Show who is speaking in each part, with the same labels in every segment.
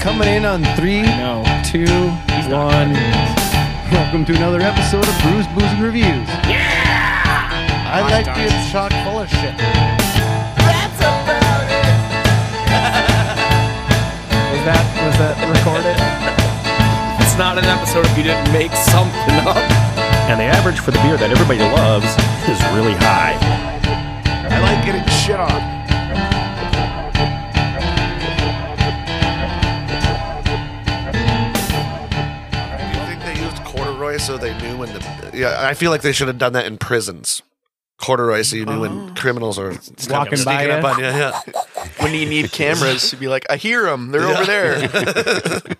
Speaker 1: Coming in on three,
Speaker 2: No.
Speaker 1: two,
Speaker 2: not
Speaker 1: one. Welcome to another episode of Brews, Booze, and Reviews. Yeah! I like
Speaker 2: dogs.
Speaker 1: being chock full of shit.
Speaker 3: Was that was that recorded?
Speaker 2: It's not an episode if you didn't make something up.
Speaker 4: and the average for the beer that everybody loves is really high.
Speaker 3: I like getting shit on.
Speaker 5: Do you think they used corduroy so they knew when the? Yeah, I feel like they should have done that in prisons. Corduroy so you knew when criminals are
Speaker 1: Oh. Walking by
Speaker 5: sneaking up
Speaker 1: ya.
Speaker 5: on you. Yeah.
Speaker 3: When you need cameras to be like, I hear them. They're over there.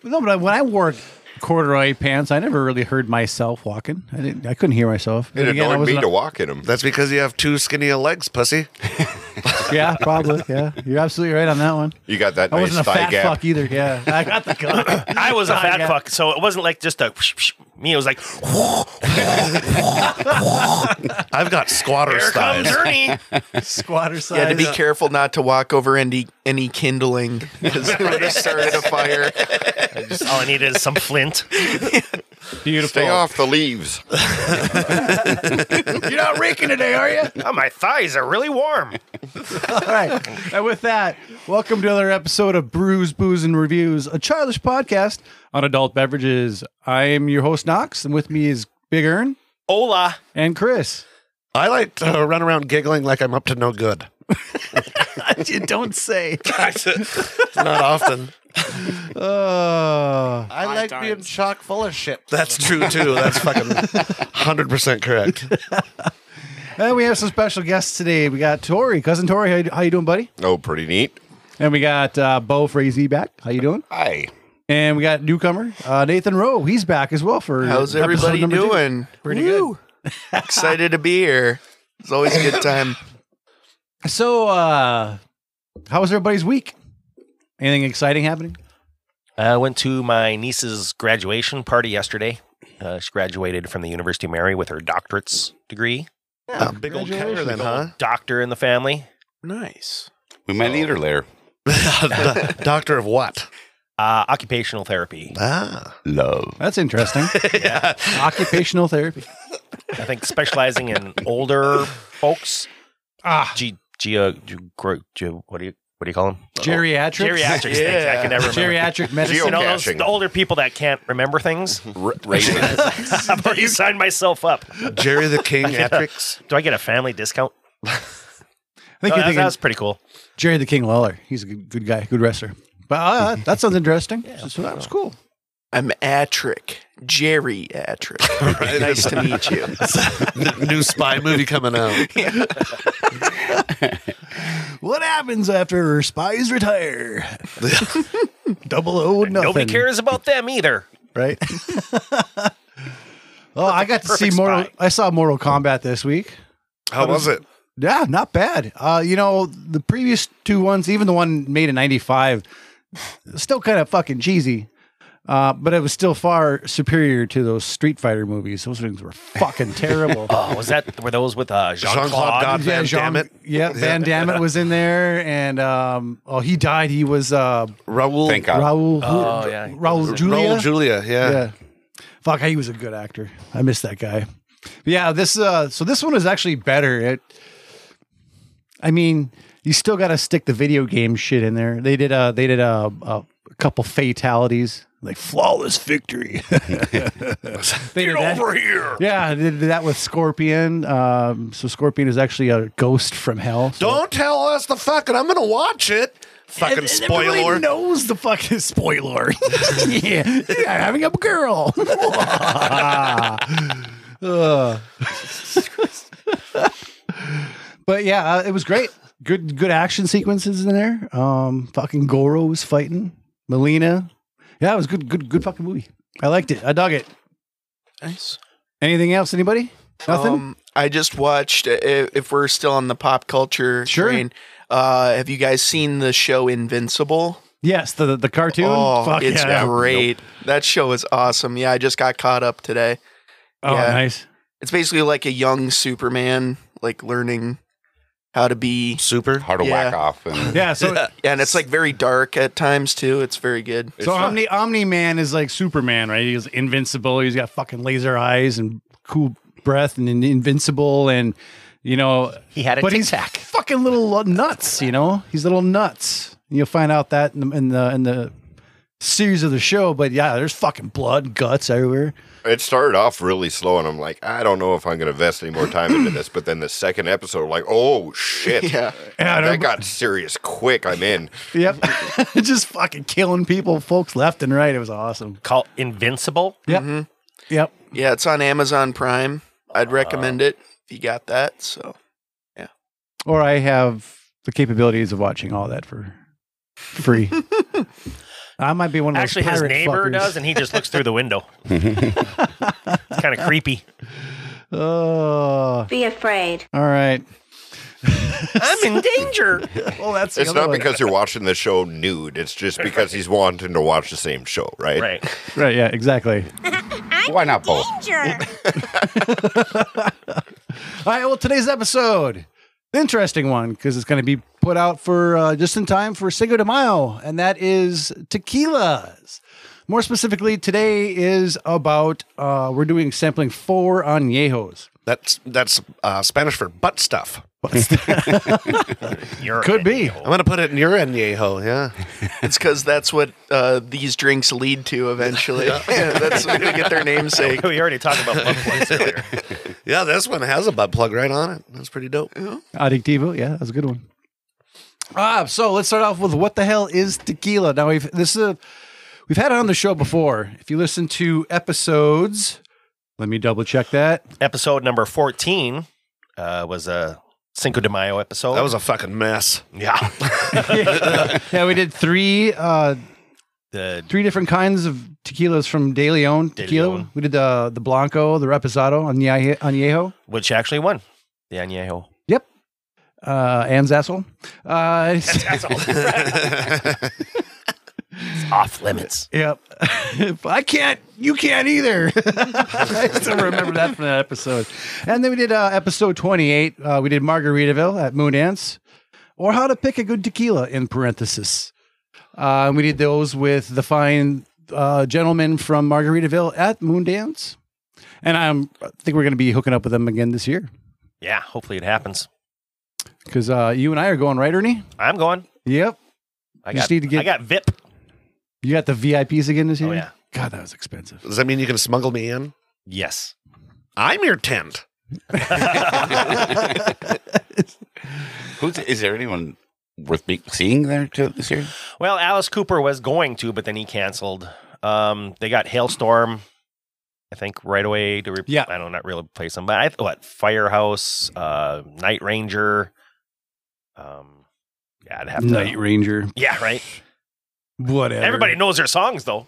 Speaker 1: No, but I- when I wore corduroy pants, I never really heard myself walking. I didn't. I couldn't hear myself.
Speaker 6: It
Speaker 1: And again, I
Speaker 6: annoyed me
Speaker 1: wasn't-
Speaker 6: to walk in them.
Speaker 5: That's because you have too skinny of legs, pussy.
Speaker 1: Yeah, probably. Yeah, you're absolutely right on that one.
Speaker 6: You got that
Speaker 1: I
Speaker 6: nice
Speaker 1: wasn't a
Speaker 6: thigh
Speaker 1: fat
Speaker 6: gap.
Speaker 1: fuck either. Yeah, I got the gun.
Speaker 7: I was a fat
Speaker 1: yeah.
Speaker 7: fuck, so it wasn't like just a me. It was like
Speaker 5: I've got squatter
Speaker 7: here
Speaker 5: thighs.
Speaker 7: comes Ernie.
Speaker 1: Squatter size.
Speaker 3: yeah, to be careful not to walk over any any kindling because it would have started a fire.
Speaker 7: All I needed is some flint.
Speaker 6: Stay off the leaves.
Speaker 1: You're not raking today, are you?
Speaker 7: Oh, my thighs are really warm.
Speaker 1: All right. And with that, welcome to another episode of Brews, Booze, and Reviews, a childish podcast on adult beverages. I am your host, Knox, and with me is Big Earn
Speaker 2: Hola.
Speaker 1: and Chris.
Speaker 5: I like to uh, run around giggling like I'm up to no good. uh,
Speaker 1: you don't say.
Speaker 5: Not often.
Speaker 1: Uh,
Speaker 5: I like being
Speaker 2: times.
Speaker 5: chock full of shit. That's true too. That's fucking 100% correct.
Speaker 1: and we have some special guests today. We got Tori, cousin Tori. How you, how you doing, buddy?
Speaker 6: Oh, pretty neat.
Speaker 1: And we got uh, Bo Frazee back. How you doing?
Speaker 6: Hi.
Speaker 1: And we got newcomer uh, Nathan Rowe. He's back as well for
Speaker 3: How's
Speaker 1: episode
Speaker 3: everybody
Speaker 1: number two.
Speaker 3: doing? Pretty good. Excited to be here. It's always a good time.
Speaker 1: So, uh, how was everybody's week? Anything exciting happening?
Speaker 7: I went to my niece's graduation party yesterday. Uh, she graduated from the University of Mary with her doctorate's degree.
Speaker 5: Yeah, big old cover then, huh?
Speaker 7: Doctor in the family.
Speaker 3: Nice.
Speaker 8: We might need her later.
Speaker 5: Doctor of what?
Speaker 7: Uh, occupational therapy.
Speaker 5: Ah.
Speaker 8: Love.
Speaker 1: That's interesting. Occupational therapy.
Speaker 7: I think specializing in older folks.
Speaker 1: Ah,
Speaker 7: G, G, uh, g- gro- g- what do you what do you call them?
Speaker 1: geriatrics.
Speaker 7: Geriatrics. things. I can never remember.
Speaker 1: Oh. Geriatric medicine.
Speaker 7: You know those
Speaker 6: Geocaching.
Speaker 7: the older people that can't remember things.
Speaker 6: R- raisins.
Speaker 7: I've already signed myself up.
Speaker 5: Jerry the King Atrix.
Speaker 7: Do I get a family discount?
Speaker 1: I think
Speaker 7: Oh,
Speaker 1: you're
Speaker 7: that,
Speaker 1: thinking
Speaker 7: that's pretty cool.
Speaker 1: Jerry the King Lawler. He's a good, good guy, good wrestler. But uh, that sounds interesting. so that was cool.
Speaker 3: I'm Atrick. Jerry Atrick. nice to meet you.
Speaker 5: New spy movie coming out.
Speaker 1: What happens after spies retire? Double O nothing.
Speaker 7: Nobody cares about them either.
Speaker 1: right? oh, I got to see
Speaker 7: perfect
Speaker 1: Mortal.
Speaker 7: spy.
Speaker 1: I saw Mortal Kombat this week.
Speaker 5: How was it?
Speaker 1: Yeah, not bad. Uh, you know, the previous two ones, even the one made in '95, still kind of fucking cheesy. Uh, but it was still far superior to those Street Fighter movies. Those things were fucking terrible.
Speaker 7: Oh, was that were those with uh, Jean
Speaker 5: Jean-Claude
Speaker 7: Claude?
Speaker 5: God Van Damme.
Speaker 1: Yeah, Van Damme was in there, and um, oh, he died. He was uh,
Speaker 5: Raul.
Speaker 8: Thank God.
Speaker 1: Raul.
Speaker 7: Oh, yeah.
Speaker 1: Raul Julia.
Speaker 5: Raul Julia. Yeah.
Speaker 1: yeah. Fuck, he was a good actor. I miss that guy. But yeah, this uh so this one is actually better. It I mean, you still got to stick the video game shit in there. They did uh they did uh, a couple fatalities. Like flawless victory. they did that.
Speaker 7: over here.
Speaker 1: Yeah, they did that with Scorpion. Um, so Scorpion is actually a ghost from hell. So
Speaker 5: Don't tell us the fucking. I'm gonna watch it. Fucking
Speaker 1: and, and
Speaker 5: spoiler.
Speaker 1: Everybody knows the fucking spoiler. yeah, yeah, having a girl. Ugh. but yeah, uh, it was great. Good, good action sequences in there. Um, fucking Goro was fighting Melina. Yeah, it was good, good, good fucking movie. I liked it. I dug it.
Speaker 3: Nice.
Speaker 1: Anything else? Anybody? Nothing.
Speaker 3: Um, I just watched. i- If we're still on the pop culture
Speaker 1: Sure.
Speaker 3: train, uh, have you guys seen the show Invincible?
Speaker 1: yes, the the cartoon.
Speaker 3: Oh,
Speaker 1: Fuck
Speaker 3: it's
Speaker 1: yeah.
Speaker 3: great. That show is awesome. Yeah, I just got caught up today.
Speaker 1: Oh,
Speaker 3: yeah.
Speaker 1: nice.
Speaker 3: It's basically like a young Superman, like learning how to be
Speaker 5: Super.
Speaker 6: How to whack
Speaker 3: Yeah.
Speaker 6: off. And
Speaker 1: Yeah. So,
Speaker 3: yeah, and it's like very dark at times too. It's very good.
Speaker 1: so Omni Omni Man is like Superman, right? He's invincible. He's got fucking laser eyes and cool breath and in- invincible and you know
Speaker 7: He had a
Speaker 1: but
Speaker 7: tic
Speaker 1: he's
Speaker 7: tac.
Speaker 1: fucking little nuts, you know. He's little nuts. And You'll find out that in the in the, in the series of the show. But yeah, there's fucking blood, guts everywhere.
Speaker 6: it started off really slow, and I'm like, I don't know if I'm going to invest any more time into this. But then the second episode, like, oh shit,
Speaker 3: Yeah.
Speaker 1: Yeah, I
Speaker 6: that
Speaker 1: remember-
Speaker 6: got serious quick. I'm in.
Speaker 1: Yep, just fucking killing people, folks, left and right. It was awesome.
Speaker 7: Called Invincible.
Speaker 1: Yep, yep.
Speaker 3: Mm-hmm. Yeah, it's on Amazon Prime. I'd recommend it if you got that. So
Speaker 1: Or I have the capabilities of watching all that for free. I might be one of those
Speaker 7: Actually, his
Speaker 1: pirate
Speaker 7: neighbor
Speaker 1: fuckers.
Speaker 7: does, and he just looks through the window. it's kind of creepy.
Speaker 1: Oh,
Speaker 8: Be afraid.
Speaker 1: all right.
Speaker 7: I'm in danger.
Speaker 1: Well, that's the
Speaker 6: It's
Speaker 1: other
Speaker 6: not
Speaker 1: one.
Speaker 6: because you're watching the show nude. It's just because he's wanting to watch the same show, right?
Speaker 7: right.
Speaker 1: right. Yeah, exactly.
Speaker 6: Why not both?
Speaker 8: Danger.
Speaker 1: All right. Well, today's episode, the interesting one, because it's going to be put out for uh, just in time for Cinco de Mayo, and that is tequilas. More specifically, today is about uh, we're doing sampling four añejos.
Speaker 5: That's that's uh, Spanish for butt stuff.
Speaker 7: You're
Speaker 1: Could be.
Speaker 5: I'm gonna put it in your añejo. Yeah.
Speaker 3: it's because that's what uh, these drinks lead to eventually. Yeah, that's what they get their namesake.
Speaker 7: We already talked about butt plugs earlier.
Speaker 5: Yeah, this one has a butt plug right on it. That's pretty dope.
Speaker 1: Addictivo, yeah, that's a good one. Ah, so let's start off with what the hell is tequila? Now we've this is a, we've had it on the show before. If you listen to episodes, let me double check that.
Speaker 7: Episode number 14 uh, was a Cinco de Mayo episode.
Speaker 5: That was a fucking mess.
Speaker 7: yeah.
Speaker 1: yeah, we did three uh
Speaker 7: the
Speaker 1: three different kinds of tequilas from De Leon
Speaker 7: De
Speaker 1: tequila.
Speaker 7: Leon.
Speaker 1: We did the the Blanco, the Reposado, Añejo, Añejo
Speaker 7: which actually won the añejo.
Speaker 1: uh, and Zassel. Uh,
Speaker 7: That's all. It's off limits.
Speaker 1: Yep. I can't. You can't either. I still remember that from that episode. And then we did uh, episode 28. Uh, we did Margaritaville at Moon Dance or how to pick a good tequila in parenthesis. Uh, and we did those with the fine uh, gentleman from Margaritaville at Moon Dance. And I'm, I think we're going to be hooking up with them again this year
Speaker 7: Yeah, hopefully it happens.
Speaker 1: because uh, you and I are going, right, Ernie?
Speaker 7: I'm going.
Speaker 1: Yep.
Speaker 7: I
Speaker 1: You
Speaker 7: got,
Speaker 1: just need to get-
Speaker 7: I got VIP.
Speaker 1: You got the VIPs again this year?
Speaker 7: Oh, yeah.
Speaker 1: God, that was expensive.
Speaker 5: Does that mean you can smuggle me in?
Speaker 7: Yes.
Speaker 5: I'm your tent.
Speaker 9: Who's is there anyone worth be, seeing there to, this year?
Speaker 7: Well, Alice Cooper was going to, but then he canceled. Um, they got Hailstorm, I think, right away to re-
Speaker 1: Yeah.
Speaker 7: I don't not really play some, but I what Firehouse, uh, Night Ranger. Um, yeah, I'd have to.
Speaker 1: Night Ranger.
Speaker 7: yeah, right.
Speaker 1: Whatever.
Speaker 7: Everybody knows their songs though.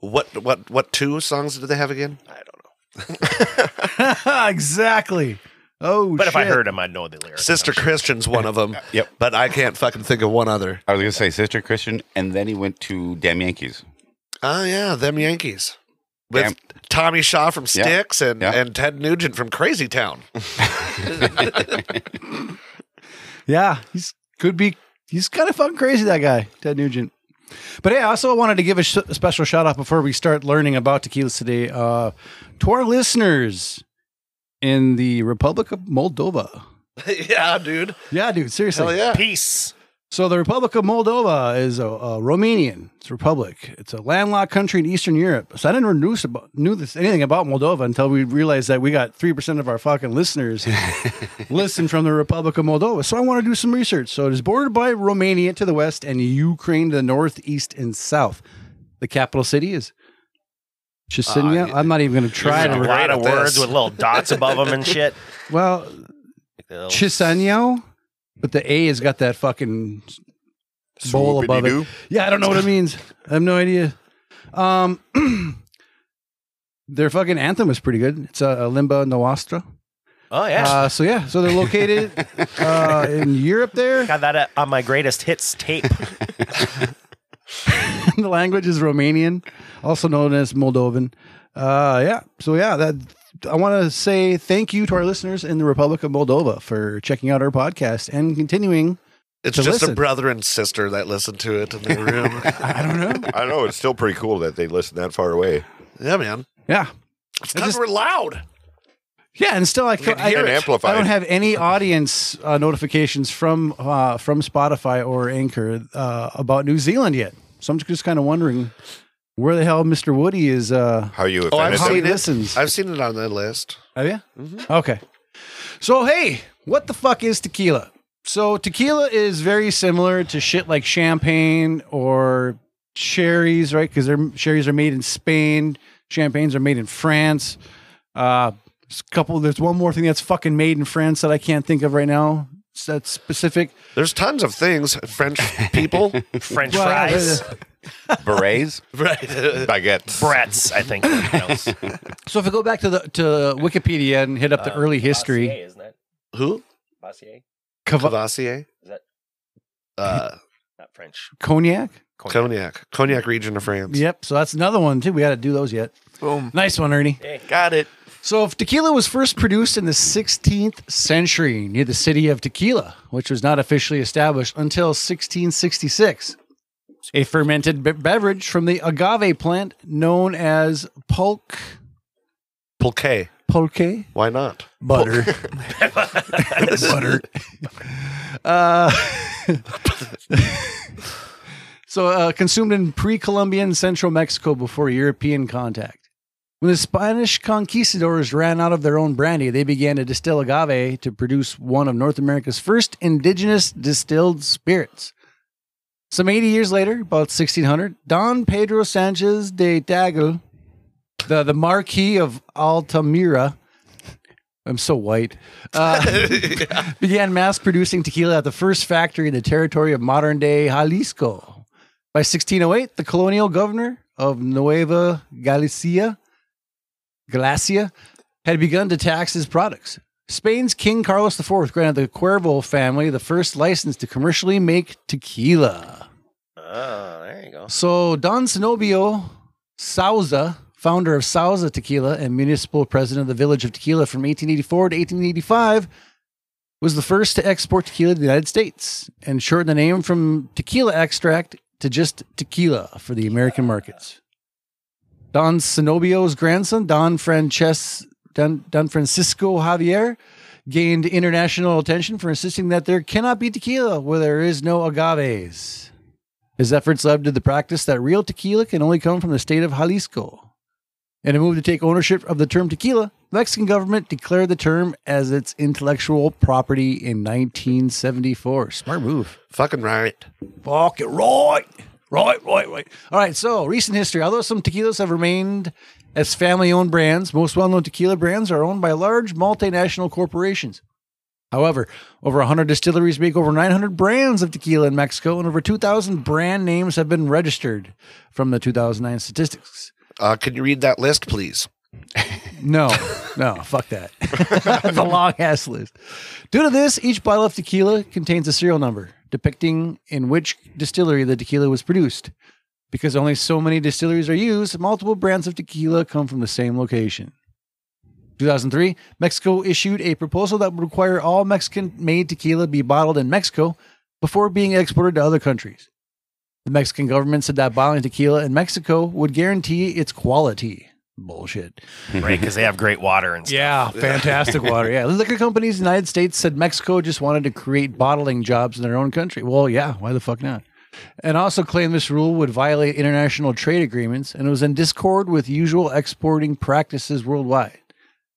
Speaker 1: Oh,
Speaker 5: What what what two songs do they have again?
Speaker 7: I don't know,
Speaker 1: exactly. Oh,
Speaker 7: but if I
Speaker 1: shit.
Speaker 7: heard them, I'd know the lyrics.
Speaker 5: Sister Christian's one of them.
Speaker 9: Yep.
Speaker 5: But I can't fucking think of one other.
Speaker 9: I was gonna say Sister Christian, and then he went to Damn Yankees.
Speaker 5: Oh yeah, them Yankees. With
Speaker 9: Damn.
Speaker 5: Tommy Shaw from Styx and,
Speaker 9: Yeah.
Speaker 5: and Ted Nugent from Crazy Town.
Speaker 1: yeah, he's could be. He's kind of fucking crazy. That guy, Ted Nugent. But hey, I also wanted to give a, sh- a special shout out before we start learning about tequilas today uh, to our listeners in the Republic of Moldova.
Speaker 5: yeah, dude.
Speaker 1: Yeah, dude, seriously.
Speaker 5: Hell yeah.
Speaker 7: Peace.
Speaker 1: So the Republic of Moldova is a, a Romanian. It's a republic. It's a landlocked country in Eastern Europe. So I didn't knew, knew this, anything about Moldova until we realized that we got three percent of our fucking listeners listen from the Republic of Moldova. So I want to do some research. So it is bordered by Romania to the west and Ukraine to the north, east, and south. The capital city is Chisinau. I'm not even going to try
Speaker 7: A
Speaker 1: to.
Speaker 7: lot of
Speaker 5: at this.
Speaker 7: words with little dots above them and shit.
Speaker 1: Well,
Speaker 7: Like the little-
Speaker 1: Chisinau, but the A has got that fucking bowl above it.
Speaker 6: Swoopity-doo.
Speaker 1: Yeah, I don't know what it means. I have no idea. Um, their fucking anthem was pretty good. It's a uh, Limba Nostra.
Speaker 7: Oh yeah,
Speaker 1: Uh, so yeah, so they're located uh, in Europe. There,
Speaker 7: got that uh, on my greatest hits tape.
Speaker 1: the language is Romanian, also known as Moldovan. Uh, yeah, so yeah, that I want to say thank you to our listeners in the Republic of Moldova for checking out our podcast and continuing.
Speaker 5: It's
Speaker 1: To
Speaker 5: just
Speaker 1: listen.
Speaker 5: a brother and sister that listen to it in their room.
Speaker 1: I don't know.
Speaker 6: I know it's still pretty cool that they listen that far away.
Speaker 5: yeah, man.
Speaker 1: yeah.
Speaker 5: It's
Speaker 1: I
Speaker 5: because
Speaker 1: just-
Speaker 5: we're loud.
Speaker 1: Yeah, and still I,
Speaker 6: can
Speaker 1: I,
Speaker 6: hear it
Speaker 1: I
Speaker 6: amplified.
Speaker 1: don't have any audience uh, notifications from uh, from Spotify or Anchor uh, about New Zealand yet. So I'm just kind of wondering where the hell Mr. Woody is. Uh,
Speaker 6: How you
Speaker 5: Oh, I've
Speaker 6: offended
Speaker 1: how
Speaker 6: them?
Speaker 1: he
Speaker 5: seen it.
Speaker 1: listens.
Speaker 5: I've seen it on the list.
Speaker 1: Have you?
Speaker 7: Mm-hmm.
Speaker 1: Okay. So hey, what the fuck is tequila? So tequila is very similar to shit like champagne or cherries, right? Because they're cherries are made in Spain, champagnes are made in France. Uh, there's a couple. There's one more thing that's fucking made in France that I can't think of right now. It's that specific.
Speaker 5: There's tons of things. French people.
Speaker 7: French
Speaker 1: Well,
Speaker 7: fries,
Speaker 1: uh,
Speaker 9: Berets?
Speaker 5: right.
Speaker 6: baguettes.
Speaker 7: brats. I think. they're pronounced.
Speaker 1: so if I go back to the to Wikipedia and hit up the
Speaker 7: Uh,
Speaker 1: early history,
Speaker 7: Bossier, isn't it?
Speaker 5: Who?
Speaker 7: Bossier?
Speaker 1: Cava-
Speaker 5: Cavassier.
Speaker 7: Is that-
Speaker 5: Uh,
Speaker 7: Not French.
Speaker 1: cognac.
Speaker 5: Cognac. Cognac region of France.
Speaker 1: Yep. So that's another one too. We got to do those yet.
Speaker 3: Boom.
Speaker 1: Nice one, Ernie.
Speaker 3: Got it.
Speaker 1: So, if tequila was first produced in the 16th century near the city of Tequila, which was not officially established until 1666, a fermented be- beverage from the agave plant known as pulque,
Speaker 5: Pulque.
Speaker 1: pulque
Speaker 5: Why not?
Speaker 1: butter, butter. Uh, so, uh, consumed in pre-Columbian central Mexico before European contact. When the Spanish conquistadors ran out of their own brandy, they began to distill agave to produce one of North America's first indigenous distilled spirits. Some 80 years later, about 1600, Don Pedro Sanchez de Tagle, the, the Marquis of Altamira, I'm so white, uh, began mass producing tequila at the first factory in the territory of modern day Jalisco. By 1608, the colonial governor of Nueva Galicia Galacia had begun to tax his products. Spain's King Carlos IV granted the Cuervo family the first license to commercially make tequila.
Speaker 7: Oh, there you go.
Speaker 1: So Don Sinobio Souza, founder of Souza Tequila and municipal president of the village of Tequila from 1884 to 1885, was the first to export tequila to the United States and shortened the name from tequila extract to just tequila for the American markets. Don Sinobio's grandson, Don, Frances- Don, Don Francisco Javier, gained international attention for insisting that there cannot be tequila where there is no agaves. His efforts led to the practice that real tequila can only come from the state of Jalisco. In a move to take ownership of the term tequila, the Mexican government declared the term as its intellectual property in 1974. Smart move.
Speaker 5: Fucking right.
Speaker 1: Fuck it, right. Right, right, right. All right, so recent history. Although some tequilas have remained as family owned brands, most well known tequila brands are owned by large multinational corporations. However, over 100 distilleries make over 900 brands of tequila in Mexico, and over 2,000 brand names have been registered from the 2009 statistics.
Speaker 5: Uh, can you read that list, please?
Speaker 1: No, no, fuck that. That's a long ass list. Due to this, each bottle of tequila contains a serial number depicting in which distillery the tequila was produced. Because only so many distilleries are used, multiple brands of tequila come from the same location. 2003, Mexico issued a proposal that would require all Mexican made tequila be bottled in Mexico before being exported to other countries. The Mexican government said that bottling tequila in Mexico would guarantee its quality. Bullshit.
Speaker 7: Right, because they have great water and stuff.
Speaker 1: Yeah, fantastic water. Yeah, liquor companies in the United States said Mexico just wanted to create bottling jobs in their own country. Well, yeah, why the fuck not? And also claimed this rule would violate international trade agreements and was in discord with usual exporting practices worldwide.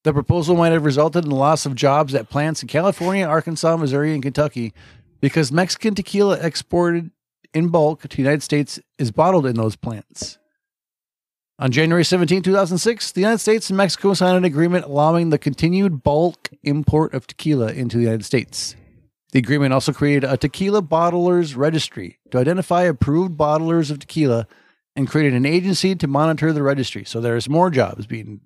Speaker 1: The proposal might have resulted in the loss of jobs at plants in California, Arkansas, Missouri, and Kentucky because Mexican tequila exported in bulk to the United States is bottled in those plants. On January 17, 2006, the United States and Mexico signed an agreement allowing the continued bulk import of tequila into the United States. The agreement also created a tequila bottlers registry to identify approved bottlers of tequila and created an agency to monitor the registry. So there's more jobs being.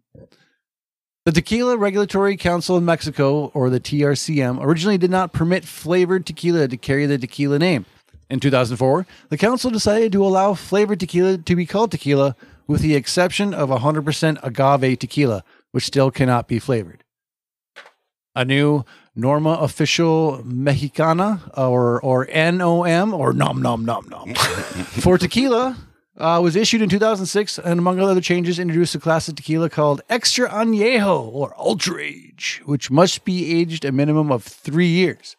Speaker 1: The Tequila Regulatory Council of Mexico, or the TRCM, originally did not permit flavored tequila to carry the tequila name. In 2004, the council decided to allow flavored tequila to be called tequila with the exception of 100% agave tequila, which still cannot be flavored. A new Norma Official Mexicana or or NOM or nom nom nom nom for tequila uh, was issued in 2006 and among other changes introduced a class of tequila called Extra Añejo or Ultra Age, which must be aged a minimum of three years.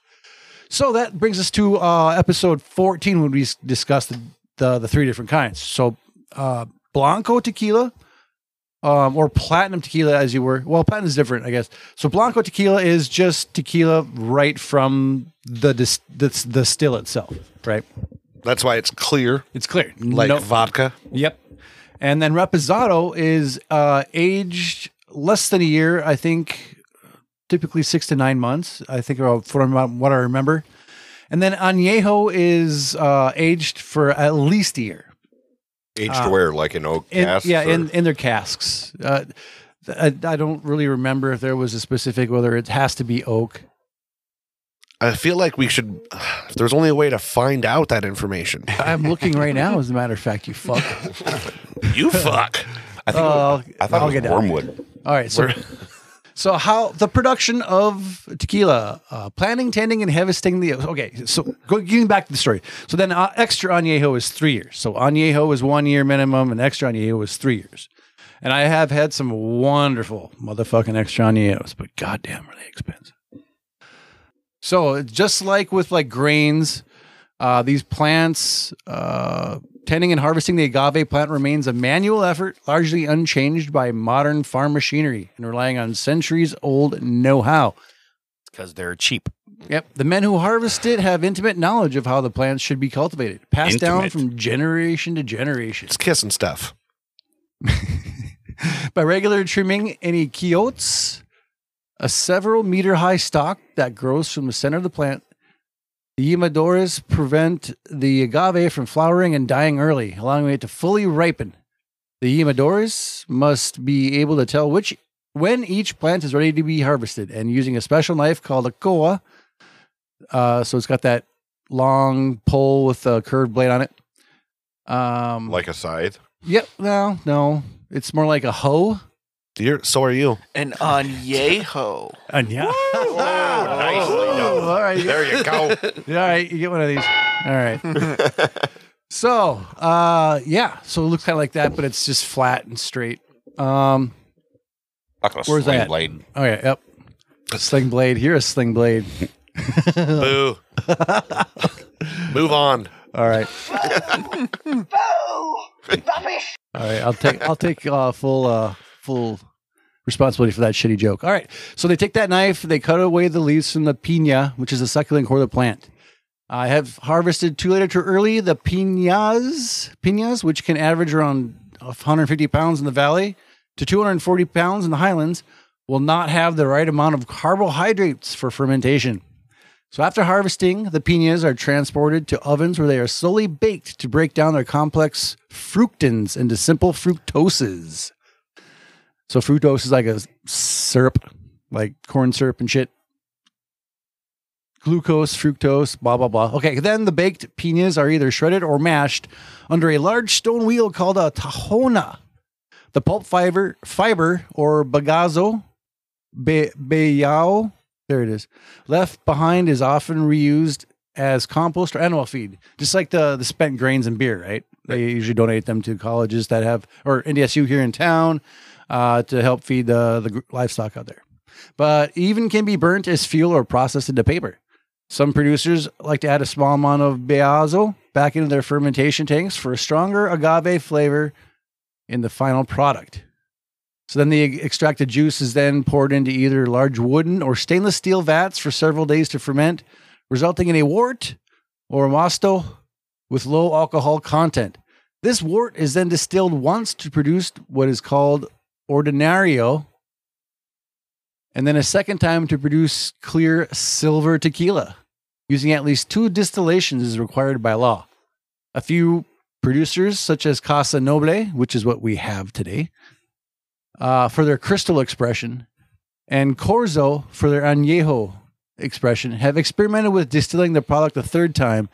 Speaker 1: So that brings us to uh, episode 14 when we s- discuss the, the, the three different kinds. So uh, Blanco tequila um, or platinum tequila as you were. Well, platinum is different, I guess. So Blanco tequila is just tequila right from the dis- the, the still itself, right?
Speaker 5: That's why it's clear,
Speaker 1: It's clear.
Speaker 5: like
Speaker 1: No-
Speaker 5: vodka.
Speaker 1: Yep. And then Reposado is uh, aged less than a year, I think, typically six to nine months, I think, uh, from what I remember. And then Añejo is uh, aged for at least a year.
Speaker 6: Aged where, like an oak
Speaker 1: uh, In,
Speaker 6: cask?
Speaker 1: yeah,
Speaker 6: or-
Speaker 1: in, in their casks. Uh, th- I, I don't really remember if there was a specific whether it has to be oak.
Speaker 5: I feel like we should. If there's only a way to find out that information.
Speaker 1: I'm looking right now, as a matter of fact, you fuck.
Speaker 5: you fuck.
Speaker 9: I
Speaker 1: Uh,
Speaker 9: think. Oh, I thought
Speaker 1: I'll
Speaker 9: it
Speaker 1: get
Speaker 9: was
Speaker 1: down.
Speaker 9: wormwood.
Speaker 1: All right, so so how the production of tequila, uh, planning, tending, and harvesting the okay. So go, getting back to the story. So then uh, extra añejo is three years. So añejo is one year minimum, and extra añejo is three years. And I have had some wonderful motherfucking extra añejos, but goddamn, are they expensive. So just like with like grains, uh, these plants, uh, tending and harvesting the agave plant remains a manual effort, largely unchanged by modern farm machinery and relying on centuries old know how.
Speaker 7: because they're cheap.
Speaker 1: Yep. The men who harvest it have intimate knowledge of how the plants should be cultivated, passed down
Speaker 9: Intimate.
Speaker 1: from generation to generation.
Speaker 5: It's kissing stuff.
Speaker 1: By regular trimming, any quiotes, a several meter high stalk that grows from the center of the plant. The Yamadoras prevent the agave from flowering and dying early, allowing it to fully ripen. The Yamadoras must be able to tell which when each plant is ready to be harvested, and using a special knife called a koa. Uh, so it's got that long pole with a curved blade on it. Um,
Speaker 6: like a scythe.
Speaker 1: Yep. No, no. It's more like a hoe.
Speaker 5: You're, so are you.
Speaker 3: An añejo.
Speaker 1: And yeah.
Speaker 6: Oh, nicely done.
Speaker 1: Oh, all right.
Speaker 6: There you go.
Speaker 1: Yeah, all right. You get one of these. All right. so, uh, yeah. So it looks kind of like that, but it's just flat and straight. Um,
Speaker 9: Like a
Speaker 1: Where's
Speaker 9: sling
Speaker 1: that?
Speaker 9: blade.
Speaker 1: oh, yeah. Yep. Sling blade. You're a sling blade.
Speaker 5: Boo. Move on.
Speaker 1: All right. All right, I'll take I'll take uh, full uh, full responsibility for that shitty joke. All right, so they take that knife, they cut away the leaves from the pina, which is a succulent core of the plant. I have harvested too late or too early the pinas, pinas, which can average around 150 pounds in the valley to 240 pounds in the highlands, will not have the right amount of carbohydrates for fermentation. So after harvesting, the pinas are transported to ovens where they are slowly baked to break down their complex fructans into simple fructoses. So fructose is like a syrup, like corn syrup and shit. Glucose, fructose, blah blah blah. Okay, then the baked pinas are either shredded or mashed under a large stone wheel called a tajona. The pulp fiber, fiber or bagazo, be, beyao, there it is, left behind is often reused as compost or animal feed, just like the the spent grains and beer, right? They usually donate them to colleges that have or NDSU here in town uh, to help feed the the gr- livestock out there. But even can be burnt as fuel or processed into paper. Some producers like to add a small amount of beazo back into their fermentation tanks for a stronger agave flavor in the final product. So then the extracted juice is then poured into either large wooden or stainless steel vats for several days to ferment, resulting in a wort or mosto with low alcohol content. This wort is then distilled once to produce what is called ordinario, and then a second time to produce clear silver tequila. Using at least two distillations is required by law. A few producers, such as Casa Noble, which is what we have today, uh, for their crystal expression and Corzo for their añejo expression have experimented with distilling the product a third time,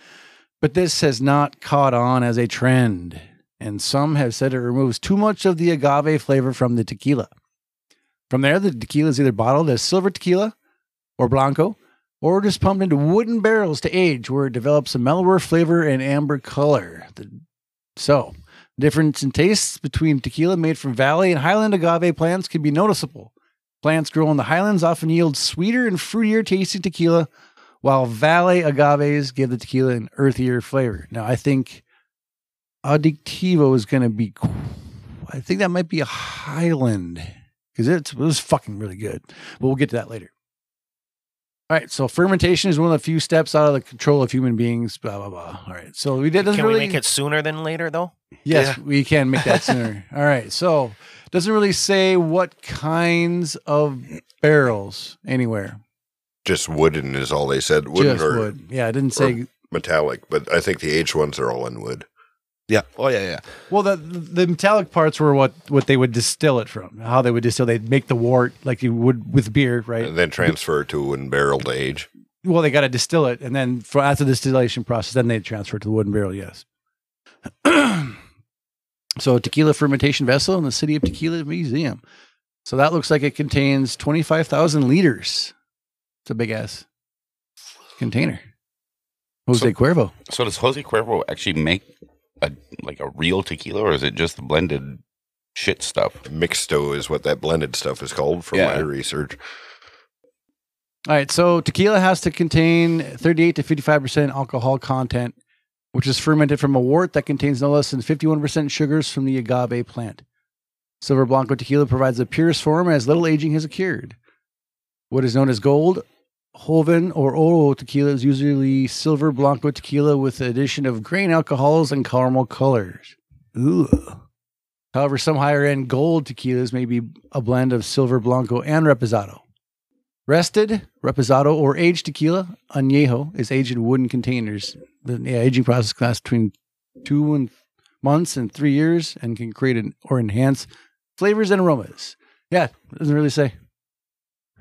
Speaker 1: but this has not caught on as a trend. And some have said it removes too much of the agave flavor from the tequila. From there, the tequila is either bottled as silver tequila or blanco, or just pumped into wooden barrels to age, where it develops a mellower flavor and amber color. The- so, difference in tastes between tequila made from valley and highland agave plants can be noticeable. Plants grown in the highlands often yield sweeter and fruitier tasting tequila, while valley agaves give the tequila an earthier flavor. Now, I think Addictivo is going to be, qu- I think that might be a highland because it was fucking really good. But we'll get to that later. All right, so fermentation is one of the few steps out of the control of human beings. Blah blah blah. All right, so we did.
Speaker 7: Can
Speaker 1: doesn't
Speaker 7: we
Speaker 1: really,
Speaker 7: make it sooner than later, though?
Speaker 1: Yes, we can make that sooner. All right. So doesn't really say what kinds of barrels anywhere.
Speaker 6: Just wooden is all they said. Wooden
Speaker 1: Just
Speaker 6: or
Speaker 1: wood. Yeah, it didn't say.
Speaker 6: metallic, but I think the aged ones are all in wood.
Speaker 5: Yeah. Oh yeah, yeah.
Speaker 1: Well, the the metallic parts were what what they would distill it from. How they would distill, they'd make the wort like you would with beer, right?
Speaker 6: And then transfer to a wooden barrel to age.
Speaker 1: Well, they got to distill it, and then for after the distillation process, then they transfer it to the wooden barrel. Yes. so tequila fermentation vessel in the city of Tequila Museum. So that looks like it contains twenty five thousand liters. It's a big ass container. Jose
Speaker 9: So-
Speaker 1: Cuervo.
Speaker 9: So does Jose Cuervo actually make a like a real tequila, or is it just the blended shit stuff?
Speaker 6: Mixto is what that blended stuff is called from
Speaker 9: Yeah.
Speaker 6: my research.
Speaker 1: All right, so tequila has to contain 38 to 55% alcohol content, which is fermented from a wort that contains no less than 51% sugars from the agave plant. Silver Blanco tequila provides the purest form as little aging has occurred. What is known as gold, Joven, or Oro tequila is usually silver Blanco tequila with the addition of grain alcohols and caramel colors. Ooh. However, some higher end gold tequilas may be a blend of silver Blanco and Reposado. Rested, reposado, or aged tequila, añejo, is aged in wooden containers. The yeah, aging process can last between two and months and three years and can create an, or enhance flavors and aromas. Yeah, doesn't really say.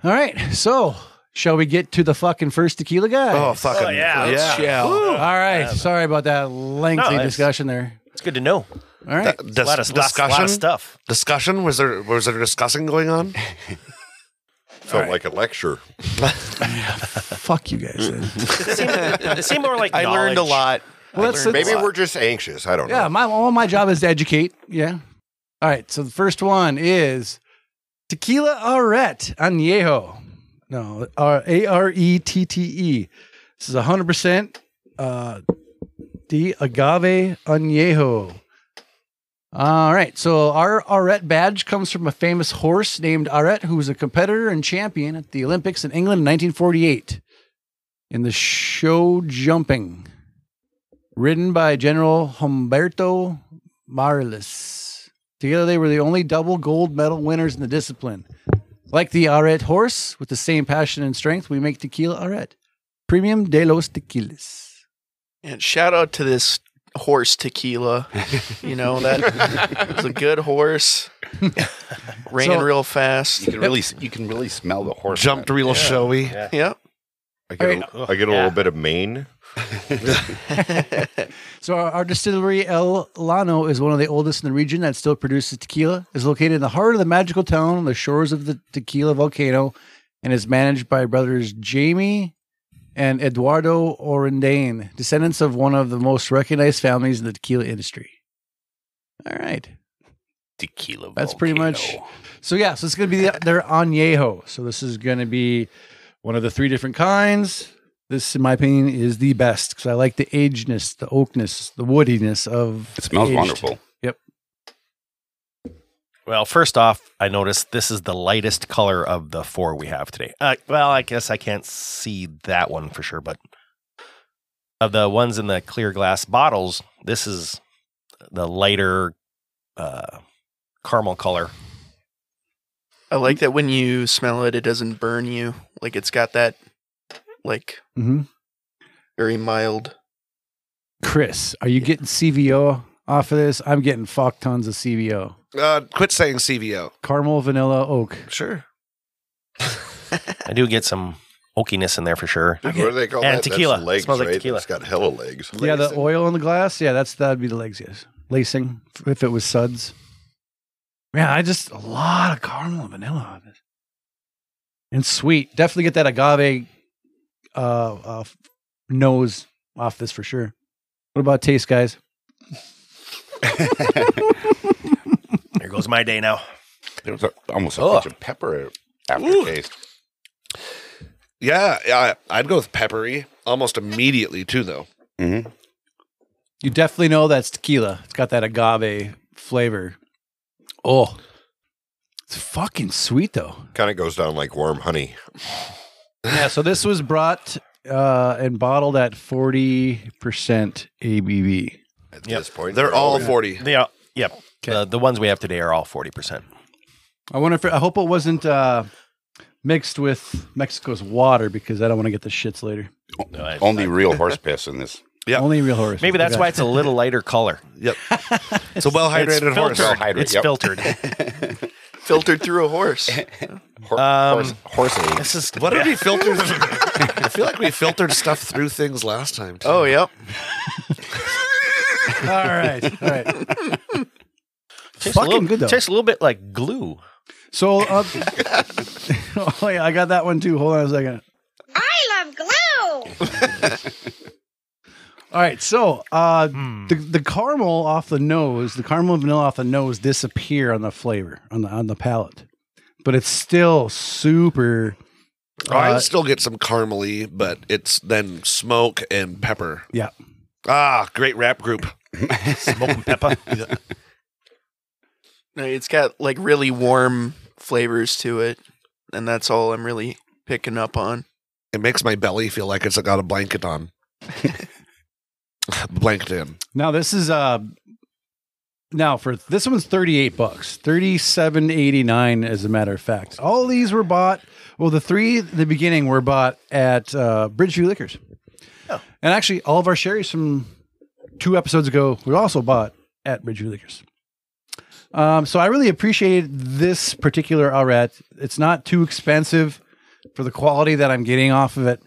Speaker 1: All right, so shall we get to the fucking first tequila guy?
Speaker 5: Oh fucking
Speaker 7: yeah, let's
Speaker 5: yeah.
Speaker 1: All right,
Speaker 7: Yeah.
Speaker 1: sorry about that
Speaker 7: No,
Speaker 1: lengthy
Speaker 7: it's-
Speaker 1: discussion there.
Speaker 7: It's good to know.
Speaker 1: All right,
Speaker 5: Dis-
Speaker 7: A lot of, lots- lot
Speaker 5: discussion.
Speaker 7: of stuff.
Speaker 5: Discussion. Was there was there discussing going on?
Speaker 6: Felt like a lecture.
Speaker 1: fuck you guys. Then.
Speaker 7: It seemed, it seemed more like
Speaker 3: I learned a
Speaker 7: knowledge.
Speaker 3: lot.
Speaker 1: Well,
Speaker 3: I
Speaker 1: that's-
Speaker 3: learned a
Speaker 6: Maybe
Speaker 3: lot.
Speaker 6: we're just anxious. I don't
Speaker 1: Yeah,
Speaker 6: know.
Speaker 1: my all my job is to educate. Yeah. All right. So the first one is tequila aret añejo. No, R A R E T T E. This is hundred percent uh the agave añejo. All right. So our Aret badge comes from a famous horse named Aret, who was a competitor and champion at the Olympics in England in 1948 in the show jumping written by General Humberto Marlis. Together, they were the only double gold medal winners in the discipline. Like the Arete horse, with the same passion and strength, we make tequila Arete. Premium de los tequilas.
Speaker 3: And shout out to this horse tequila. You know that was a good horse. Ran
Speaker 1: So-
Speaker 3: real
Speaker 9: You
Speaker 3: fast.
Speaker 9: can really you can really smell the horse.
Speaker 5: Jumped real showy.
Speaker 3: Yep.
Speaker 6: I get, a, I get a little bit of Maine.
Speaker 1: So our, our distillery El Llano is one of the oldest in the region that still produces tequila. is located in the heart of the magical town on the shores of the tequila volcano, and is managed by brothers Jamie and Eduardo Orendain, descendants of one of the most recognized families in the tequila industry. All right.
Speaker 9: tequila.
Speaker 1: That's pretty much- So yeah, so it's gonna be the, their añejo. So this is gonna be one of the three different kinds. This, in my opinion, is the best because I like the agedness, the oakness, the woodiness of.
Speaker 9: It smells
Speaker 1: aged.
Speaker 9: wonderful.
Speaker 7: Well, first off, I noticed this is the lightest color of the four we have today. Uh, well, I guess I can't see that one for sure, but of the ones in the clear glass bottles, this is the lighter uh, caramel color.
Speaker 3: I like that when you smell it, it doesn't burn you. Like it's got that, like
Speaker 1: Mhm.
Speaker 3: very mild.
Speaker 1: Chris, are you getting CVO off of this? I'm getting fuck tons of CVO.
Speaker 5: Uh, quit saying CVO.
Speaker 1: Caramel, vanilla, oak.
Speaker 5: Sure.
Speaker 7: I do get some oakiness in there for sure.
Speaker 6: What do they call
Speaker 7: And
Speaker 6: that?
Speaker 7: tequila.
Speaker 6: That's legs,
Speaker 7: Smells like
Speaker 6: right?
Speaker 7: tequila.
Speaker 6: It's got hella legs.
Speaker 1: Yeah, the oil in the glass. Yeah, that's that'd be the legs. Yes, lacing. If it was suds. Man, I just a lot of caramel and vanilla on this. And sweet. Definitely get that agave uh, uh f- nose off this for sure. What about taste, guys?
Speaker 7: There goes my day now.
Speaker 9: There was a, almost a
Speaker 7: Oh.
Speaker 9: bunch of pepper aftertaste.
Speaker 5: Yeah, yeah, I'd go with peppery almost immediately too, though.
Speaker 9: hmm
Speaker 1: You definitely know that's tequila. It's got that agave flavor. Oh. It's fucking sweet though.
Speaker 6: Kind of goes down like warm honey.
Speaker 1: Yeah, so this was brought uh and bottled at 40% ABV.
Speaker 6: At
Speaker 7: Yep.
Speaker 6: this point,
Speaker 5: They're all forty.
Speaker 7: They are, yep. The, the ones we have today are all 40%.
Speaker 1: I wonder if it, I hope it wasn't uh, mixed with Mexico's water because I don't want to get the shits later.
Speaker 7: No, I-
Speaker 9: Only real horse piss in this.
Speaker 5: Yeah.
Speaker 1: Only real horse.
Speaker 7: Maybe that's why it's a little lighter color.
Speaker 5: It's a well
Speaker 7: It's
Speaker 5: hydrated horse.
Speaker 7: filtered.
Speaker 9: Hydrate,
Speaker 7: It's
Speaker 9: yep.
Speaker 7: filtered.
Speaker 3: filtered through a horse.
Speaker 9: Hor-
Speaker 7: Um,
Speaker 9: horse, horsey.
Speaker 7: This is
Speaker 5: What did we filter? I feel like we filtered stuff through things last time. Too.
Speaker 3: Oh, yep.
Speaker 1: All right. All right.
Speaker 7: tastes a
Speaker 1: fucking
Speaker 7: little,
Speaker 1: good, though.
Speaker 7: Tastes a little bit like glue.
Speaker 1: So, uh, oh, yeah, I got that one too. Hold on a second.
Speaker 8: I love glue.
Speaker 1: All right. So, uh,
Speaker 7: Hmm.
Speaker 1: the, the caramel off the nose, the caramel and vanilla off the nose disappear on the flavor, on the, on the palate, but it's still super.
Speaker 5: Oh, I
Speaker 1: uh,
Speaker 5: still get some caramely, but it's then smoke and pepper.
Speaker 1: Yeah.
Speaker 5: Ah, great rap group.
Speaker 7: Smoke and pepper.
Speaker 3: No, it's got like really warm flavors to it, and that's all I'm really picking up on.
Speaker 5: It makes my belly feel like it's got a blanket on. blanket in.
Speaker 1: Now this is uh now for this one's 38 bucks. 37.89 as a matter of fact. All these were bought well the three at the beginning were bought at uh Bridgeview Liquors. And actually all of our sherries from 2 episodes ago were also bought at Bridgeview Liquors. Um, so I really appreciate this particular Aurat. It's not too expensive for the quality that I'm getting off of it.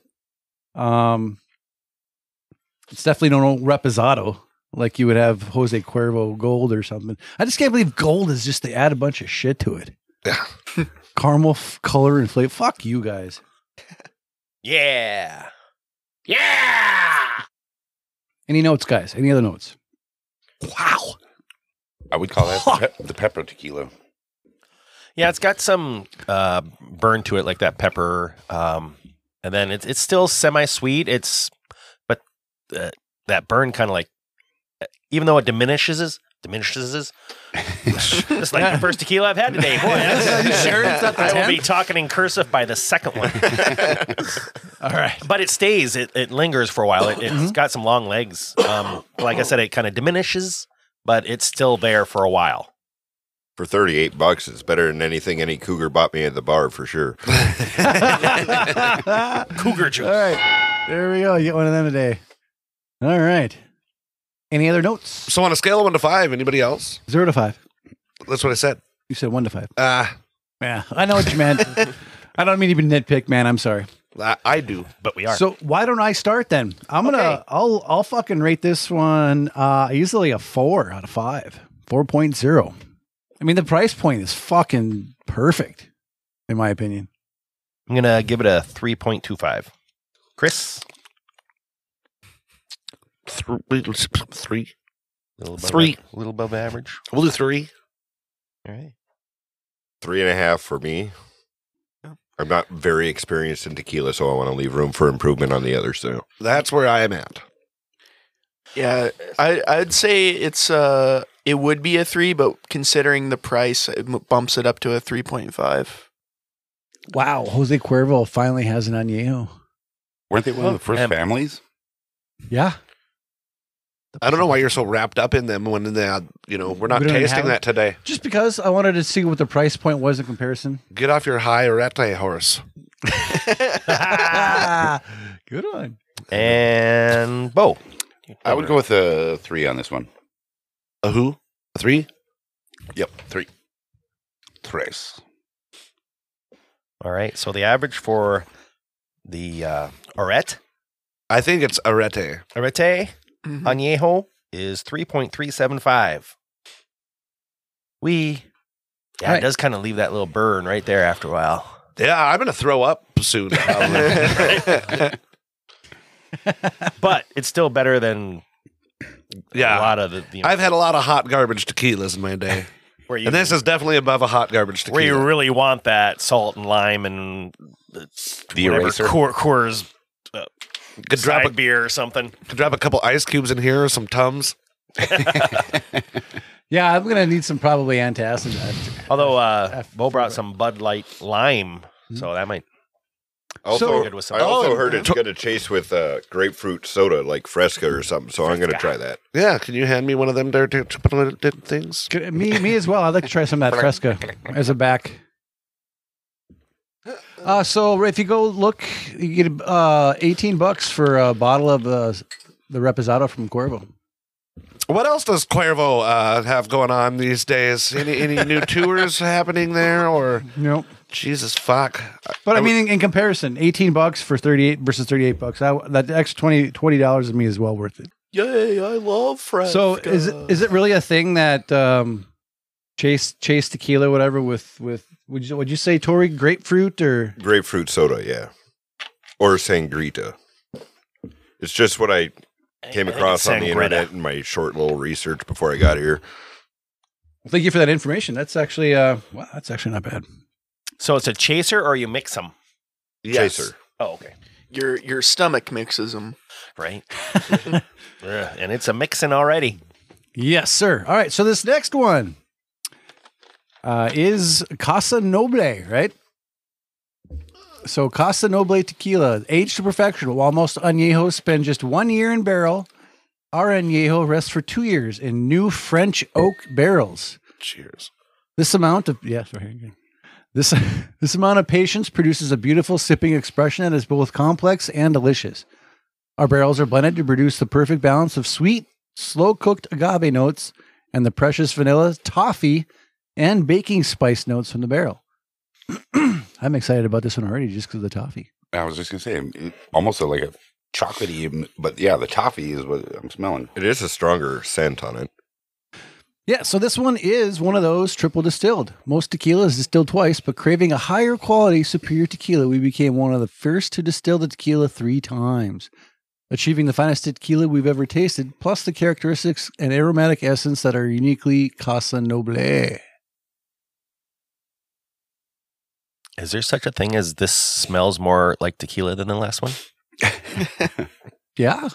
Speaker 1: Um, it's definitely no reposado like you would have Jose Cuervo gold or something. I just can't believe gold is just they add a bunch of shit to it.
Speaker 5: Yeah.
Speaker 1: Caramel f- color and flavor. Fuck you guys.
Speaker 7: Yeah.
Speaker 1: Any notes, guys? Any other notes? Wow.
Speaker 9: I would call that the, pe- the pepper tequila.
Speaker 7: Yeah, it's got some uh, burn to it, like that pepper. Um, and then it's it's still semi sweet. It's but uh, that burn kind of like, uh, even though it diminishes, is- diminishes. is- It's like the first tequila I've had today. Boy, that's-
Speaker 1: You sure it's not the
Speaker 7: I will
Speaker 1: 10th?
Speaker 7: be talking in cursive by the second one.
Speaker 1: All right. Mm-hmm.
Speaker 7: but it stays. It, it lingers for a while. It, it's got some long legs. Um, like I said, it kind of diminishes, but it's still there for a while.
Speaker 6: for 38 bucks, it's better than anything any cougar bought me at the bar for sure.
Speaker 7: Cougar
Speaker 1: All
Speaker 7: juice.
Speaker 1: right. There we go. You get one of them today. All right. Any other notes?
Speaker 5: So on a scale of one to five, anybody else?
Speaker 1: Zero to five.
Speaker 5: That's what I said.
Speaker 1: You said one to five.
Speaker 5: Ah,
Speaker 1: Yeah. I know what you meant. I don't mean to be nitpick, man. I'm sorry.
Speaker 5: I, I do.
Speaker 7: But we are.
Speaker 1: So why don't I start then? I'm gonna I'll I'll fucking rate this one uh easily a four out of five. 4.0. I mean the price point is fucking perfect, in my opinion.
Speaker 7: I'm gonna give it a three point two five. Chris,
Speaker 5: Three. three.
Speaker 7: little
Speaker 5: Three.
Speaker 7: a little above average.
Speaker 5: We'll do three.
Speaker 7: All right.
Speaker 6: Three and a half for me. I'm not very experienced in tequila, so I want to leave room for improvement on the other. So
Speaker 5: That's where I am at.
Speaker 3: Yeah, I I'd say it's uh it would be a three, but considering the price, it m- bumps it up to a three point five.
Speaker 1: Wow, Jose Cuervo finally has an añejo.
Speaker 9: Weren't they one of the first
Speaker 7: Um,
Speaker 9: families?
Speaker 1: Yeah.
Speaker 5: I don't know why you're so wrapped up in them when they, you know, we're not
Speaker 1: We don't even have
Speaker 5: tasting that today.
Speaker 1: Just because I wanted to see what the price point was in comparison.
Speaker 5: Get off your high rete horse.
Speaker 1: Ah. Good one.
Speaker 7: And Bo,
Speaker 9: I would go with a three on this one.
Speaker 5: A who? A three?
Speaker 9: Yep, three. Tres.
Speaker 7: All right. So the average for the uh, Arete
Speaker 5: I think it's a rete.
Speaker 7: Arete
Speaker 5: Mm-hmm.
Speaker 3: Mhm.
Speaker 7: Añejo is three point three seven five. We Yeah, it
Speaker 1: Right.
Speaker 7: does kind of leave that little burn right there after a while.
Speaker 5: Yeah, I'm gonna throw up soon. Probably.
Speaker 7: But it's still better than a
Speaker 5: yeah,
Speaker 7: lot of the you know,
Speaker 5: I've had a lot of hot garbage tequilas in my day,
Speaker 7: where you
Speaker 5: and this is definitely above a hot garbage
Speaker 7: where you
Speaker 5: tequila.
Speaker 7: really want that salt and lime and
Speaker 9: The
Speaker 7: whatever
Speaker 9: eraser.
Speaker 7: Coor, Coors
Speaker 5: Could drop,
Speaker 7: side
Speaker 5: a,
Speaker 7: beer or something.
Speaker 5: could drop a couple ice cubes in here or some tums.
Speaker 1: Yeah, I'm gonna need some probably antacid after.
Speaker 7: Although uh,
Speaker 1: F- Hmm?
Speaker 7: Bo brought some Bud Light lime, so that might
Speaker 6: Also,
Speaker 7: good with some.
Speaker 6: I also
Speaker 5: Oh,
Speaker 6: heard it's going to chase with uh, grapefruit soda, like Fresca or something. So I'm going to try that.
Speaker 5: Yeah, can you hand me one of them dirt things?
Speaker 1: Good- Me, me as well. I'd like to try some of that Fresca as a back. Uh, so if you go look, you get uh, 18 bucks for a bottle of uh, the Reposado from Cuervo.
Speaker 5: What else does Cuervo uh, have going on these days? Any any new tours happening there or
Speaker 1: Nope.
Speaker 5: Jesus fuck?
Speaker 1: But I, mean, in, in comparison, 18 bucks for 38 versus 38 bucks. I, that extra 20 dollars to me is well worth it.
Speaker 3: Yay, I love Fresca.
Speaker 1: So is it is it really a thing that um, chase chase tequila whatever with with would you would you say Tory grapefruit or
Speaker 6: Grapefruit soda, yeah, or sangrita. It's just what I came
Speaker 7: I think
Speaker 6: across
Speaker 7: it's
Speaker 6: on the
Speaker 7: Sangrita.
Speaker 6: internet in my short little research before I got here.
Speaker 1: Thank you for that information. That's actually uh wow, that's actually not bad.
Speaker 7: So it's a chaser, or you mix them.
Speaker 6: Chaser.
Speaker 7: Oh, okay,
Speaker 3: your your stomach mixes them?
Speaker 7: right. Yeah, and it's a mixing already.
Speaker 1: Yes, sir. All right, so this next one uh, is Casa Noble, right? So Casa Noble tequila, aged to perfection, while most añejos spend just one year in barrel. Our añejo rests for two years in new French oak barrels.
Speaker 5: Cheers.
Speaker 1: This amount of yes, right here. yeah. This this amount of patience produces a beautiful sipping expression that is both complex and delicious. Our barrels are blended to produce the perfect balance of sweet, slow cooked agave notes and the precious vanilla, toffee, and baking spice notes from the barrel. I'm excited about this one already just because of the toffee.
Speaker 9: I was just gonna say, it- almost a, like a chocolatey, m- but yeah, the toffee is what I'm smelling.
Speaker 6: It is a stronger scent on it.
Speaker 1: Yeah, so this one is one of those triple distilled. Most tequila is distilled twice, but craving a higher quality, superior tequila, we became one of the first to distill the tequila three times, achieving the finest tequila we've ever tasted, plus the characteristics and aromatic essence that are uniquely Casa Noble.
Speaker 7: Is there such a thing as this smells more like tequila than the last one?
Speaker 1: Yeah.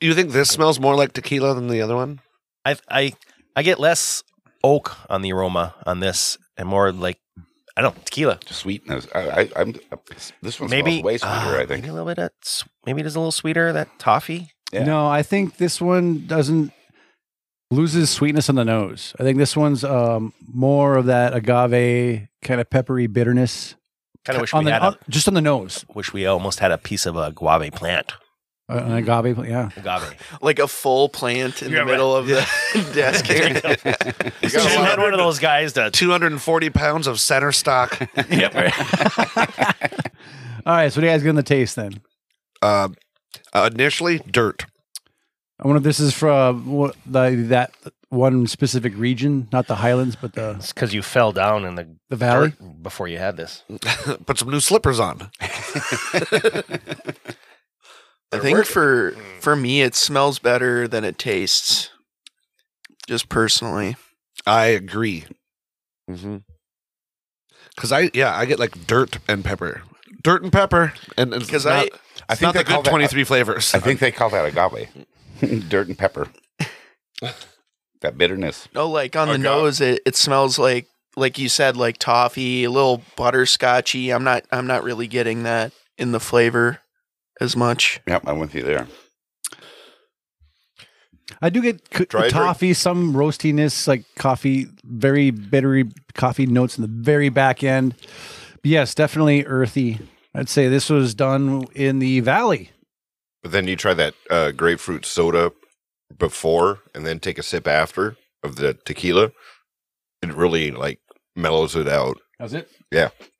Speaker 5: You think this smells more like tequila than the other one?
Speaker 7: I I I get less oak on the aroma on this, and more like I don't know, tequila.
Speaker 9: Sweetness. I, I, I'm uh, this one
Speaker 7: maybe
Speaker 9: smells way sweeter.
Speaker 7: ah,
Speaker 9: I think.
Speaker 7: maybe a little bit. Of, s- maybe it is a little sweeter. That toffee.
Speaker 9: Yeah.
Speaker 1: No, I think this one doesn't loses sweetness on the nose. I think this one's um, more of that agave kind of peppery bitterness
Speaker 7: Kind of wish
Speaker 1: on the,
Speaker 7: we had.
Speaker 1: on-
Speaker 7: a,
Speaker 1: just on the nose.
Speaker 7: wish we almost had a piece of a guave plant.
Speaker 1: Uh, an agave, yeah.
Speaker 7: Agave.
Speaker 3: Like a full plant in
Speaker 7: Yeah,
Speaker 3: the middle of the desk. area.
Speaker 6: You
Speaker 7: Should
Speaker 6: got a
Speaker 7: have
Speaker 6: lot
Speaker 7: had
Speaker 6: of-
Speaker 7: one of those guys to.
Speaker 5: 240 pounds of center stock.
Speaker 1: All right, so what do you guys get in the taste then?
Speaker 5: uh, uh, initially, dirt.
Speaker 1: I wonder if this is from what, the, that one specific region, not the highlands, but the,
Speaker 7: It's because you fell down in the
Speaker 1: the valley.
Speaker 7: dirt before you had this.
Speaker 5: Put some new slippers on.
Speaker 3: I think for
Speaker 9: Mm.
Speaker 3: for me, it smells better than it tastes. Just personally,
Speaker 5: I agree. Mm-hmm. Cause I yeah I get like dirt and pepper, dirt and pepper, and
Speaker 3: because
Speaker 5: because
Speaker 3: I
Speaker 9: I
Speaker 5: it's not
Speaker 9: they
Speaker 5: the
Speaker 9: call
Speaker 5: good
Speaker 9: that- uh,
Speaker 5: 23 flavors.
Speaker 9: I think they call that agave, dirt and pepper. that bitterness.
Speaker 3: no Oh, like on the
Speaker 6: Agave.
Speaker 3: nose, it, it smells like like you said, like toffee, a little butterscotchy. I'm not I'm not really getting that in the flavor as much.
Speaker 9: Yep, I'm with you there.
Speaker 1: I do get c-
Speaker 6: Dry drink.
Speaker 1: toffee, some roastiness, like coffee, very bittery coffee notes in the very back end. But yes, definitely earthy. I'd say this was done in the valley.
Speaker 6: But then you try that uh, grapefruit soda before, and then take a sip after of the tequila. It really like mellows it out.
Speaker 1: How's it?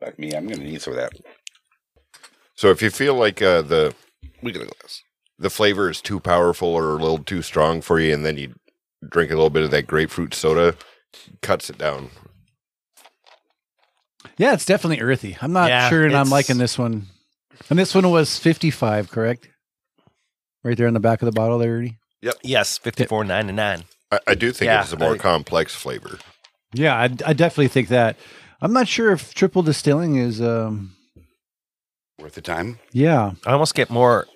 Speaker 9: Fuck me, I'm gonna need some of that.
Speaker 6: So if you feel like uh, the
Speaker 5: we get a glass.
Speaker 6: the flavor is too powerful or a little too strong for you, and then you drink a little bit of that grapefruit soda, cuts it down.
Speaker 1: Yeah, it's definitely earthy. I'm not
Speaker 7: Yeah,
Speaker 1: sure, and I'm
Speaker 7: it's-
Speaker 1: liking this one. And this one was 55, correct? Right there on the back of the bottle there, Ernie.
Speaker 7: Yes, fifty four ninety nine.
Speaker 6: I, I do think
Speaker 7: Yeah,
Speaker 6: it's a more
Speaker 7: I-
Speaker 6: complex flavor.
Speaker 1: Yeah, I, I definitely think that. I'm not sure if triple distilling is. um
Speaker 9: Worth the time.
Speaker 1: Yeah,
Speaker 7: I almost get more.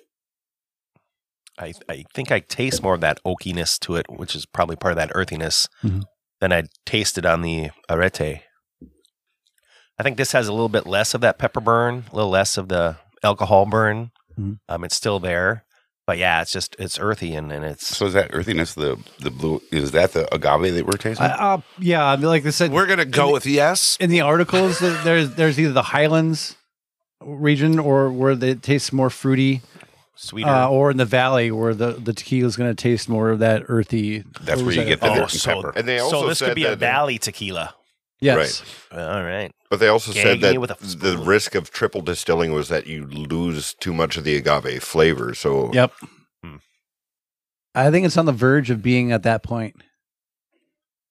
Speaker 7: I I think I taste more of that oakiness to it, which is probably part of that earthiness,
Speaker 1: Mhm.
Speaker 7: than I tasted on the arete. I think this has a little bit less of that pepper burn, a little less of the alcohol burn.
Speaker 1: Mhm.
Speaker 7: Um, it's still there, but yeah, it's just it's earthy and and it's
Speaker 9: So is that earthiness the the blue? Is that the agave that we're tasting?
Speaker 1: I, uh, yeah. I mean, Like I said,
Speaker 5: We're gonna go with yes.
Speaker 1: in the articles, there- there's there's either the Highlands region or where they- it tastes more fruity,
Speaker 7: sweeter.
Speaker 1: uh, or in the valley where the the tequila is going to taste more of that earthy.
Speaker 9: That's
Speaker 1: or
Speaker 9: where
Speaker 1: is
Speaker 9: you
Speaker 1: that
Speaker 9: get
Speaker 1: a-
Speaker 9: the
Speaker 7: Oh,
Speaker 9: dirt and
Speaker 7: so-
Speaker 9: pepper.
Speaker 6: And they also
Speaker 7: so this
Speaker 6: said
Speaker 7: could be
Speaker 6: that uh,
Speaker 7: a valley tequila.
Speaker 1: Yes.
Speaker 6: Right.
Speaker 7: All right.
Speaker 6: But they also
Speaker 7: Gag
Speaker 6: said
Speaker 7: me
Speaker 6: that
Speaker 7: with a
Speaker 6: the
Speaker 7: spoon.
Speaker 6: risk of triple distilling was that you lose too much of the agave flavor. So
Speaker 1: Yep.
Speaker 7: Hmm.
Speaker 1: I think it's on the verge of being at that point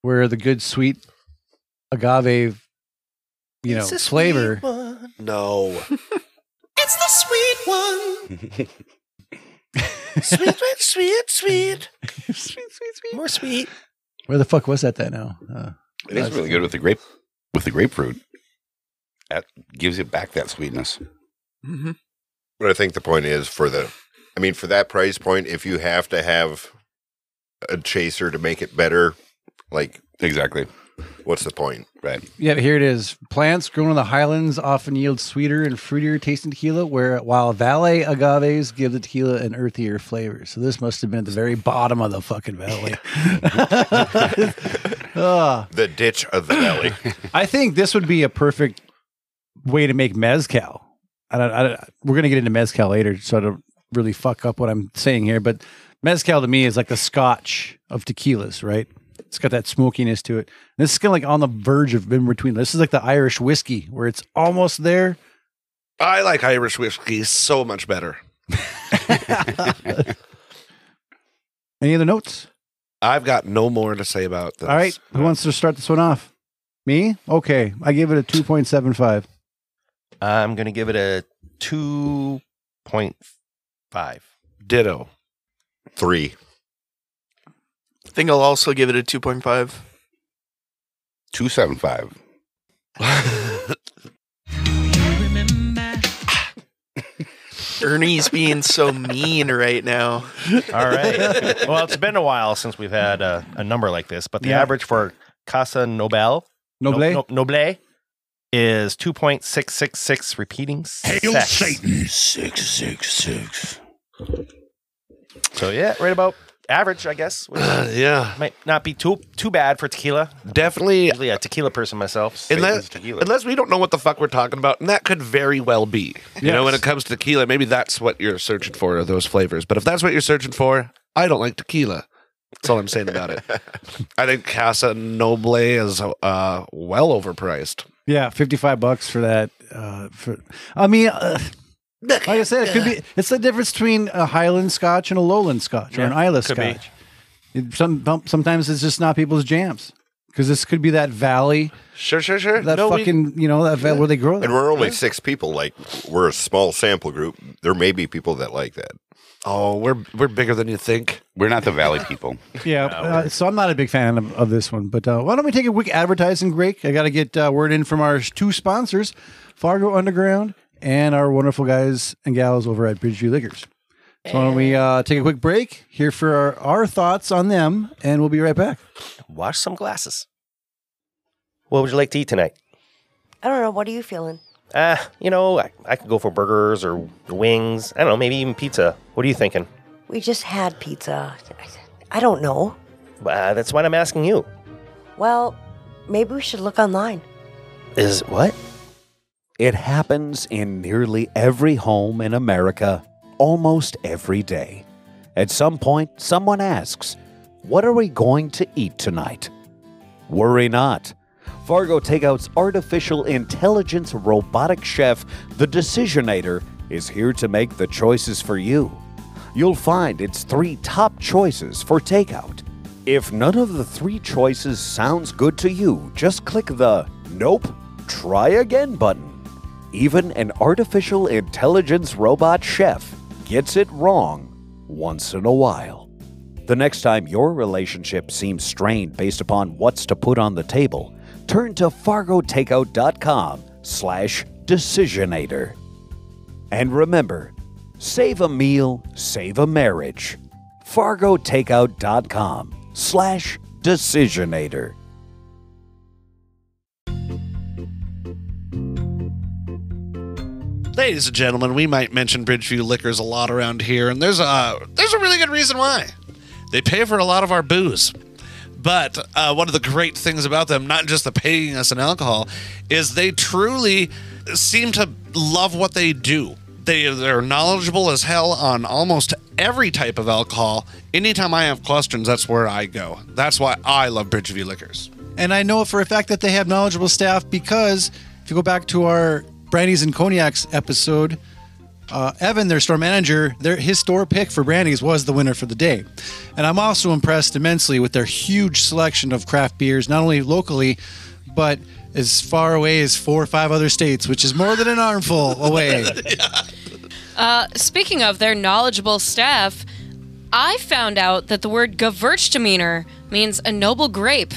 Speaker 1: where the good sweet agave, you know, flavor.
Speaker 5: No.
Speaker 2: It's the sweet one.
Speaker 5: sweet, sweet, sweet, sweet.
Speaker 1: sweet, sweet, sweet.
Speaker 7: More sweet.
Speaker 1: Where the fuck was that? That now? Uh,
Speaker 9: It is really good with the grape with the grapefruit. That gives it back that sweetness.
Speaker 3: Mm-hmm.
Speaker 6: But I think the point is for the, I mean, for that price point, if you have to have a chaser to make it better, like,
Speaker 9: Exactly.
Speaker 6: what's the point?
Speaker 9: Right.
Speaker 1: yeah, here it is. Plants grown in the highlands often yield sweeter and fruitier tasting tequila, where while valet agaves give the tequila an earthier flavor. So this must have been at the very bottom of the fucking valley. Ah.
Speaker 6: The ditch of the valley.
Speaker 1: I think this would be a perfect way to make mezcal. I don't, I don't- we're going to get into mezcal later, so I don't really fuck up what I'm saying here. But mezcal to me is like the scotch of tequilas, right? It's got that smokiness to it. And this is kind of like on the verge of in between. This is like the Irish whiskey where it's almost there.
Speaker 5: I like Irish whiskey so much better.
Speaker 1: Any other notes?
Speaker 5: I've got no more to say about this.
Speaker 1: All right. Who wants to start this one off? Me? Okay. I give it a 2.75.
Speaker 7: I'm gonna give it a two point five.
Speaker 5: Ditto.
Speaker 6: Three.
Speaker 3: I think I'll also give it a 2.5.
Speaker 9: Two seven five.
Speaker 3: Ernie's being so mean right now.
Speaker 7: All right. well, it's been a while since we've had a, a number like this, but the
Speaker 1: Yeah.
Speaker 7: average for Casa Nobel
Speaker 1: Noble?
Speaker 7: no, no- Noble is two point six six six repeating. Hail Satan!
Speaker 9: Six six six.
Speaker 7: So yeah, right about average, I guess. which
Speaker 5: yeah.
Speaker 7: might not be too too bad for tequila.
Speaker 5: Definitely.
Speaker 7: Usually a tequila person myself.
Speaker 5: Unless,
Speaker 9: tequila.
Speaker 5: unless we don't know what the fuck we're talking about, and that could very well be. You know, when it comes to tequila, maybe that's what you're searching for are those flavors. But if that's what you're searching for, I don't like tequila. That's all I'm saying about it. I think Casa Noble is uh, well overpriced.
Speaker 1: Yeah, fifty-five bucks for that. Uh, for I mean, uh, like I said, it could be. It's the difference between a Highland Scotch and a Lowland Scotch or an Islay
Speaker 7: could be.
Speaker 1: Scotch. It- some sometimes it's just not people's jams because this could be that valley,
Speaker 5: Sure, sure, sure.
Speaker 1: that
Speaker 5: we-
Speaker 1: fucking you know that val- where they grow
Speaker 6: And
Speaker 1: that.
Speaker 6: we're only six people. Like, we're a small sample group. There may be people that like that.
Speaker 5: oh, we're we're bigger than you think.
Speaker 9: We're not the valley people.
Speaker 1: Yeah, uh, so I'm not a big fan of, of this one. But uh, why don't we take a quick advertising break? I got to get uh, word in from our two sponsors, Fargo Underground and our wonderful guys and gals over at Bridgeview Liquors. So why don't we uh, take a quick break here for our, our thoughts on them, and we'll be right back.
Speaker 7: Wash some glasses. What would you like to eat tonight?
Speaker 10: I don't know. What are you feeling?
Speaker 7: Uh, you know, I, I could go for burgers or wings. I don't know, maybe even pizza. What are you thinking?
Speaker 10: We just had pizza. I don't know.
Speaker 7: Uh, that's what I'm asking you.
Speaker 10: Well, maybe we should look online.
Speaker 7: Is what?
Speaker 11: It happens in nearly every home in America almost every day. At some point, someone asks, What are we going to eat tonight? Worry not. Fargo Takeout's artificial intelligence robotic chef, the Decisionator, is here to make the choices for you. You'll find its three top choices for takeout. If none of the three choices sounds good to you, just click the Nope try again button. Even an artificial intelligence robot chef gets it wrong once in a while. The next time your relationship seems strained based upon what's to put on the table, turn to fargotakeout.com slash decisionator. And remember, save a meal, save a marriage. fargotakeout.com slash decisionator.
Speaker 5: Ladies and gentlemen, we might mention Bridgeview Liquors a lot around here, and there's a there's a really good reason why. They pay for a lot of our booze, but uh, one of the great things about them, not just the paying us in alcohol, is they truly seem to love what they do. They they're knowledgeable as hell on almost every type of alcohol. Anytime I have questions, that's where I go. That's why I love Bridgeview Liquors.
Speaker 1: And I know for a fact that they have knowledgeable staff because if you go back to our brandies and cognacs episode, uh, Evan, their store manager, their his store pick for brandies was the winner for the day. And I'm also impressed immensely with their huge selection of craft beers, not only locally, but as far away as four or five other states, which is more than an armful away.
Speaker 12: Uh, speaking of their knowledgeable staff, I found out that the word Gewürztraminer means a noble grape.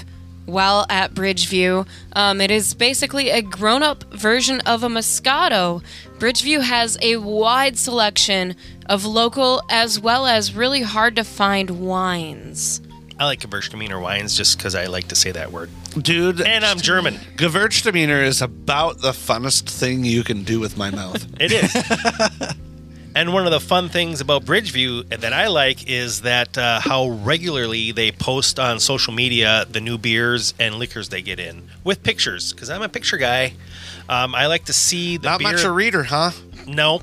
Speaker 12: While at Bridgeview, um, it is basically a grown up version of a Moscato. Bridgeview has a wide selection of local as well as really hard to find wines.
Speaker 7: I like Gewürztraminer wines just because I like to say that word.
Speaker 5: Dude,
Speaker 7: and I'm German.
Speaker 5: Gewürztraminer is about the funnest thing you can do with my mouth.
Speaker 7: It is. and one of the fun things about Bridgeview that I like is that uh, how regularly they post on social media the new beers and liquors they get in with pictures. Because I'm a picture guy, um, I like to see the
Speaker 5: Not
Speaker 7: beer.
Speaker 5: much a reader, huh?
Speaker 7: No.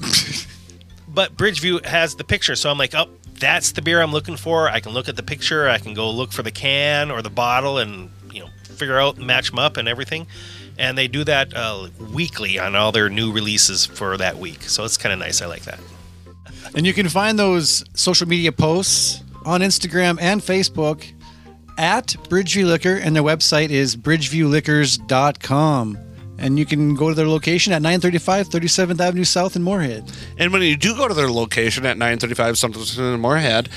Speaker 7: but Bridgeview has the picture, so I'm like, oh, that's the beer I'm looking for. I can look at the picture, I can go look for the can or the bottle, and you know, figure out match them up and everything. And they do that uh, weekly on all their new releases for that week, so it's kind of nice. I like that.
Speaker 1: And you can find those social media posts on Instagram and Facebook at Bridgeview Liquor, and their website is bridgeviewliquors.com. And you can go to their location at 935 37th Avenue South in Moorhead.
Speaker 5: And when you do go to their location at 935 something in Moorhead,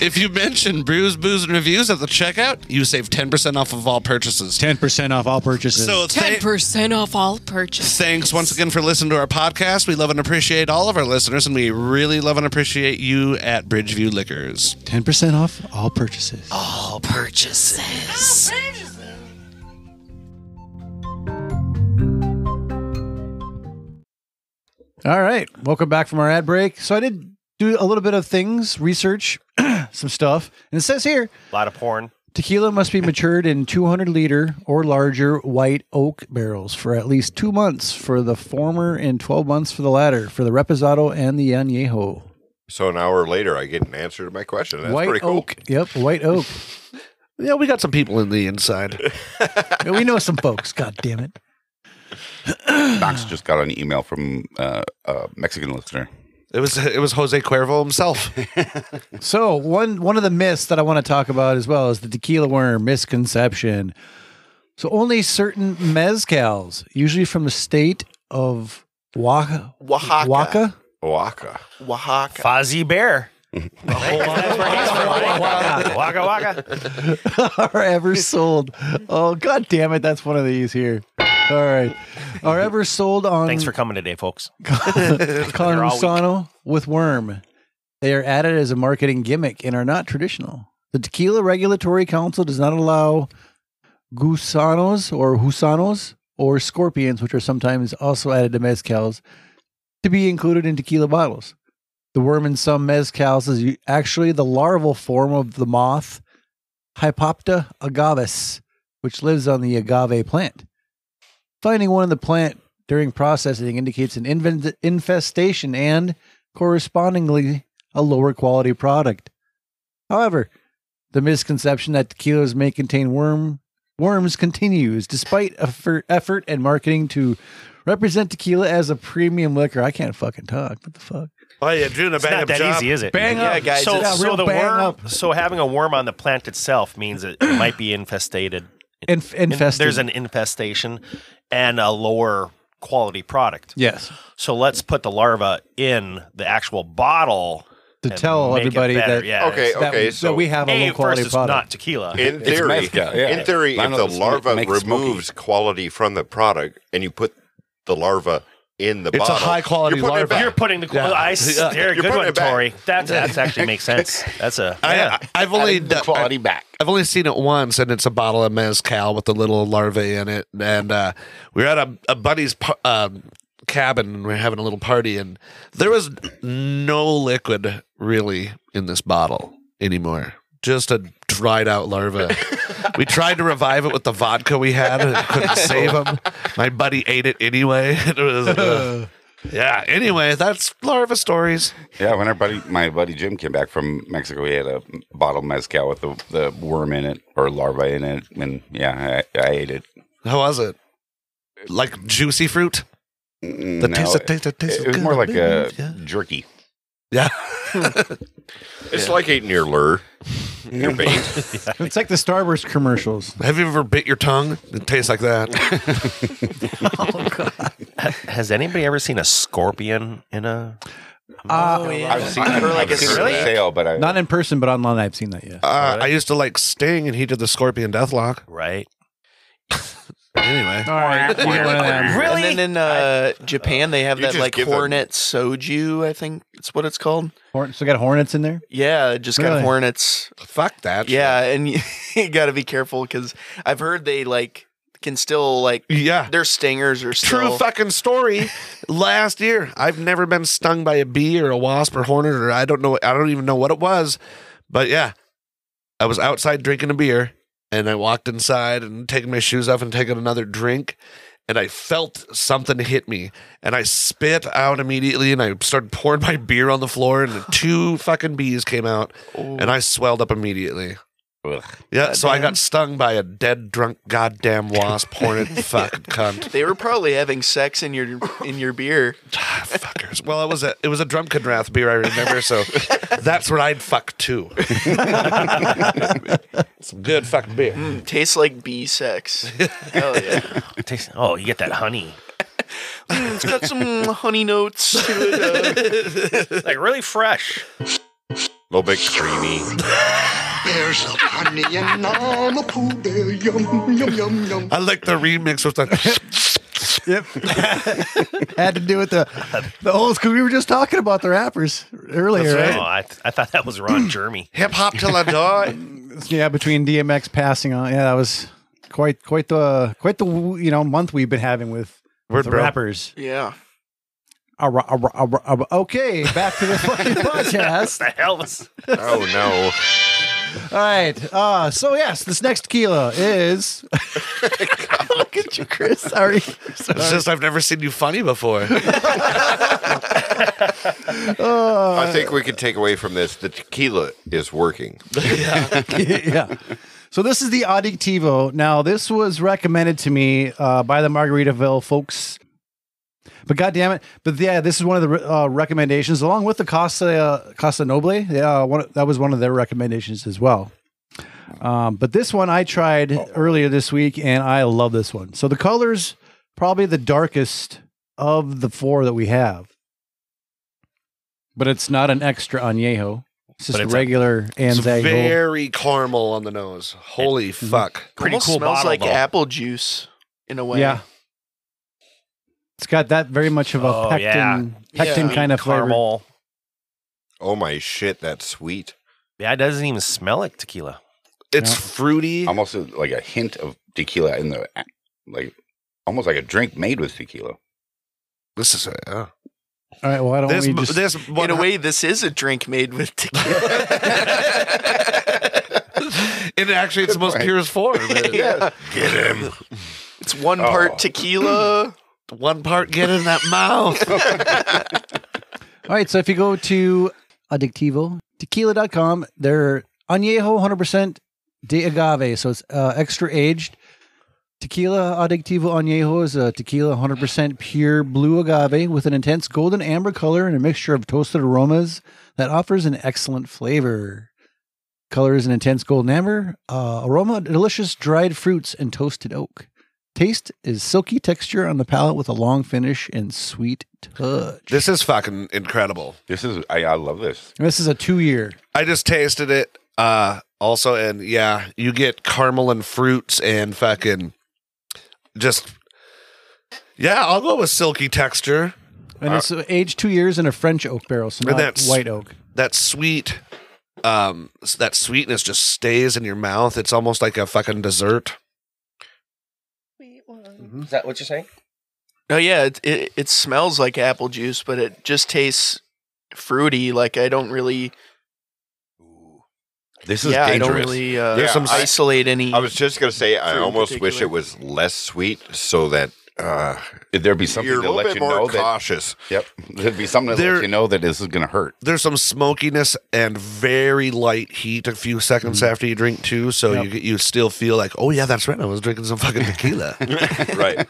Speaker 5: if you mention brews, booze, and reviews at the checkout, you save 10% off of all purchases.
Speaker 1: 10% off all purchases.
Speaker 5: So
Speaker 12: Ten percent off all purchases.
Speaker 5: Thanks once again for listening to our podcast. We love and appreciate all of our listeners, and we really love and appreciate you at Bridgeview Liquors.
Speaker 1: 10% off all purchases.
Speaker 12: All purchases.
Speaker 1: All right. Welcome back from our ad break. So I did do a little bit of things, research, some stuff. And it says here
Speaker 7: A lot of porn.
Speaker 1: Tequila must be matured in 200 liter or larger white oak barrels for at least two months for the former and 12 months for the latter for the Reposado and the Añejo.
Speaker 6: So an hour later, I get an answer to my question. That's
Speaker 1: white
Speaker 6: pretty cool.
Speaker 1: oak. Yep, white oak.
Speaker 5: Yeah, we got some people in the inside.
Speaker 1: we know some folks. God damn it.
Speaker 9: Knox just got an email from uh, a Mexican listener.
Speaker 5: It was it was Jose Cuervo himself.
Speaker 1: So one one of the myths that I want to talk about as well is the tequila worm misconception. So only certain mezcals, usually from the state of Oaxaca,
Speaker 3: Oaxaca.
Speaker 1: Oaxaca,
Speaker 6: Oaxaca.
Speaker 3: Oaxaca.
Speaker 7: Fozzie Bear. Waka waka.
Speaker 1: are ever sold. Oh god damn it, that's one of these here. All right, are ever sold on
Speaker 7: Thanks for coming today, folks.
Speaker 1: Con
Speaker 7: all week.
Speaker 1: Rusano with worm. They are added as a marketing gimmick and are not traditional. The Tequila Regulatory Council does not allow gusanos or husanos or scorpions, which are sometimes also added to mezcals, to be included in tequila bottles. The worm in some mezcals is u- actually the larval form of the moth Hypopta agavis, which lives on the agave plant. Finding one in the plant during processing indicates an inven- infestation and, correspondingly, a lower quality product. However, the misconception that tequilas may contain worm worms continues, despite effort, effort and marketing to represent tequila as a premium liquor. I can't fucking talk. What the fuck?
Speaker 5: Oh, yeah, doing a
Speaker 7: It's not that easy, is it?
Speaker 1: Bang
Speaker 3: Yeah,
Speaker 1: up.
Speaker 3: guys.
Speaker 7: So,
Speaker 1: Yeah,
Speaker 7: so
Speaker 1: real
Speaker 7: the
Speaker 1: bang
Speaker 7: worm.
Speaker 1: up.
Speaker 7: So having a worm on the plant itself means it, it might be infestated
Speaker 11: Inf- infested.
Speaker 7: There's an infestation and a lower quality product.
Speaker 11: Yes.
Speaker 7: So let's put the larva in the actual bottle
Speaker 11: To
Speaker 7: and
Speaker 11: tell
Speaker 7: make it
Speaker 11: everybody
Speaker 7: better.
Speaker 11: that-
Speaker 7: yeah,
Speaker 11: Okay,
Speaker 7: it's-
Speaker 11: that- okay, that so- we have a low
Speaker 7: first,
Speaker 11: quality
Speaker 7: it's
Speaker 11: product.
Speaker 7: not tequila.
Speaker 6: In
Speaker 7: It's
Speaker 6: theory,
Speaker 7: mezcal, yeah.
Speaker 6: in theory,
Speaker 7: Lionel,
Speaker 6: if the
Speaker 7: it's
Speaker 6: larva
Speaker 7: make it smoky.
Speaker 6: removes quality from the product and you put the larva in the
Speaker 7: It's a
Speaker 6: bottle,
Speaker 7: high-quality
Speaker 6: you're putting it
Speaker 7: larva.
Speaker 6: back.
Speaker 7: You're putting the qual- I s- there,
Speaker 6: You're
Speaker 7: good
Speaker 6: putting
Speaker 7: one,
Speaker 6: it back.
Speaker 7: Tori. That- that's actually makes sense. That's a yeah.
Speaker 5: I, have only
Speaker 7: Added the quality
Speaker 5: back. I've only seen it once, and it's a bottle of mezcal with a little larvae in it. And uh, we were at a, a buddy's par- um, cabin, and we are having a little party, and there was no liquid really in this bottle anymore. Just a dried out larva. we tried to revive it with the vodka we had, and it couldn't save him. My buddy ate it anyway. It was. uh, yeah. Anyway, that's larva stories.
Speaker 9: Yeah, when our buddy, my buddy Jim came back from Mexico, he had a bottle of mezcal with the, the worm in it or larva in it, and yeah, I, I ate it.
Speaker 5: How was it? Like juicy fruit?
Speaker 9: The
Speaker 5: taste- the taste- the taste of
Speaker 9: it, it was more
Speaker 5: good,
Speaker 9: like a
Speaker 5: yeah.
Speaker 9: jerky.
Speaker 5: Yeah.
Speaker 6: It's like eating your lure.
Speaker 9: Your
Speaker 6: bait.
Speaker 11: It's like the Starburst commercials.
Speaker 5: Have you ever bit your tongue? It tastes like that.
Speaker 7: Has anybody ever seen a scorpion in a?
Speaker 1: Ah,
Speaker 11: Oh, yeah.
Speaker 9: I've seen it like a sale, but I,
Speaker 11: Not in person, but online, I've seen that. Yeah.
Speaker 5: Uh, I used to like Sting and he did the Scorpion Deathlock.
Speaker 7: Right.
Speaker 5: anyway.
Speaker 11: All right.
Speaker 3: Really? And then in uh, Japan, they have
Speaker 11: You
Speaker 3: that
Speaker 11: just
Speaker 3: like
Speaker 11: give them-
Speaker 3: hornet soju. I think that's what it's called.
Speaker 11: Horn- so got hornets in there.
Speaker 3: Yeah, it just
Speaker 11: Really?
Speaker 3: got hornets.
Speaker 5: Fuck that.
Speaker 3: Yeah, and you, you got to be careful because I've heard they like can still like
Speaker 5: yeah
Speaker 3: their stingers are still
Speaker 5: True fucking story. Last year, I've never been stung by a bee or a wasp or hornet or I don't know. I don't even know what it was, but yeah, I was outside drinking a beer and I walked inside and taking my shoes off and taking another drink. And I felt something hit me, and I spit out immediately, and I started pouring my beer on the floor, and the two fucking bees came out, and I swelled up immediately. Yeah, so I got stung by a dead, drunk, goddamn wasp, hornet, fucking cunt.
Speaker 3: They were probably having sex in your in your beer.
Speaker 5: Fuckers. Well, it was a it was a Drumkadrath beer I remember, so that's where I'd fuck too. Some good fucking beer.
Speaker 3: Mm, tastes like bee sex. Hell yeah.
Speaker 7: It tastes- oh, you get that honey.
Speaker 3: Mm, it's got some honey notes to it.
Speaker 7: It's like really fresh.
Speaker 6: A little bit creamy.
Speaker 13: There's a honey and I'm a poo bear. Yum, yum, yum, yum.
Speaker 5: I like the remix with the
Speaker 11: Yep. Had to do with the the old school. We were just talking about the rappers earlier,
Speaker 7: That's-
Speaker 11: right?
Speaker 7: Oh, I, th- I thought that was Ron Jeremy.
Speaker 5: hip hop till I die.
Speaker 11: Yeah, between DMX passing on. Yeah, that was quite quite the quite the you know month we've been having with,
Speaker 5: Word,
Speaker 11: with the
Speaker 5: bro.
Speaker 11: rappers.
Speaker 3: yeah.
Speaker 11: Arra, arra, arra, arra. Okay, back to the fucking podcast.
Speaker 7: the hell was
Speaker 6: Oh no.
Speaker 11: All right. Uh, so yes, this next tequila is. Look at you, Chris. Sorry. Sorry.
Speaker 5: It's just I've never seen you funny before.
Speaker 11: Uh,
Speaker 6: I think we could take away from this the tequila is working.
Speaker 11: yeah. So this is the Addictivo. Now this was recommended to me uh, by the Margaritaville folks. But God damn it! But yeah, this is one of the re- uh, recommendations, along with the Costa uh, Costa Noble. Yeah, one, that was one of their recommendations as well. Um, but this one I tried
Speaker 7: Oh.
Speaker 11: earlier this week, and I love this one. So the colors probably the darkest of the four that we have, but it's not an extra añejo. It's just
Speaker 7: But it's a-
Speaker 11: regular
Speaker 5: It's
Speaker 11: Anzac. Gold.
Speaker 5: very caramel on the nose. Holy fuck.
Speaker 7: Pretty
Speaker 3: Almost
Speaker 7: cool
Speaker 3: smells
Speaker 7: bottle,
Speaker 3: like
Speaker 7: though.
Speaker 3: apple juice in a way.
Speaker 11: Yeah. It's got that very much of a
Speaker 7: Oh,
Speaker 11: pectin,
Speaker 7: yeah.
Speaker 11: pectin
Speaker 7: Yeah.
Speaker 11: kind of flavor.
Speaker 7: caramel.
Speaker 6: Oh my shit, that's sweet.
Speaker 7: Yeah, it doesn't even smell like tequila.
Speaker 5: It's
Speaker 11: Yeah.
Speaker 5: fruity.
Speaker 9: almost a- like a hint of tequila in the like, almost like a drink made with tequila.
Speaker 5: This is a, uh,
Speaker 11: All right, why don't
Speaker 5: this
Speaker 11: we just?
Speaker 5: this
Speaker 3: In a way, this is a drink made with tequila.
Speaker 5: it actually it's the most purest form.
Speaker 3: yeah.
Speaker 5: Get him.
Speaker 3: It's one part tequila.
Speaker 5: One part get in that mouth.
Speaker 11: All right, so if you go to Addictivo Tequila.com, they're añejo 100% de agave, so it's uh, extra aged. Tequila Addictivo Añejo is a tequila 100% pure blue agave with an intense golden amber color and a mixture of toasted aromas that offers an excellent flavor. Color is an intense golden amber. Uh, aroma, delicious dried fruits and toasted oak. Taste is silky texture on the palate with a long finish and sweet touch.
Speaker 5: This is fucking incredible.
Speaker 9: This is I, I love this.
Speaker 11: And this is a two year.
Speaker 5: I just tasted it. Uh also and yeah, you get caramel and fruits and fucking just Yeah, I'll go with silky texture.
Speaker 11: And it's aged two years in a French oak barrel, so
Speaker 5: And
Speaker 11: not
Speaker 5: that's-
Speaker 11: white oak.
Speaker 5: That sweet um s- that sweetness just stays in your mouth. It's almost like a fucking dessert.
Speaker 7: Is that what you're saying?
Speaker 3: No, Oh, yeah, it, it it smells like apple juice, but it just tastes fruity. Like I don't really.
Speaker 9: This
Speaker 6: is
Speaker 3: yeah, I don't
Speaker 6: dangerous.
Speaker 3: really uh,
Speaker 6: There's some-
Speaker 3: isolate any.
Speaker 6: I was just gonna say, I
Speaker 3: fruit in
Speaker 6: almost wish
Speaker 3: particular.
Speaker 6: it was less sweet, so that uh,
Speaker 9: there'd be something
Speaker 6: you're
Speaker 9: to
Speaker 6: a little
Speaker 9: let
Speaker 6: bit
Speaker 9: you
Speaker 6: more
Speaker 9: know that-
Speaker 6: cautious.
Speaker 9: Yep. There'd be something to
Speaker 5: There-
Speaker 9: let you know that this is going to hurt.
Speaker 5: There's some smokiness and very light heat a few seconds after you drink too, so
Speaker 11: Mm-hmm. Yep.
Speaker 5: you get you still feel like, oh yeah, that's right. I was drinking some fucking tequila.
Speaker 9: right.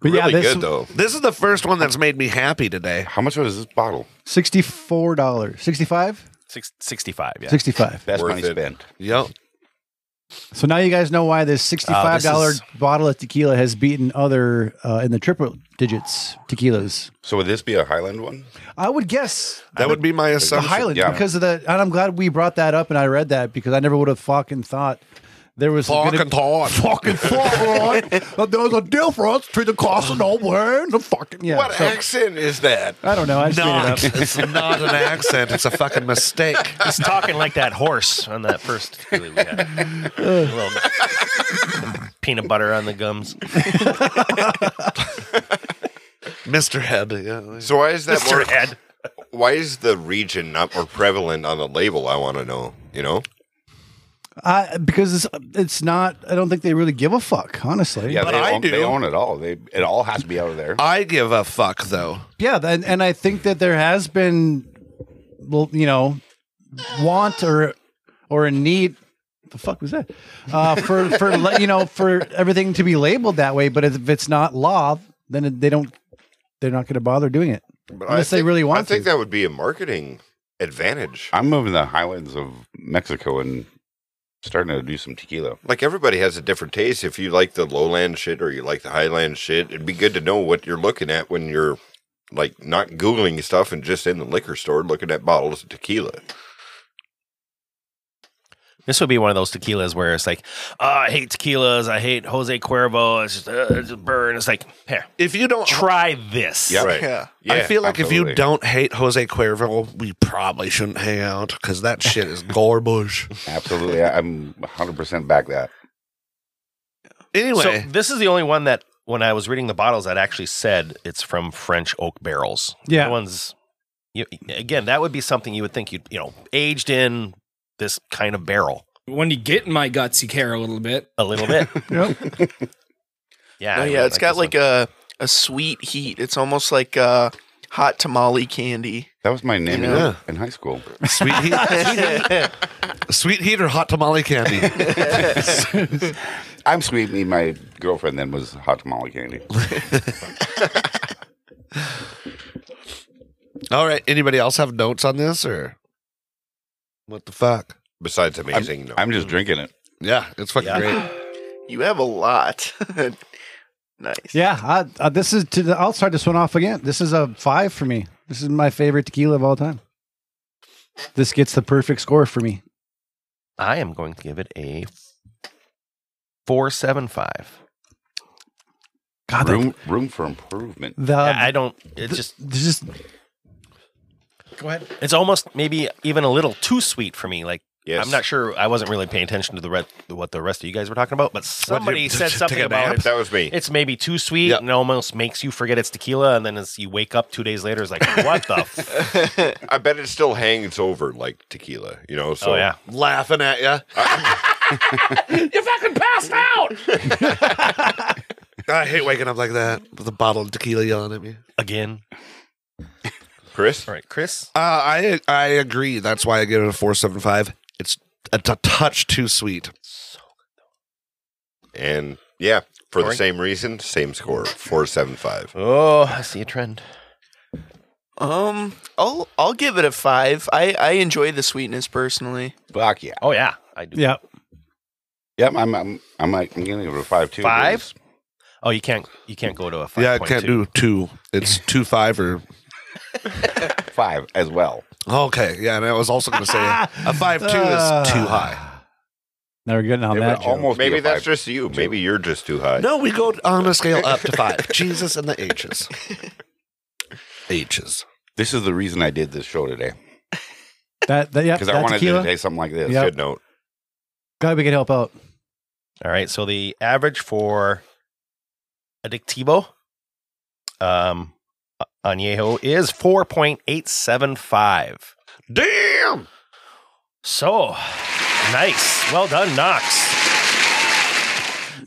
Speaker 11: But yeah, Really this- good,
Speaker 6: though.
Speaker 5: This is the first one that's made me happy today.
Speaker 9: How much was this bottle?
Speaker 11: Sixty-four dollars, sixty-five.
Speaker 7: Six, 65, yeah.
Speaker 11: 65.
Speaker 9: Best
Speaker 11: Worth
Speaker 9: money
Speaker 11: it.
Speaker 9: spent.
Speaker 5: Yep.
Speaker 11: So now you guys know why Ah, this sixty-five dollar
Speaker 9: Oh, this
Speaker 11: bottle of tequila has beaten other uh, in the triple digits tequilas.
Speaker 9: So would this be a Highland one?
Speaker 11: I would guess
Speaker 5: That would be my
Speaker 11: the
Speaker 5: assumption.
Speaker 11: Highland because of the. And I'm glad we brought that up and I read that because I never would have fucking thought there was a
Speaker 5: Fucking
Speaker 11: gonna-
Speaker 5: thought.
Speaker 11: fucking thought, right? that there was a difference between the cost of nowhere and the fucking yeah.
Speaker 6: what
Speaker 11: so-
Speaker 6: accent is that?
Speaker 11: I don't know. I just
Speaker 5: Not.
Speaker 11: made it up.
Speaker 5: it's not an accent. It's a fucking mistake.
Speaker 7: He's talking like that horse on that first tequila we had. A little peanut butter on the gums.
Speaker 5: Mr. Head. Yeah.
Speaker 6: So why is that
Speaker 5: Mr.
Speaker 6: more?
Speaker 5: Head.
Speaker 6: Why is the region not more prevalent on the label? I want to know. You know,
Speaker 11: I, because it's, it's not. I don't think they really give a fuck, honestly.
Speaker 9: Yeah,
Speaker 5: But
Speaker 9: they,
Speaker 5: I
Speaker 9: own, they
Speaker 5: do.
Speaker 9: own it all. They it all has to be out of there.
Speaker 5: I give a fuck though.
Speaker 11: Yeah, and, and I think that there has been, well, you know, want or or a need. The fuck was that? Uh, for for le- you know for everything to be labeled that way, but if it's not law, then it- they don't. They're not going to bother doing it
Speaker 6: but
Speaker 11: unless
Speaker 6: I think,
Speaker 11: they really want
Speaker 6: I think
Speaker 11: to.
Speaker 6: that would be a marketing advantage.
Speaker 9: I'm moving to the highlands of Mexico and starting to do some tequila.
Speaker 6: Like everybody has a different taste. If you like the lowland shit or you like the highland shit, it'd be good to know what you're looking at when you're like not googling stuff and just in the liquor store looking at bottles of tequila.
Speaker 7: This would be one of those tequilas where it's like, oh, I hate tequilas. I hate Jose Cuervo. It's just, uh, it's a burn. It's like, here,
Speaker 5: If you don't
Speaker 7: try this.
Speaker 9: Yeah.
Speaker 6: Right.
Speaker 3: Yeah.
Speaker 5: I feel like if
Speaker 9: absolutely.
Speaker 5: you don't hate Jose Cuervo, we probably shouldn't hang out because that shit is garbage.
Speaker 9: Absolutely. I- I'm 100% back that.
Speaker 5: Anyway,
Speaker 7: So this is the only one that when I was reading the bottles that actually said it's from French oak barrels.
Speaker 11: Yeah.
Speaker 7: The ones you, again, that would be something you would think you'd, you know, aged in this kind of barrel
Speaker 14: When you get in my guts, you care a little bit.
Speaker 7: a little bit. yeah.
Speaker 11: Yep.
Speaker 3: No,
Speaker 7: I
Speaker 3: Oh, yeah,
Speaker 7: really
Speaker 3: it's got
Speaker 7: this
Speaker 3: like a a sweet heat. It's almost like uh, hot tamale candy.
Speaker 9: That was my name in-
Speaker 5: Yeah.
Speaker 9: in high school.
Speaker 5: sweet heat, sweet heat or hot tamale candy.
Speaker 9: I'm sweet. Me, my girlfriend then was hot tamale candy.
Speaker 5: All right. Anybody else have notes on this or what the fuck?
Speaker 6: Besides amazing, no.
Speaker 9: I'm just drinking it.
Speaker 5: Yeah, it's fucking
Speaker 7: Yeah.
Speaker 5: great.
Speaker 3: You have a lot. nice.
Speaker 11: Yeah, I, uh, this is to the, I'll start this one off again. This is a five for me. This is my favorite tequila of all time. This gets the perfect score for me.
Speaker 7: one. I am going to give it a 475.
Speaker 11: God, that-
Speaker 9: Room, room for improvement.
Speaker 11: the,
Speaker 7: I I don't it just
Speaker 11: there's just
Speaker 7: Go ahead. It's almost maybe even a little too sweet for me. Like
Speaker 6: Yes.
Speaker 7: I'm not sure. I wasn't really paying attention to the re- what the rest of you guys were talking about, but somebody said
Speaker 5: take
Speaker 7: something
Speaker 5: a
Speaker 7: about
Speaker 5: nap?
Speaker 7: it's,
Speaker 6: That was me.
Speaker 7: it's maybe too sweet
Speaker 5: Yep.
Speaker 7: and it almost makes you forget it's tequila, and then as you wake up two days later, it's like what the. F-?
Speaker 6: I bet it still hangs over like tequila, you know. So
Speaker 7: Oh yeah,
Speaker 5: Laughing at you.
Speaker 14: You fucking passed out.
Speaker 5: I hate waking up like that with a bottle of tequila yelling at me.
Speaker 7: again.
Speaker 6: Chris,
Speaker 7: All right, Chris.
Speaker 5: Uh, I I agree. That's why I give it a four seven five. It's a t- touch too sweet.
Speaker 6: and yeah, for the
Speaker 7: Scoring?
Speaker 6: same reason, same score, four seven five.
Speaker 7: Oh, I see a trend.
Speaker 3: Um, I'll I'll give it a five. I I enjoy the sweetness personally.
Speaker 9: Fuck yeah.
Speaker 7: Oh yeah, I do.
Speaker 11: Yep.
Speaker 9: Yep. I'm I'm I'm, like, I'm gonna give it a five too.
Speaker 7: Five? Oh, you can't you can't go to a five.
Speaker 5: yeah, I can't do two. It's two five or
Speaker 9: five as well.
Speaker 5: Okay, yeah, and I was also going to say a five two
Speaker 11: Ah.
Speaker 5: is too high.
Speaker 11: Never getting on
Speaker 5: It would
Speaker 11: that. joke.
Speaker 5: almost be
Speaker 6: Maybe
Speaker 5: a
Speaker 6: that's
Speaker 5: five,
Speaker 6: just you. Maybe you're just too high.
Speaker 5: No, we go on a scale up to five. Jesus and the H's. H's.
Speaker 9: This is the reason I did this show today
Speaker 11: That, that yeah.
Speaker 9: because I
Speaker 11: that
Speaker 9: wanted
Speaker 11: tequila.
Speaker 9: to do something like this.
Speaker 11: Yep. Good
Speaker 9: note.
Speaker 11: God, we can help out.
Speaker 7: All right. So the average for Addictivo, um, Añejo is 4.875.
Speaker 5: Damn.
Speaker 7: So nice. Well done, Knox.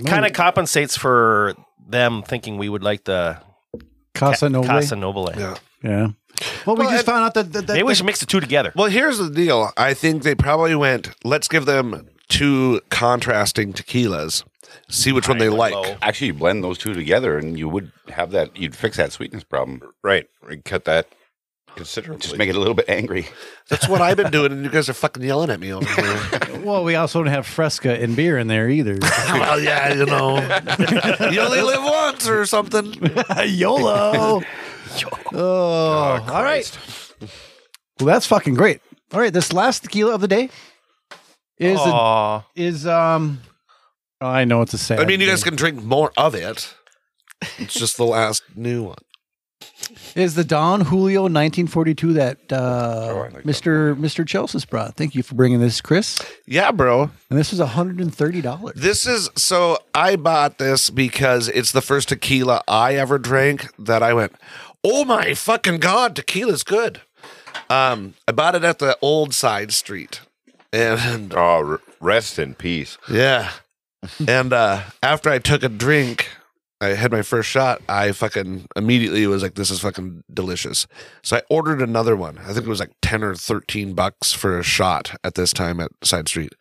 Speaker 7: Kind of compensates for them thinking we would like the
Speaker 11: Casa Noble.
Speaker 7: Casa Noble. Yeah.
Speaker 11: Yeah. Well, we just found out that, that, that
Speaker 7: Maybe we should mix the two together.
Speaker 5: Well, here's the deal. I think they probably went. Let's give them two contrasting tequilas. See which one they like.
Speaker 9: Actually, you blend those two together, and you would have that. You'd fix that sweetness problem.
Speaker 6: Right. We cut that considerably.
Speaker 9: Just make it a little bit angry.
Speaker 5: That's what I've been doing, and you guys are fucking yelling at me over here.
Speaker 11: Well, we also don't have Fresca and beer in there either.
Speaker 5: well, yeah, you know, you only live once or something.
Speaker 11: YOLO. Oh, all right. Well, that's fucking great. All right, this last tequila of the day is a-
Speaker 7: Aw.
Speaker 11: is um. I know it's a sad.
Speaker 5: I mean, you guys
Speaker 11: thing.
Speaker 5: can drink more of it. It's just the last new one.
Speaker 11: is the Don Julio 1942 that uh, Mr. Mr. Chelsea's brought. Thank you for bringing this, Chris.
Speaker 5: Yeah, bro.
Speaker 11: And this is 130 dollars.
Speaker 5: This is so I bought this because it's the first tequila I ever drank that I went, oh my fucking god, tequila's good. Um, I bought it at the old side street, and
Speaker 6: oh, r- rest in peace.
Speaker 5: yeah, and uh, after I took a drink, I had my first shot. I fucking immediately was like, this is fucking delicious. So I ordered another one. I think it was like ten or thirteen bucks for a shot at this time at side street.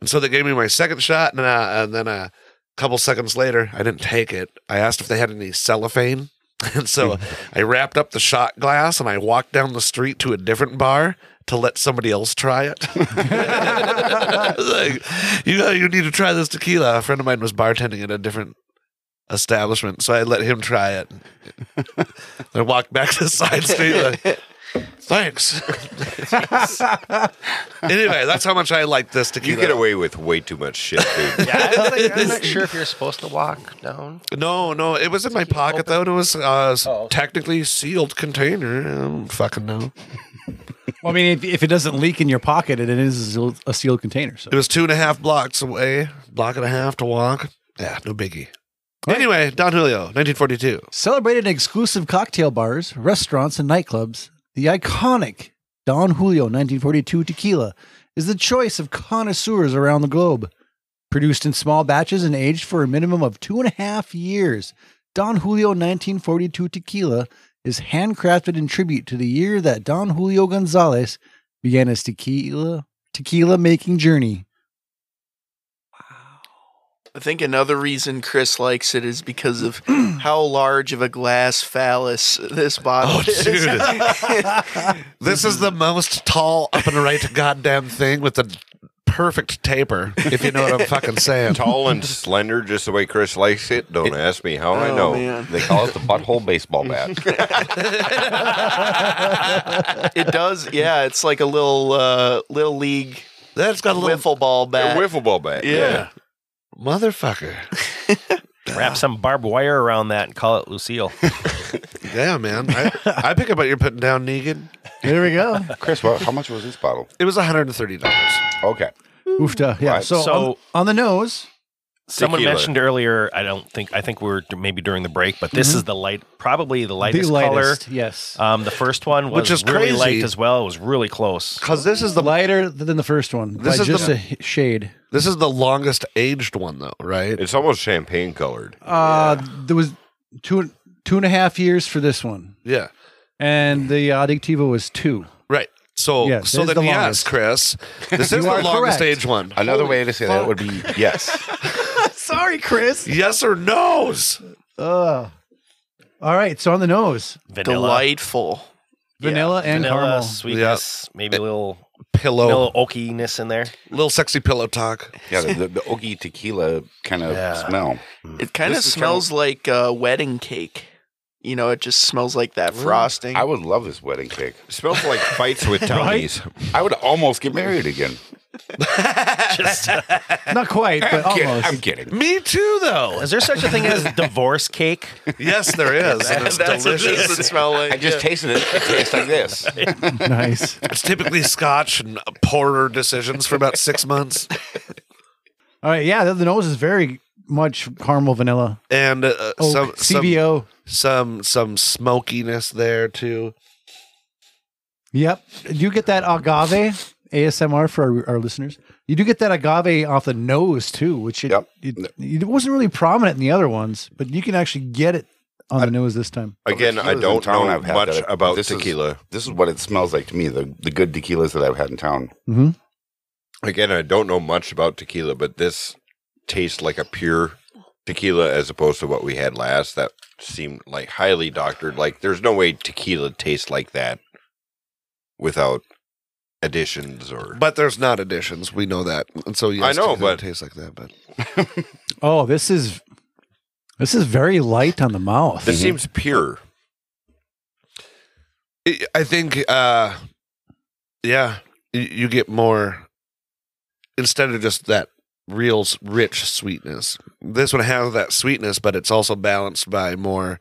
Speaker 5: And so they gave me my second shot, and, uh, and then a couple seconds later, I didn't take it. I asked if they had any cellophane. And so I wrapped up the shot glass and I walked down the street to a different bar to let somebody else try it. like, you know, you need to try this tequila. A friend of mine was bartending at a different establishment, so I let him try it. I walked back to the side street. Like, Thanks. anyway, that's how much I like this tequila.
Speaker 6: You get away with way too much shit, dude.
Speaker 7: I'm, like, I'm not sure if you're supposed to walk down.
Speaker 5: No, no, it was in my pocket though, and it was uh, technically sealed container. I don't fucking know.
Speaker 11: Well, I mean, if, if it doesn't leak in your pocket, it is a sealed- a sealed container. So
Speaker 5: It was two and a half blocks away, block and a half to walk. Yeah, no biggie. Anyway, Don Julio, 1942.
Speaker 11: Celebrated in exclusive cocktail bars, restaurants, and nightclubs, the iconic Don Julio 1942 tequila is the choice of connoisseurs around the globe. Produced in small batches and aged for a minimum of two and a half years, Don Julio 1942 tequila is handcrafted in tribute to the year that Don Julio Gonzalez began his tequila tequila making journey.
Speaker 3: I think another reason Chris likes it is because of how large of a glass phallus this bottle
Speaker 5: Oh,
Speaker 3: is.
Speaker 5: dude. This is the most tall up and right goddamn thing with the perfect taper, if you know what I'm fucking saying.
Speaker 6: Tall and slender, just the way Chris likes it. Don't ask me how I
Speaker 5: Oh,
Speaker 6: know.
Speaker 5: man.
Speaker 9: They call it the butthole baseball bat.
Speaker 3: it does. Yeah, it's like a little uh, little league.
Speaker 5: That's got a
Speaker 3: wiffle ball bat.
Speaker 6: A wiffle ball bat.
Speaker 3: Yeah.
Speaker 5: Motherfucker.
Speaker 7: Wrap some barbed wire around that and call it Lucille.
Speaker 5: Yeah, man. I, I pick up what you're putting down, Negan.
Speaker 11: There we go.
Speaker 9: Chris, well, how much was this bottle?
Speaker 5: It was $130.
Speaker 9: Okay.
Speaker 11: Oofta. Yeah.
Speaker 9: Right.
Speaker 11: So, on-
Speaker 7: So-
Speaker 11: on the nose,
Speaker 7: Someone
Speaker 11: Tequila.
Speaker 7: mentioned earlier, I don't think, I think we were d- maybe during the break, but this
Speaker 11: Mhm.
Speaker 7: is the light, probably the lightest,
Speaker 11: lightest,
Speaker 7: color.
Speaker 11: yes.
Speaker 7: Um, the first one was
Speaker 11: Which is
Speaker 7: really
Speaker 11: crazy.
Speaker 7: light as well. It was really close.
Speaker 5: Because this is the
Speaker 11: lighter than the first one.
Speaker 5: This
Speaker 11: by
Speaker 5: is
Speaker 11: just
Speaker 5: the-
Speaker 11: a h- shade.
Speaker 5: This is the longest aged one, though, right?
Speaker 6: It's almost champagne colored.
Speaker 11: Uh, There was two two and a half years for this one,
Speaker 5: Yeah.
Speaker 11: and the Addictivo was two.
Speaker 5: Right. So,
Speaker 11: Yes,
Speaker 5: so
Speaker 11: it is
Speaker 5: then
Speaker 11: the
Speaker 5: yes,
Speaker 11: longest.
Speaker 5: Chris, this is
Speaker 11: You
Speaker 5: the
Speaker 11: are
Speaker 5: longest
Speaker 11: correct.
Speaker 5: aged one.
Speaker 9: Another way to say that would be yes.
Speaker 11: Sorry, Chris.
Speaker 5: Yes or no's.
Speaker 11: Uh, All right, so on the nose.
Speaker 7: Vanilla.
Speaker 3: Delightful.
Speaker 11: Vanilla and
Speaker 7: Vanilla,
Speaker 11: caramel.
Speaker 7: sweetness, maybe a little
Speaker 11: oh.
Speaker 5: pillow,
Speaker 7: little oakiness in there.
Speaker 5: Little sexy pillow talk.
Speaker 9: Yeah, the, the, the oaky tequila kind of
Speaker 7: Yeah.
Speaker 9: Uh, smell.
Speaker 3: It kind of
Speaker 9: This is
Speaker 3: smells like uh, wedding cake. You know, it just smells like that frosting.
Speaker 9: I would love this wedding cake.
Speaker 6: smells like fights with
Speaker 9: Townies. I would almost get married again.
Speaker 7: Just
Speaker 11: Not quite, but
Speaker 9: I'm kidding,
Speaker 11: almost.
Speaker 9: I'm kidding.
Speaker 5: Me too, though.
Speaker 7: Is there such a thing as divorce cake?
Speaker 5: Yes, there is. and it's
Speaker 3: That's what
Speaker 5: delicious.
Speaker 3: this would smell like.
Speaker 9: I just
Speaker 3: yeah.
Speaker 9: tasted it. It tastes like this.
Speaker 11: nice.
Speaker 5: It's typically scotch and poorer decisions for about six months.
Speaker 11: All right, yeah, the, the nose is very much caramel vanilla.
Speaker 5: And uh,
Speaker 11: Oak,
Speaker 5: some,
Speaker 11: CBO.
Speaker 5: Some, some some smokiness there too.
Speaker 11: Yep. You get that agave ASMR for our, our listeners. You do get that agave off the nose too, which it, it, it wasn't really prominent in the other ones, but you can actually get it on the nose this time.
Speaker 6: Again, I
Speaker 9: Tequilas in
Speaker 6: don't
Speaker 9: town
Speaker 6: know
Speaker 9: I've had
Speaker 6: much
Speaker 9: that I-
Speaker 6: about
Speaker 9: this is-
Speaker 6: tequila.
Speaker 9: this is what it smells like to me. The the good tequilas that I've had in town.
Speaker 11: Mhm.
Speaker 6: Again, I don't know much about tequila, but this tastes like a pure tequila as opposed to what we had last. That seemed like highly doctored. Like there's no way tequila tastes like that without additions or.
Speaker 5: But there's not additions. We know that. And so yes,
Speaker 6: I know,
Speaker 5: it
Speaker 6: but-
Speaker 5: tastes like that. But
Speaker 11: Oh, this is this is very light on the mouth.
Speaker 9: Mm-hmm.
Speaker 6: This seems pure.
Speaker 5: I- I think, uh, yeah, y- you get more instead of just that real s- rich sweetness. This one has that sweetness, but it's also balanced by more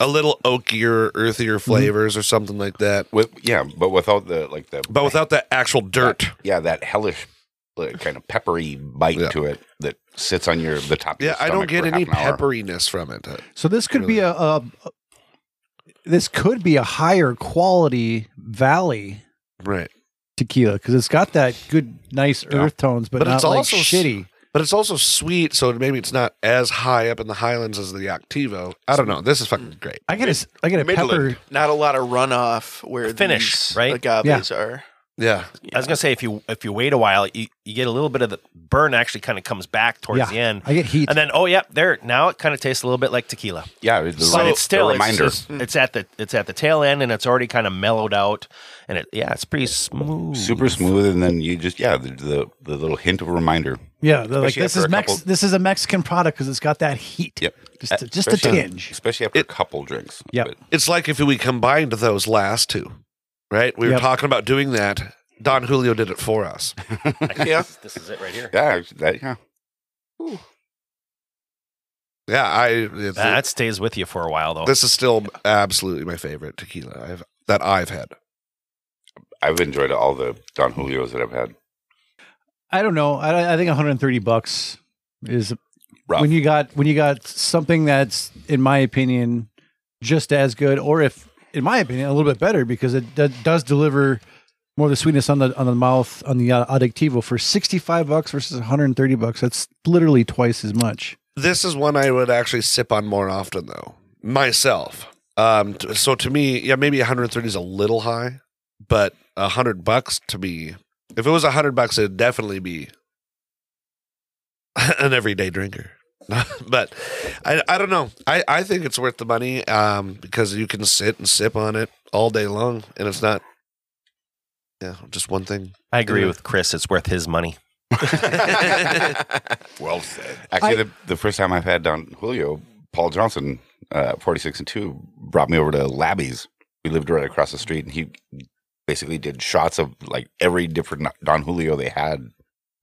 Speaker 5: a little oakier, earthier
Speaker 9: Mm-hmm.
Speaker 5: flavors or something like that.
Speaker 9: With yeah, but without the like the
Speaker 5: But without the actual dirt.
Speaker 9: yeah that hellish like, kind of peppery bite to it that sits on your the top.
Speaker 5: Yeah,
Speaker 9: of your
Speaker 5: I don't
Speaker 9: stomach
Speaker 5: get
Speaker 9: for
Speaker 5: any
Speaker 9: half an hour.
Speaker 5: pepperiness from it.
Speaker 11: So this could be a, a this could be a higher quality valley
Speaker 5: Right.
Speaker 11: tequila because it's got that good nice earth tones, but, not like shitty.
Speaker 5: But it's also sweet, so maybe it's not as high up in the highlands as the Activo. I don't know. This is
Speaker 9: Mm.
Speaker 5: fucking great.
Speaker 11: I get a I get a pepper.
Speaker 3: Not a lot of runoff where
Speaker 7: Finish,
Speaker 3: these
Speaker 7: right?
Speaker 3: agaves are.
Speaker 5: Yeah.
Speaker 7: I was gonna say if you if you wait a while, you, you get a little bit of the burn actually kind of comes back towards
Speaker 11: Yeah,
Speaker 7: the end.
Speaker 11: I get heat.
Speaker 7: and then oh yeah, there now it kind of tastes a little bit like tequila.
Speaker 9: Yeah, it's the,
Speaker 7: but
Speaker 9: right-
Speaker 7: it's still
Speaker 9: the
Speaker 7: it's-
Speaker 9: reminder.
Speaker 7: It's,
Speaker 6: Mm.
Speaker 7: it's at the it's at the tail end and it's already kind of mellowed out and it yeah it's pretty smooth.
Speaker 9: super smooth, and then you just yeah the the, the little hint of reminder.
Speaker 11: Yeah, they're like
Speaker 9: Especially
Speaker 11: this
Speaker 9: after
Speaker 11: is
Speaker 9: a
Speaker 11: Mex-
Speaker 9: couple-
Speaker 11: this is a Mexican product because it's got that heat.
Speaker 9: Yep,
Speaker 11: Just a- just a
Speaker 9: Especially-
Speaker 11: tinge.
Speaker 9: especially after a couple drinks.
Speaker 11: Yep.
Speaker 9: But-
Speaker 5: It's like if we combined those last two, right? We were
Speaker 11: Yep.
Speaker 5: talking about doing that. Don Julio did it for us.
Speaker 7: yeah, this is it right here.
Speaker 9: yeah, that, yeah.
Speaker 5: Yeah, I. it's-
Speaker 7: That stays with you for a while though.
Speaker 5: this is still absolutely my favorite tequila I've, that I've had.
Speaker 9: I've enjoyed all the Don Julio's that I've had.
Speaker 11: I don't know. I, I think 130 bucks is
Speaker 9: Rough.
Speaker 11: when you got when you got something that's, in my opinion, just as good, or if, in my opinion, a little bit better because it do- does deliver more of the sweetness on the on the mouth on the uh, addictivo for 65 bucks versus 130 bucks. That's literally twice as much.
Speaker 5: This is one I would actually sip on more often, though, myself. Um, t- so to me, yeah, maybe 130 is a little high, but 100 bucks to me, if it was 100 bucks, it'd definitely be an everyday drinker. but I, I don't know. I, I think it's worth the money um, because you can sit and sip on it all day long, and it's not, yeah, just one thing.
Speaker 7: I agree
Speaker 5: Yeah.
Speaker 7: with Chris. It's worth his money.
Speaker 6: Well said.
Speaker 9: Actually,
Speaker 11: I-
Speaker 9: the, the first time I've had Don Julio, Paul Johnson, uh, 46 and 2, brought me over to Labby's. We lived right across the street, and he basically did shots of like every different Don Julio they had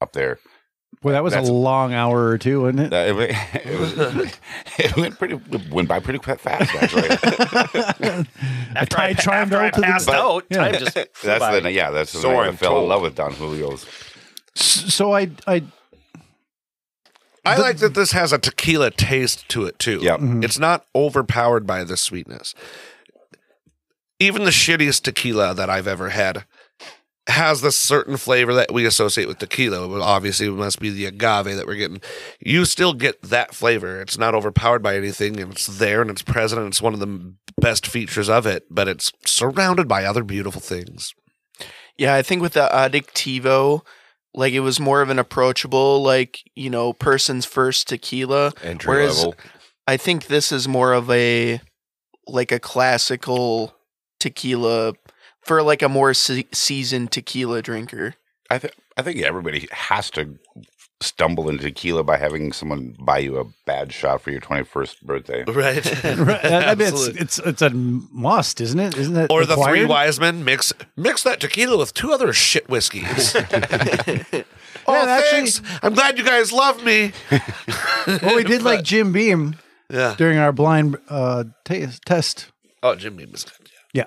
Speaker 9: up there.
Speaker 11: Well, that was
Speaker 9: That's-
Speaker 11: a long hour or two, wasn't it?
Speaker 9: Uh, it, wa- it was, it went pretty it went by pretty fast, actually.
Speaker 11: I tried trying to open
Speaker 7: Passed
Speaker 11: the.
Speaker 7: out.
Speaker 11: Yeah.
Speaker 7: Time just
Speaker 9: that's
Speaker 7: by.
Speaker 9: the, yeah, that's the
Speaker 6: So
Speaker 9: night I
Speaker 6: I'm
Speaker 9: fell in
Speaker 6: told.
Speaker 9: love with Don Julio's.
Speaker 11: S- So I I
Speaker 5: I like that this has a tequila taste to it too.
Speaker 9: Yep.
Speaker 11: Mm-hmm.
Speaker 5: It's not overpowered by the sweetness. Even the shittiest tequila that I've ever had has this certain flavor that we associate with tequila. Well, Obviously, it must be the agave that we're getting. You still get that flavor. It's not overpowered by anything, and it's there and it's present. And it's one of the m- best features of it, but it's surrounded by other beautiful things.
Speaker 3: Yeah, I think with the Addictivo, like it was more of an approachable, like, you know, person's first tequila.
Speaker 6: Entry
Speaker 3: Whereas
Speaker 6: level.
Speaker 3: I think this is more of a like a classical tequila for like a more se- seasoned tequila drinker.
Speaker 9: I think I think everybody has to stumble into tequila by having someone buy you a bad shot for your 21st birthday.
Speaker 5: Right.
Speaker 11: Right. I mean, it's,
Speaker 5: Absolutely.
Speaker 11: it's it's a must, isn't it? Isn't it?
Speaker 5: Or the three
Speaker 11: required?
Speaker 5: wise men mix mix that tequila with two other shit whiskeys. oh, thanks. I'm glad you guys love me.
Speaker 11: Well, we did like Jim Beam
Speaker 5: Yeah.
Speaker 11: during our blind uh, ta- test.
Speaker 5: Oh, Jim Beam is good.
Speaker 11: Yeah.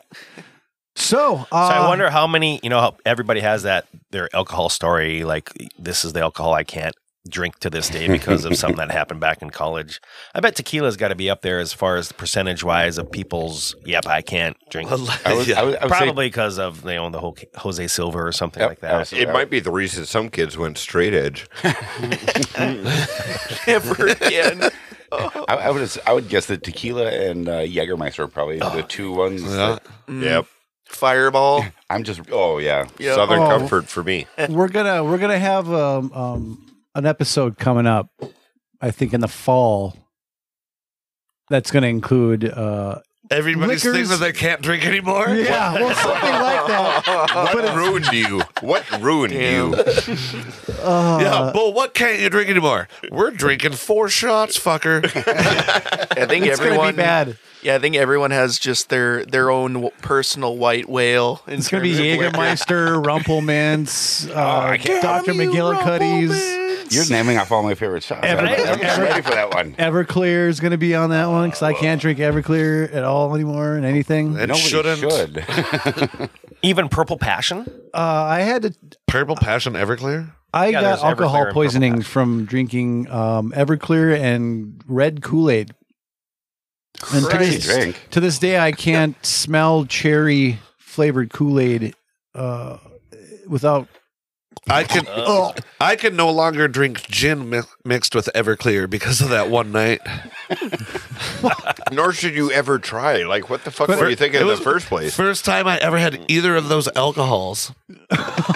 Speaker 11: So, uh,
Speaker 7: so I wonder how many, you know, how everybody has that their alcohol story. Like this is the alcohol I can't drink to this day because of something that happened back in college. I bet tequila's got to be up there as far as percentage wise of people's. Yep, I can't drink.
Speaker 5: Well, I would-
Speaker 6: I would- I would say-
Speaker 7: Probably because of you know the whole Jose Silver or something like that.
Speaker 6: It might be the reason some kids went straight edge.
Speaker 3: Never again.
Speaker 9: I, I would I would guess that tequila and uh, Jägermeister are probably the two ones.
Speaker 6: Yeah.
Speaker 3: Mm.
Speaker 6: Yep.
Speaker 3: Fireball.
Speaker 9: I'm just oh yeah,
Speaker 3: Yep.
Speaker 6: Southern
Speaker 11: Oh.
Speaker 6: comfort for me.
Speaker 11: we're gonna we're gonna have um, um, an episode coming up. I think in the fall. That's gonna include. Uh,
Speaker 5: Everybody's
Speaker 11: Liquors.
Speaker 5: thinking that they can't drink anymore.
Speaker 11: yeah, well, something like that.
Speaker 6: What ruined you? What ruined you?
Speaker 11: Uh,
Speaker 5: yeah, bull. What can't you drink anymore? We're drinking four shots, fucker.
Speaker 3: I think
Speaker 11: It's gonna be
Speaker 3: everyone
Speaker 11: bad.
Speaker 3: Yeah, I think everyone has just their their own w- personal white whale. in
Speaker 11: It's gonna be
Speaker 3: terms of liquor.
Speaker 11: Jägermeister, Rumplemintz, uh, Doctor McGillicuddy's.
Speaker 9: You're naming off all my favorite shots.
Speaker 11: Ever-
Speaker 9: I'm, I'm
Speaker 11: ever-
Speaker 9: ready for that one.
Speaker 11: Everclear is going to be on that one because I can't drink Everclear at all anymore and anything.
Speaker 5: It
Speaker 11: Uh,
Speaker 9: Nobody
Speaker 5: shouldn't.
Speaker 9: should.
Speaker 7: Even Purple Passion.
Speaker 11: Uh, I had to.
Speaker 5: Purple Passion Everclear.
Speaker 11: I
Speaker 7: Yeah,
Speaker 11: got
Speaker 7: there's Everclear and
Speaker 11: alcohol
Speaker 7: Purple
Speaker 11: poisoning from drinking um, Everclear and red Kool Aid. And to
Speaker 9: Crazy
Speaker 11: this,
Speaker 9: drink.
Speaker 11: to this day, I can't smell cherry flavored Kool Aid uh, without.
Speaker 5: I can
Speaker 11: Ugh.
Speaker 5: I can no longer drink gin mi- mixed with Everclear because of that one night.
Speaker 6: Nor should you ever try. Like, what the fuck
Speaker 11: But- Oh,
Speaker 6: were you thinking
Speaker 5: It
Speaker 6: in the
Speaker 5: was-
Speaker 6: first place?
Speaker 5: First time I ever had either of those alcohols.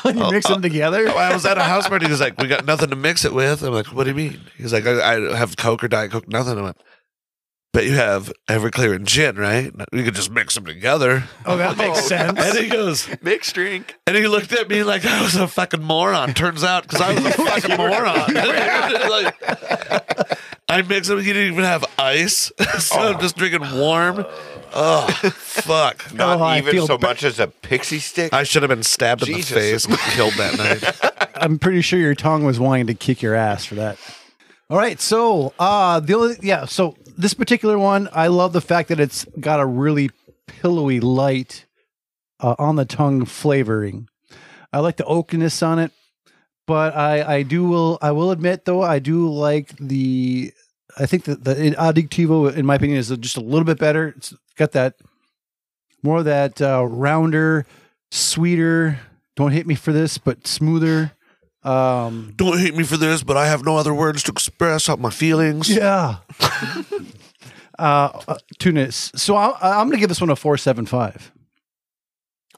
Speaker 11: you mix them together.
Speaker 5: I was at a house party. He's like, "We got nothing to mix it with." I'm like, "What do you mean?" He's like, "I, I have Coke or Diet Coke, nothing." I'm like, "But you have Everclear and gin, right? We could just mix them together."
Speaker 11: Oh, that makes sense.
Speaker 5: And he goes,
Speaker 3: mixed drink.
Speaker 5: and he looked at me like I was a fucking moron. Turns out, because I was a fucking moron. Like, I mixed them. You didn't even have ice, so I'm just drinking warm. Oh, fuck.
Speaker 6: Not
Speaker 11: Oh, I
Speaker 6: even
Speaker 11: feel
Speaker 6: so
Speaker 11: ba-
Speaker 6: much as a pixie stick.
Speaker 5: I should have been stabbed in the face
Speaker 6: Jesus.
Speaker 5: and killed that night.
Speaker 11: I'm pretty sure your tongue was wanting to kick your ass for that. All right, so uh the only yeah, so this particular one, I love the fact that it's got a really pillowy light uh, on the tongue flavoring. I like the oakiness on it, but I I do will I will admit though I do like the I think that the addictivo in my opinion is just a little bit better. It's got that more of that uh, rounder, sweeter. Don't hit me for this, but smoother. Um,
Speaker 5: Don't hate me for this, but I have no other words to express out my feelings.
Speaker 11: Yeah. uh, uh, Tunis. So I, I- I'm going to give this one a four seven five.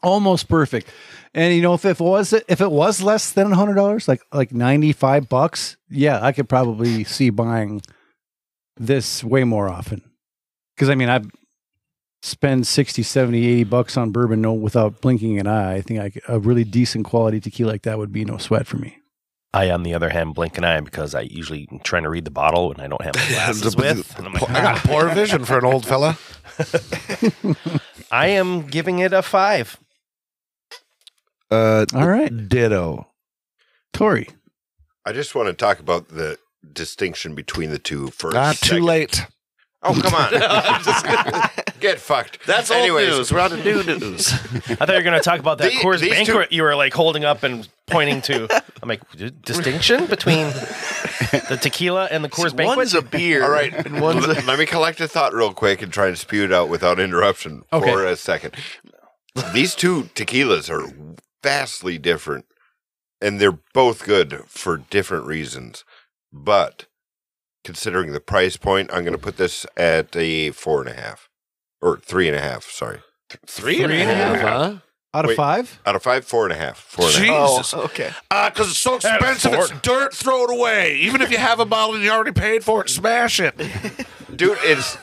Speaker 11: Almost perfect. And you know, if it was if it was less than hundred dollars, like like ninety five bucks, yeah, I could probably see buying this way more often. Because I mean, I spend 60, 70, 80 bucks on bourbon no without blinking an eye. I think I c- a really decent quality tequila like that would be no sweat for me.
Speaker 7: I, on the other hand, blink an eye because I usually am trying to read the bottle and I don't have my glasses with. And I'm like, "Ah,
Speaker 5: I got poor vision for an old fella.
Speaker 7: I am giving it a five.
Speaker 5: Uh,
Speaker 11: All right,
Speaker 5: Ditto.
Speaker 11: Tori.
Speaker 6: I just want to talk about the distinction between the two for a
Speaker 5: Not Ah, too
Speaker 6: second.
Speaker 5: late.
Speaker 6: Oh, come on. Get fucked.
Speaker 5: That's old
Speaker 6: Anyways,
Speaker 5: news. We're on to new news.
Speaker 7: I thought you were going to talk about that
Speaker 6: The-
Speaker 7: Coors
Speaker 6: these
Speaker 7: banquet you were like holding up and pointing to. I'm like, "D- distinction between the tequila and the Coors banquet?
Speaker 3: One's a beer.
Speaker 6: All right.
Speaker 3: And one's a
Speaker 6: Let, let me collect a thought real quick and try to spew it out without interruption
Speaker 11: Okay.
Speaker 6: for a second. These two tequilas are vastly different, and they're both good for different reasons. But considering the price point, I'm going to put this at a four and a half or three and a half. Sorry.
Speaker 5: Three and a half, huh?
Speaker 11: Out of
Speaker 6: Wait.
Speaker 11: five?
Speaker 6: Out of five, four and a half. Four and a half.
Speaker 3: Oh,
Speaker 5: Jesus.
Speaker 3: okay.
Speaker 5: Ah, because it's so expensive, it's dirt. Throw it away. Even if you have a bottle and you already paid for it, smash it.
Speaker 6: dude, it's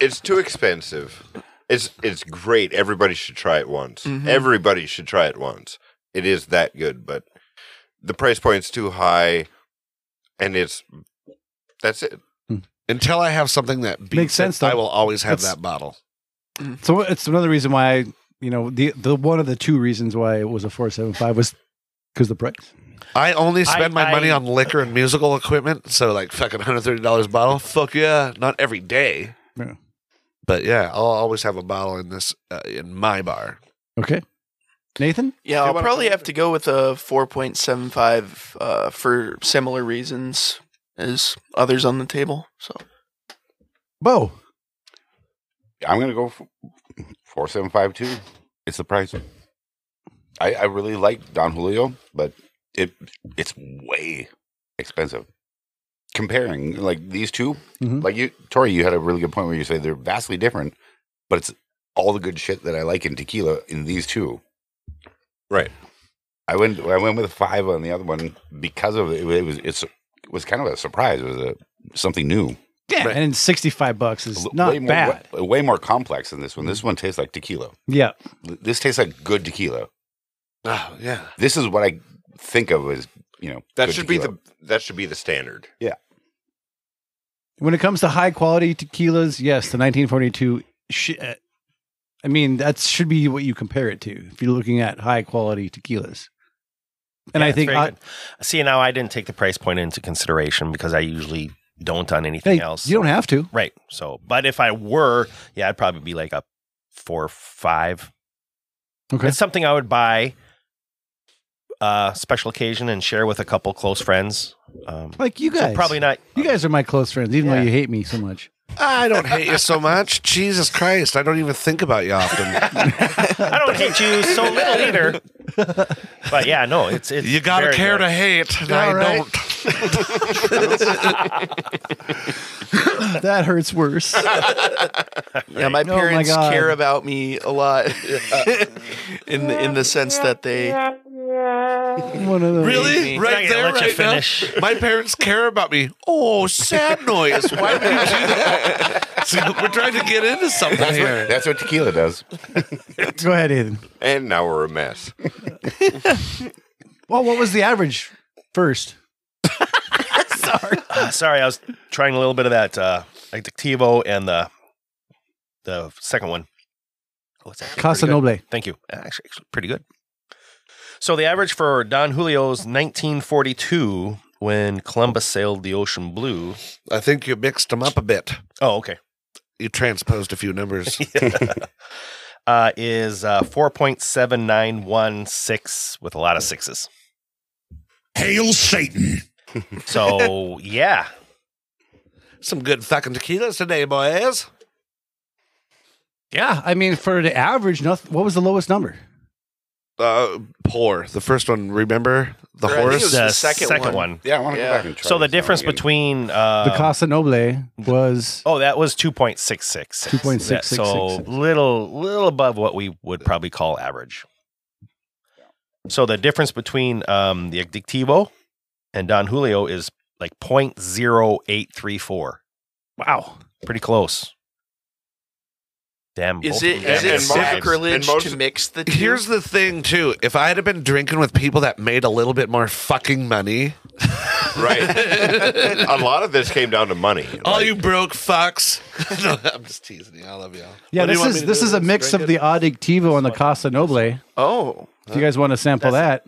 Speaker 6: it's too expensive. It's it's great. Everybody should try it once.
Speaker 3: Mhm.
Speaker 6: Everybody should try it once. It is that good, but the price point's too high, and it's that's it.
Speaker 5: Until I have something that beats
Speaker 11: Makes sense,
Speaker 5: it, I
Speaker 11: though.
Speaker 5: will always have
Speaker 11: That's-
Speaker 5: that bottle.
Speaker 11: So it's another reason why you know the the one of the two reasons why it was a four seven five was because the price.
Speaker 5: I only spend my
Speaker 11: I-
Speaker 5: money on liquor and musical equipment, so like fucking hundred thirty dollars bottle. Fuck yeah, not every day,
Speaker 11: Yeah.
Speaker 5: but yeah, I'll always have a bottle in this uh, in my bar.
Speaker 11: Okay, Nathan.
Speaker 3: Yeah, I'll probably have to go with a 4.75 uh, for similar reasons as others on the table. So
Speaker 11: Bo.
Speaker 9: I'm gonna go four seven five two. It's the price. I, I really like Don Julio, but it it's way expensive. Comparing like these 2
Speaker 11: Mhm.
Speaker 9: like you, Tori, you had a really good point where you say they're vastly different, but it's all the good shit that I like in tequila in these two.
Speaker 6: Right.
Speaker 9: I went. I went with five on the other one because of it. It was it's it was kind of a surprise. It was a something new.
Speaker 11: Yeah, and sixty five bucks is
Speaker 9: L-
Speaker 11: not
Speaker 9: way more,
Speaker 11: bad.
Speaker 9: Way, way more complex than this one. This one tastes like tequila.
Speaker 11: Yeah,
Speaker 9: Th- This tastes like good tequila.
Speaker 5: Oh yeah,
Speaker 9: This is what I think of as you know.
Speaker 6: That
Speaker 9: good
Speaker 6: should
Speaker 9: tequila.
Speaker 6: be the that should be the standard.
Speaker 9: yeah.
Speaker 11: When it comes to high quality tequilas, yes, the 1942. Sh- uh, I mean, that should be what you compare it to if you're looking at high quality tequilas. And
Speaker 7: Yeah,
Speaker 11: I
Speaker 7: it's
Speaker 11: think
Speaker 7: very
Speaker 11: I-
Speaker 7: good. see now I didn't take the price point into consideration because I usually don't on anything
Speaker 11: hey,
Speaker 7: else.
Speaker 11: you don't have to.
Speaker 7: Right. So, but if I were, yeah, I'd probably be like a four or five.
Speaker 11: Okay.
Speaker 7: It's something I would buy uh special occasion and share with a couple close friends. Um,
Speaker 11: Like you
Speaker 7: so
Speaker 11: guys,
Speaker 7: probably not.
Speaker 11: You guys are my close friends, even though you hate me so much.
Speaker 5: I don't hate you so much. Jesus Christ, I don't even think about you often.
Speaker 7: I don't hate you so little either. But yeah, no, it's it's
Speaker 5: you gotta
Speaker 7: very
Speaker 5: care
Speaker 7: good.
Speaker 5: to hate. and I
Speaker 7: All right.
Speaker 5: don't.
Speaker 11: that hurts worse.
Speaker 3: yeah, my
Speaker 11: Oh my
Speaker 3: parents
Speaker 11: God.
Speaker 3: care about me a lot in the, in the sense that they
Speaker 11: One of those.
Speaker 5: Really?
Speaker 3: You're not
Speaker 5: Right
Speaker 3: gonna
Speaker 5: there,
Speaker 3: let you
Speaker 5: right now?
Speaker 3: finish.
Speaker 5: My parents care about me. Oh, sad noise. Why would you do that? See, we're trying to get into something
Speaker 9: That's
Speaker 5: here.
Speaker 9: what, that's what tequila does.
Speaker 11: Go ahead, Ethan.
Speaker 6: And now we're a mess.
Speaker 11: Well, what was the average first?
Speaker 7: Uh, sorry, I was trying a little bit of that uh Activo and the the second one. Oh, it's actually pretty
Speaker 11: Casa
Speaker 7: good.
Speaker 11: Noble.
Speaker 7: Thank you. Actually, actually pretty good. So the average for Don Julio's 1942 when Columbus sailed the ocean blue.
Speaker 5: I think you mixed them up a bit.
Speaker 7: Oh, okay.
Speaker 5: You transposed a few numbers.
Speaker 7: uh, is uh, 4.7916 with a lot of sixes.
Speaker 5: Hail Satan.
Speaker 7: So yeah.
Speaker 5: Some good fucking tequilas today, boys.
Speaker 11: Yeah, I mean, for the average, nothing. What was the lowest number?
Speaker 5: Uh, poor. The first one, remember? The
Speaker 3: Or I think it
Speaker 5: horse?
Speaker 3: was the The second second one. one. Yeah, I wanna go Yeah. back and try
Speaker 7: So the
Speaker 3: this now
Speaker 7: difference
Speaker 3: again.
Speaker 7: between uh,
Speaker 5: Um,
Speaker 11: the Casa Noble was
Speaker 7: Oh, that was 2.66.
Speaker 11: 2.66.
Speaker 7: So little little above what we would probably call average. So the difference between um, the Addictivo and Don Julio is like 0.0834. Wow. Pretty close. Damn.
Speaker 3: Is
Speaker 7: both
Speaker 3: it
Speaker 7: of them
Speaker 3: is it
Speaker 7: have fives.
Speaker 3: sacrilege to mix the two?
Speaker 5: Here's the thing, too. If I had been drinking with people that made a little bit more fucking money,
Speaker 6: Right. a lot of this came down to money.
Speaker 5: all you broke fucks. no, I'm just teasing you. I love y'all.
Speaker 11: Yeah,
Speaker 5: What do you
Speaker 11: this
Speaker 5: want me
Speaker 11: is
Speaker 5: to
Speaker 11: this
Speaker 5: do?
Speaker 11: is a mix of the Addictivo and the Casa Noble.
Speaker 3: Oh.
Speaker 11: If you guys want to sample that,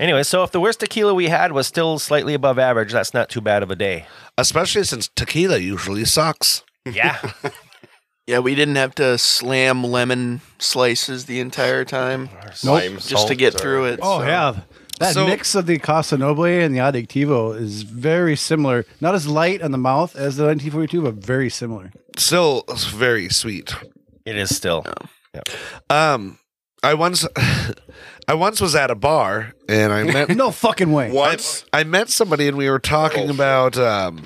Speaker 7: Anyway, so if the worst tequila we had was still slightly above average, that's not too bad of a day.
Speaker 5: Especially since tequila usually sucks.
Speaker 7: Yeah.
Speaker 3: Yeah, we didn't have to slam lemon slices the entire time.
Speaker 11: Nope.
Speaker 3: Just to get through it.
Speaker 11: oh
Speaker 3: so.
Speaker 11: yeah, that
Speaker 3: So-
Speaker 11: mix of the Casa Noble and the Addictivo is very similar. Not as light on the mouth as the 1942, but very similar.
Speaker 5: still very sweet.
Speaker 7: It is still.
Speaker 5: Um, I once, I once was at a bar and I met
Speaker 11: no fucking way.
Speaker 5: Once Oh, I met somebody and we were talking about um,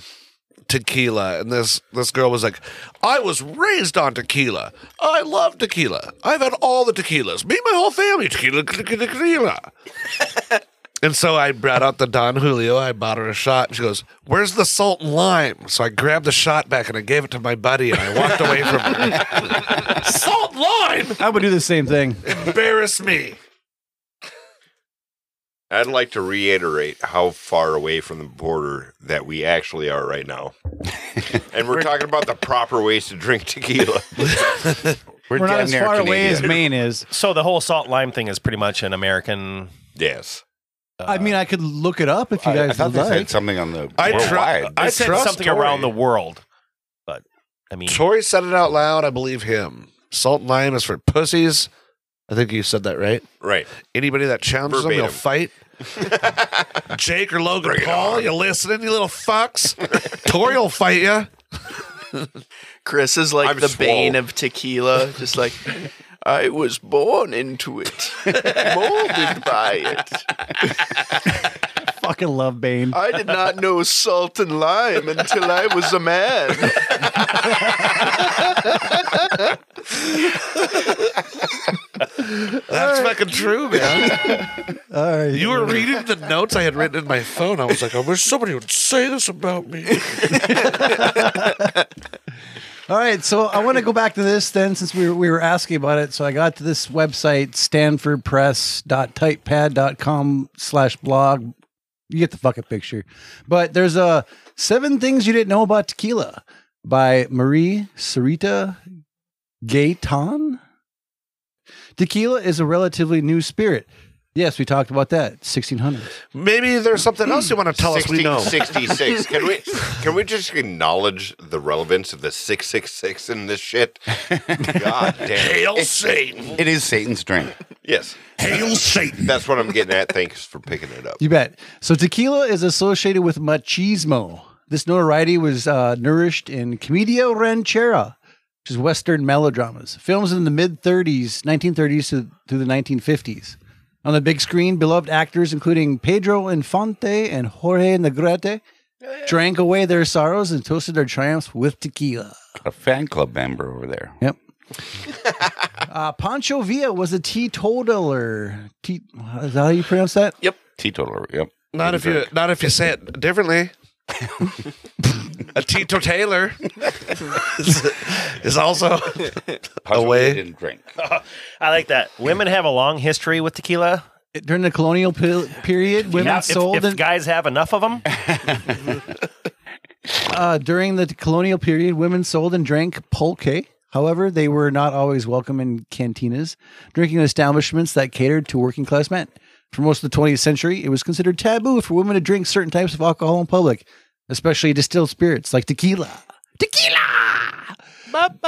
Speaker 5: tequila, and this this girl was like, "I was raised on tequila. I love tequila. I've had all the tequilas. Me, and my whole family tequila, tequila, tequila." And so I brought out the Don Julio. I bought her a shot. And she goes, Where's the salt and lime? So I grabbed the shot back and I gave it to my buddy and I walked away from her. salt lime?
Speaker 11: I would do the same thing.
Speaker 5: Embarrass me.
Speaker 6: I'd like to reiterate how far away from the border that we actually are right now. and we're talking about the proper ways to drink tequila.
Speaker 11: We're not as far away as Maine is.
Speaker 7: So the whole salt lime thing is pretty much an American.
Speaker 6: Yes.
Speaker 11: I mean, I could look it up if you guys would like.
Speaker 9: something on the
Speaker 5: I tru- I
Speaker 7: I said
Speaker 5: trust
Speaker 7: something
Speaker 5: Tori.
Speaker 7: around the world, but I mean,
Speaker 5: Tori said it out loud. I believe him. Salt and lime is for pussies. I think you said that right.
Speaker 6: Right.
Speaker 5: Anybody that challenges them,
Speaker 6: Verbatim.
Speaker 5: they'll fight. Jake or Logan Paul, you listening, you little fucks? Tori will fight you.
Speaker 3: Chris is like
Speaker 5: I'm
Speaker 3: the
Speaker 5: swole.
Speaker 3: bane of tequila, just like I was born into it, molded by it.
Speaker 11: Fucking love Bane.
Speaker 3: I did not know salt and lime until I was a man.
Speaker 5: That's fucking true, man.
Speaker 11: All right.
Speaker 5: You were reading the notes I had written in my phone. I was like, I wish somebody would say this about me.
Speaker 11: All right, so I want to go back to this then, since we were, we were asking about it. So I got to this website, stanfordpress.typepad.com slash blog. You get the fucking picture. But there's a Seven Things You Didn't Know About Tequila by Marie Sarita Gaetan. Tequila is a relatively new spirit. Yes, we talked about that, 1600s.
Speaker 5: Maybe there's something else you want to tell us we know.
Speaker 6: 66. Can we can we just acknowledge the relevance of the 666 in this shit? God damn.
Speaker 5: Hail Satan.
Speaker 9: It is Satan's drink.
Speaker 6: Yes.
Speaker 5: Hail Satan.
Speaker 6: That's what I'm getting at. Thanks for picking it up.
Speaker 11: You bet. So tequila is associated with machismo. This notoriety was uh, nourished in commedia ranchera, which is Western melodramas, films in the mid 30s, 1930s to, through the 1950s. On the big screen, beloved actors including Pedro Infante and Jorge Negrete drank away their sorrows and toasted their triumphs with tequila.
Speaker 9: A fan club member over there.
Speaker 11: Yep. Uh, Pancho Villa was a teetotaler. Te- is that how you pronounce that?
Speaker 5: Yep.
Speaker 9: Teetotaler. Yep.
Speaker 5: Not if you not if you say it differently. a teetotaler is, is also
Speaker 9: away. Didn't drink.
Speaker 7: I like that. Women have a long history with tequila.
Speaker 11: During the colonial pe- period, women
Speaker 7: Now, if,
Speaker 11: sold
Speaker 7: if
Speaker 11: and-
Speaker 7: guys have enough of them.
Speaker 11: Uh, during the colonial period, women sold and drank pulque. However, they were not always welcome in cantinas, drinking establishments that catered to working class men. For most of the 20th century, it was considered taboo for women to drink certain types of alcohol in public, especially distilled spirits like tequila.
Speaker 5: Ah,
Speaker 11: Yep.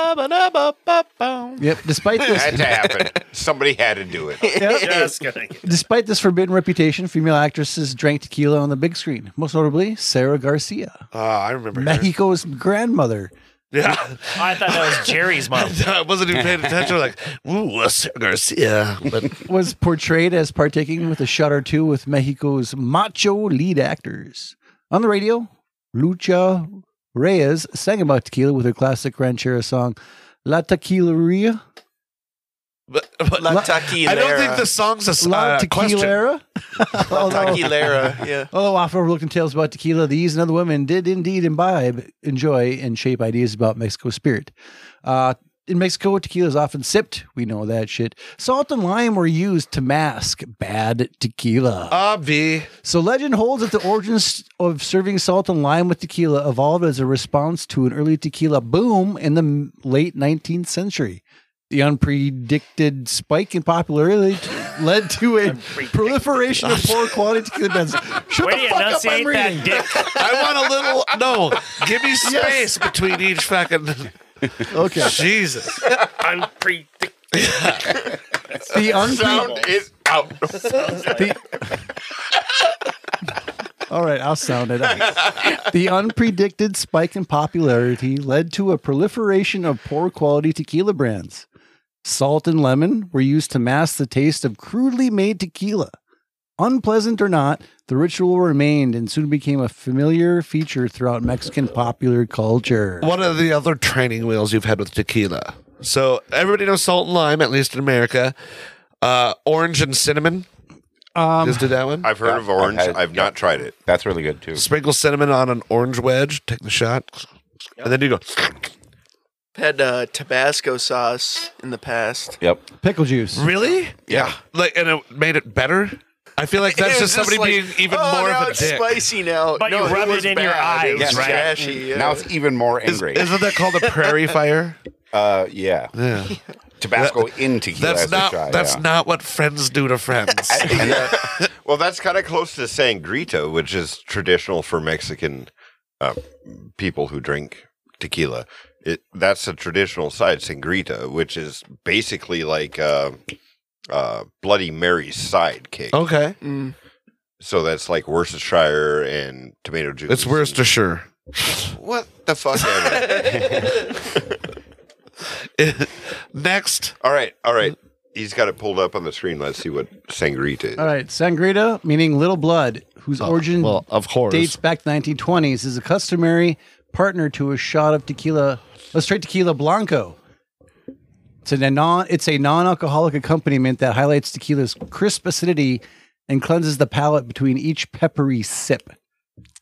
Speaker 11: Despite this,
Speaker 6: had to happen. Somebody had to do it.
Speaker 11: Despite this forbidden reputation, female actresses drank tequila on the big screen, most notably Sarah Garcia,
Speaker 5: Ah, I remember. her.
Speaker 11: Mexico's grandmother.
Speaker 5: Yeah.
Speaker 7: Oh, I thought that was Jerry's mom.
Speaker 5: I wasn't even paying attention. Like, ooh, a Sarah Garcia. But
Speaker 11: was portrayed as partaking with a shot or two with Mexico's macho lead actors. On the radio, Lucha Reyes sang about tequila with her classic ranchera song, La Tequileria.
Speaker 5: But, but
Speaker 3: La
Speaker 5: I don't think
Speaker 3: Tequilera.
Speaker 5: the song's a s-
Speaker 11: La
Speaker 5: uh, question.
Speaker 11: Tequilera.
Speaker 3: Tequilera, yeah.
Speaker 11: Although often overlooked in tales about tequila, these and other women did indeed imbibe, enjoy, and shape ideas about Mexico's spirit. Uh, in Mexico, tequila is often sipped. We know that shit. Salt and lime were used to mask bad tequila.
Speaker 5: Obvi.
Speaker 11: So legend holds that the origins of serving salt and lime with tequila evolved as a response to an early tequila boom in the m- late 19th century. The unpredicted spike in popularity t- led to a proliferation of poor quality tequila brands. Shut
Speaker 7: Way to
Speaker 11: the fuck up, I'm
Speaker 7: enunciate
Speaker 11: reading.
Speaker 7: that dick.
Speaker 5: I want a little. No, give me space between each fucking.
Speaker 11: Okay.
Speaker 5: Jesus.
Speaker 7: Unpredictable.
Speaker 11: The unpre-
Speaker 6: Sound is out.
Speaker 11: the- All right, I'll sound it out. the unpredicted spike in popularity led to a proliferation of poor quality tequila brands. Salt and lemon were used to mask the taste of crudely made tequila. Unpleasant or not, the ritual remained and soon became a familiar feature throughout Mexican popular culture.
Speaker 5: What are the other training wheels you've had with tequila? So everybody knows salt and lime, at least in America. Uh, orange and cinnamon.
Speaker 11: Um,
Speaker 5: Just did that one.
Speaker 6: I've heard of orange. I've, not tried it.
Speaker 9: That's really good too.
Speaker 5: Sprinkle cinnamon on an orange wedge. Take the shot, and then you go.
Speaker 3: Had uh, Tabasco sauce in the past.
Speaker 9: Yep.
Speaker 11: Pickle juice.
Speaker 5: Really? Yeah. Like, and it made it better. I feel like that's
Speaker 3: It
Speaker 5: just
Speaker 3: was
Speaker 5: somebody
Speaker 3: like,
Speaker 5: being even
Speaker 3: "Oh,
Speaker 5: more
Speaker 3: now
Speaker 5: of a
Speaker 3: it's
Speaker 5: dick.
Speaker 3: spicy now.
Speaker 5: But
Speaker 3: no,
Speaker 5: you rub it
Speaker 3: was
Speaker 5: in your
Speaker 3: bad. It was
Speaker 5: eyes, right?
Speaker 3: trashy, yeah.
Speaker 9: Now it's even more angry.
Speaker 5: Isn't that called a prairie fire?
Speaker 9: Uh, yeah. Tabasco in tequila.
Speaker 5: That's
Speaker 9: as a
Speaker 5: not.
Speaker 9: shot,
Speaker 5: that's
Speaker 9: yeah.
Speaker 5: not what friends do to friends.
Speaker 6: Well, that's kind of close to sangrita, which is traditional for Mexican uh, people who drink tequila. It that's a traditional side sangrita, which is basically like uh, uh, Bloody Mary's sidekick.
Speaker 5: okay.
Speaker 6: So that's like Worcestershire and tomato juice.
Speaker 5: It's Worcestershire.
Speaker 6: What the fuck? ever.
Speaker 5: Next.
Speaker 6: All right. All right. He's got it pulled up on the screen. Let's see what sangrita is.
Speaker 11: All right, sangrita, meaning little blood, whose origin
Speaker 6: well, of course.
Speaker 11: dates back to 1920s, is a customary partner to a shot of tequila, a straight tequila blanco. It's a non it's a non-alcoholic accompaniment that highlights tequila's crisp acidity and cleanses the palate between each peppery sip.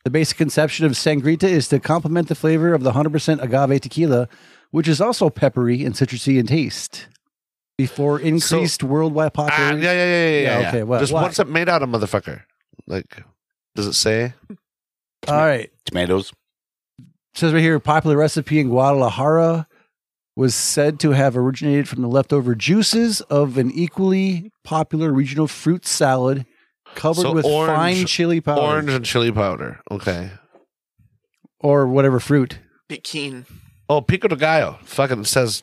Speaker 11: The basic conception of sangrita is to complement the flavor of the 100% agave tequila, which is also peppery and citrusy in taste. Before increased worldwide
Speaker 5: Ah, yeah,
Speaker 11: popularity.
Speaker 5: yeah, yeah, yeah, yeah.
Speaker 11: Okay, well,
Speaker 5: just
Speaker 11: why?
Speaker 5: what's it made out of, motherfucker? Like, does it say?
Speaker 11: All right.
Speaker 9: Tomatoes.
Speaker 11: It says right here, popular recipe in Guadalajara was said to have originated from the leftover juices of an equally popular regional fruit salad covered with fine chili powder
Speaker 5: Orange and chili powder. Okay.
Speaker 11: or whatever fruit.
Speaker 3: Pekin.
Speaker 5: Oh, pico de gallo. Fucking says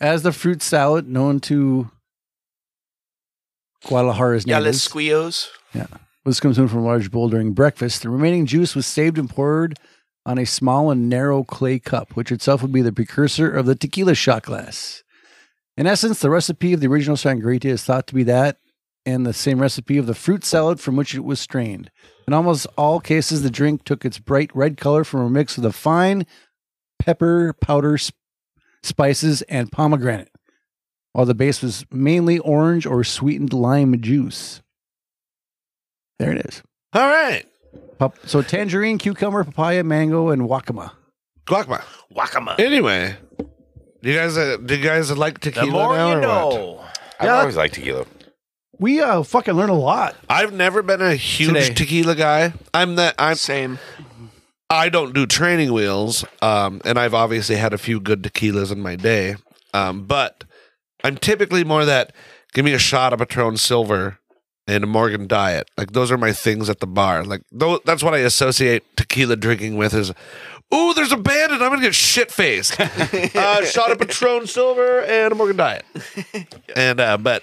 Speaker 11: As the fruit salad known to Guadalajara's
Speaker 3: Yeah,
Speaker 11: natives.
Speaker 3: Squios.
Speaker 11: Yeah. This comes in from a large bowl during breakfast. The remaining juice was saved and poured on a small and narrow clay cup, which itself would be the precursor of the tequila shot glass. In essence, the recipe of the original sangrita is thought to be that and the same recipe of the fruit salad from which it was strained. In almost all cases, the drink took its bright red color from a mix of the fine pepper powder sp- spices and pomegranate, while the base was mainly orange or sweetened lime juice. There it is.
Speaker 5: All right.
Speaker 11: Pop- so tangerine, cucumber, papaya, mango, and wakama.
Speaker 5: guacma.
Speaker 7: Wakama.
Speaker 5: Anyway, you guys, uh, do you guys like tequila
Speaker 7: more
Speaker 5: now
Speaker 7: you
Speaker 5: or
Speaker 7: know.
Speaker 5: what?
Speaker 9: I've
Speaker 11: Yeah.
Speaker 9: always liked tequila.
Speaker 11: We uh fucking learn a lot.
Speaker 5: I've never been a huge
Speaker 11: Today.
Speaker 5: tequila guy. I'm the I'm
Speaker 3: same.
Speaker 5: I don't do training wheels, um, and I've obviously had a few good tequilas in my day, um, but I'm typically more that give me a shot of Patron Silver and a Morgan Diet. Like those are my things at the bar. Like tho- that's what I associate tequila drinking with is. Ooh, there's a bandit. I'm gonna get shit faced. uh, shot of Patron Silver and a Morgan Diet. And uh, but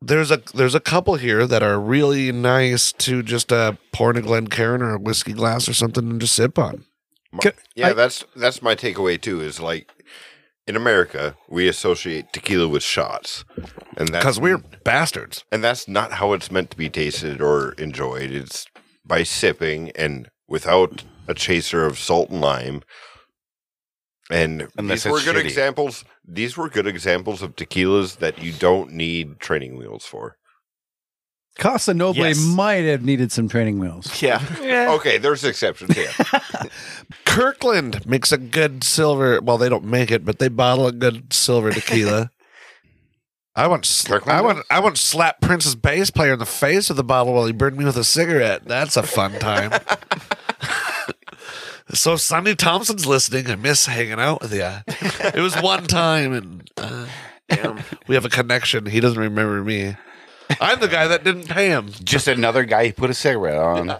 Speaker 5: there's a there's a couple here that are really nice to just uh, pour in a Glencairn or a whiskey glass or something and just sip on.
Speaker 6: Yeah, that's that's my takeaway too. Is like in America, we associate tequila with shots, and that's
Speaker 5: 'Cause we're bastards.
Speaker 6: And that's not how it's meant to be tasted or enjoyed. It's by sipping and without a chaser of salt and lime. And
Speaker 9: Unless
Speaker 6: these were
Speaker 9: it's
Speaker 6: good
Speaker 9: shitty.
Speaker 6: examples. These were good examples of tequilas that you don't need training wheels for.
Speaker 11: Casa Noble
Speaker 6: Yes.
Speaker 11: might have needed some training wheels.
Speaker 3: Yeah.
Speaker 6: Okay, there's exceptions here.
Speaker 5: Kirkland makes a good silver. Well, they don't make it, but they bottle a good silver tequila. I once, I once, I once slapped Prince's bass player in the face with a bottle while he burned me with a cigarette. That's a fun time. so if Sonny Thompson's listening, I miss hanging out with you. It was one time, and uh, we have a connection. He doesn't remember me. I'm the guy that didn't pay him.
Speaker 9: Just another guy who put a cigarette on.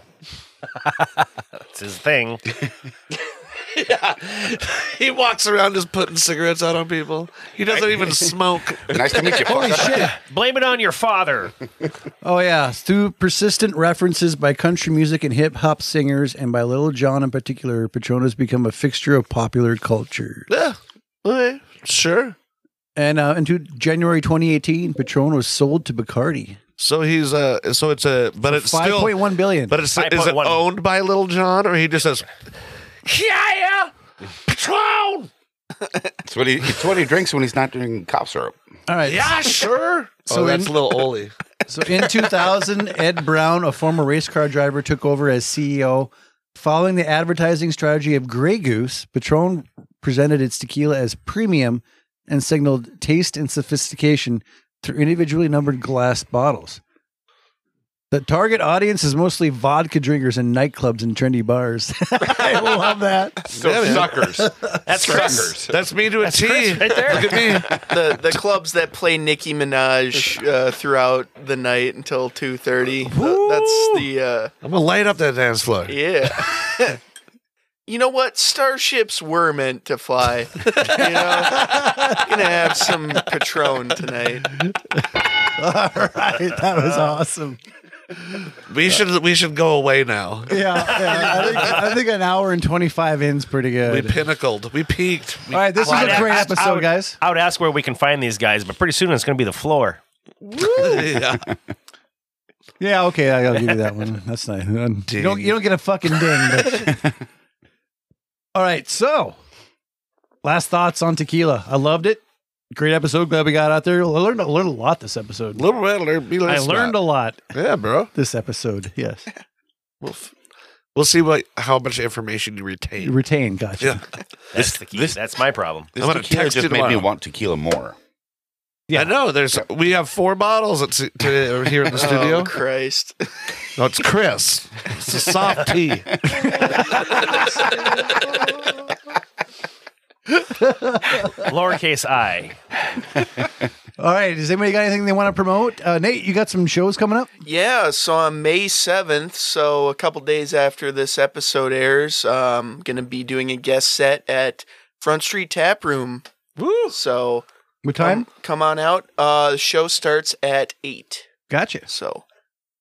Speaker 7: That's his thing.
Speaker 5: He walks around just putting cigarettes out on people. He doesn't even smoke.
Speaker 9: Nice to meet you, Holy fucker. shit.
Speaker 7: Blame it on your father.
Speaker 11: Oh yeah, through persistent references by country music and hip hop singers, and by Little John in particular, Patronus become a fixture of popular culture.
Speaker 5: Yeah. Okay. Sure.
Speaker 11: And uh, into January 2018, Patron was sold to Bacardi.
Speaker 5: So he's uh so it's a but it's
Speaker 11: Five
Speaker 5: still
Speaker 11: point one billion.
Speaker 5: but it's is it owned by Little John or he just says Yeah, Patron.
Speaker 9: It's what he it's what he drinks when he's not doing cough syrup.
Speaker 11: All right.
Speaker 5: Yeah, sure.
Speaker 11: So
Speaker 5: So oh, that's
Speaker 11: in-
Speaker 5: Little Oli.
Speaker 11: So in 2000, Ed Brown, a former race car driver, took over as CEO. Following the advertising strategy of Grey Goose, Patron presented its tequila as premium and signaled taste and sophistication through individually numbered glass bottles. The target audience is mostly vodka drinkers in nightclubs and trendy bars. I love that.
Speaker 6: So suckers.
Speaker 5: That's Chris. That's me to a T. right there. Look at me.
Speaker 3: the the clubs that play Nicki Minaj uh, throughout the night until two thirty. That's the
Speaker 5: I'm gonna light up that dance floor.
Speaker 3: uh, yeah. you know what? Starships were meant to fly. you know, gonna have some Patron tonight.
Speaker 11: All right, that was awesome.
Speaker 5: We should we should go away now.
Speaker 11: Yeah, yeah I, think, I think an hour and 25 in's pretty
Speaker 5: We
Speaker 11: good.
Speaker 5: pinnacled. We peaked. We-
Speaker 11: All right, this is
Speaker 7: Well,
Speaker 11: a
Speaker 7: I'd
Speaker 11: great
Speaker 7: ask- I
Speaker 11: episode,
Speaker 7: would-
Speaker 11: guys.
Speaker 7: I would ask where we can find these guys, but pretty soon it's going to be the floor.
Speaker 5: Yeah.
Speaker 11: Yeah, okay, I- I'll give you that one. That's nice. You don't, you don't get a fucking ding. But... All right, so last thoughts on tequila. I loved it. Great episode. Glad we got out there. I learned, I learned a lot this episode.
Speaker 5: Little red alert, be
Speaker 11: I
Speaker 7: uh,
Speaker 5: less
Speaker 11: learned a
Speaker 5: loud.
Speaker 11: lot
Speaker 5: Yeah, bro.
Speaker 11: this episode. Yes.
Speaker 5: We'll, f- we'll see what how much information you retain.
Speaker 11: Retain, gotcha.
Speaker 5: Yeah.
Speaker 7: That's the key. That's my problem.
Speaker 5: I'm
Speaker 9: This
Speaker 5: gonna
Speaker 9: tequila
Speaker 5: text you
Speaker 9: just made me
Speaker 5: tomorrow.
Speaker 9: want tequila more.
Speaker 5: I know. There's we have four bottles at, s- to, over here in the studio.
Speaker 3: Oh, Christ.
Speaker 5: No, it's Chris. It's a soft tea.
Speaker 7: Lowercase i.
Speaker 11: All right, does anybody got anything they want to promote? Uh, Nate, you got some shows coming up?
Speaker 3: Yeah, so on May 7th, so a couple days after this episode airs, um, going to be doing a guest set at Front Street Tap Room.
Speaker 5: Woo!
Speaker 3: So
Speaker 11: What time?
Speaker 3: come, come on out. Uh, the show starts at 8.
Speaker 11: Gotcha.
Speaker 3: So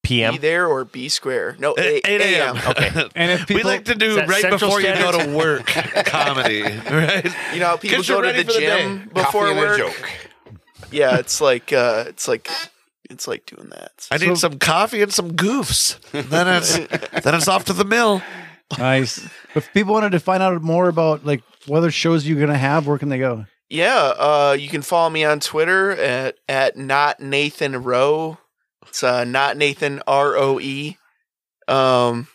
Speaker 3: be
Speaker 7: PM.
Speaker 3: there or be square. No, 8,
Speaker 5: 8 a.m.
Speaker 3: a.m.
Speaker 7: Okay.
Speaker 11: And if
Speaker 5: we like to do
Speaker 7: that
Speaker 5: right
Speaker 7: Central
Speaker 5: before you go
Speaker 7: Standard?
Speaker 5: to work comedy, right?
Speaker 3: You know, how people
Speaker 5: 'Cause you're
Speaker 3: go to
Speaker 5: ready
Speaker 3: the
Speaker 5: for the
Speaker 3: gym
Speaker 5: day.
Speaker 3: before
Speaker 9: Coffee and
Speaker 3: work.
Speaker 9: a joke.
Speaker 3: Yeah, it's like uh, it's like it's like doing that.
Speaker 5: I need some coffee and some goofs. Then it's then it's off to the mill.
Speaker 11: Nice. if people wanted to find out more about like what other shows you're gonna have, where can they go?
Speaker 3: Yeah, uh, you can follow me on Twitter at at not Nathan Rowe. It's uh, not Nathan R O E. Um,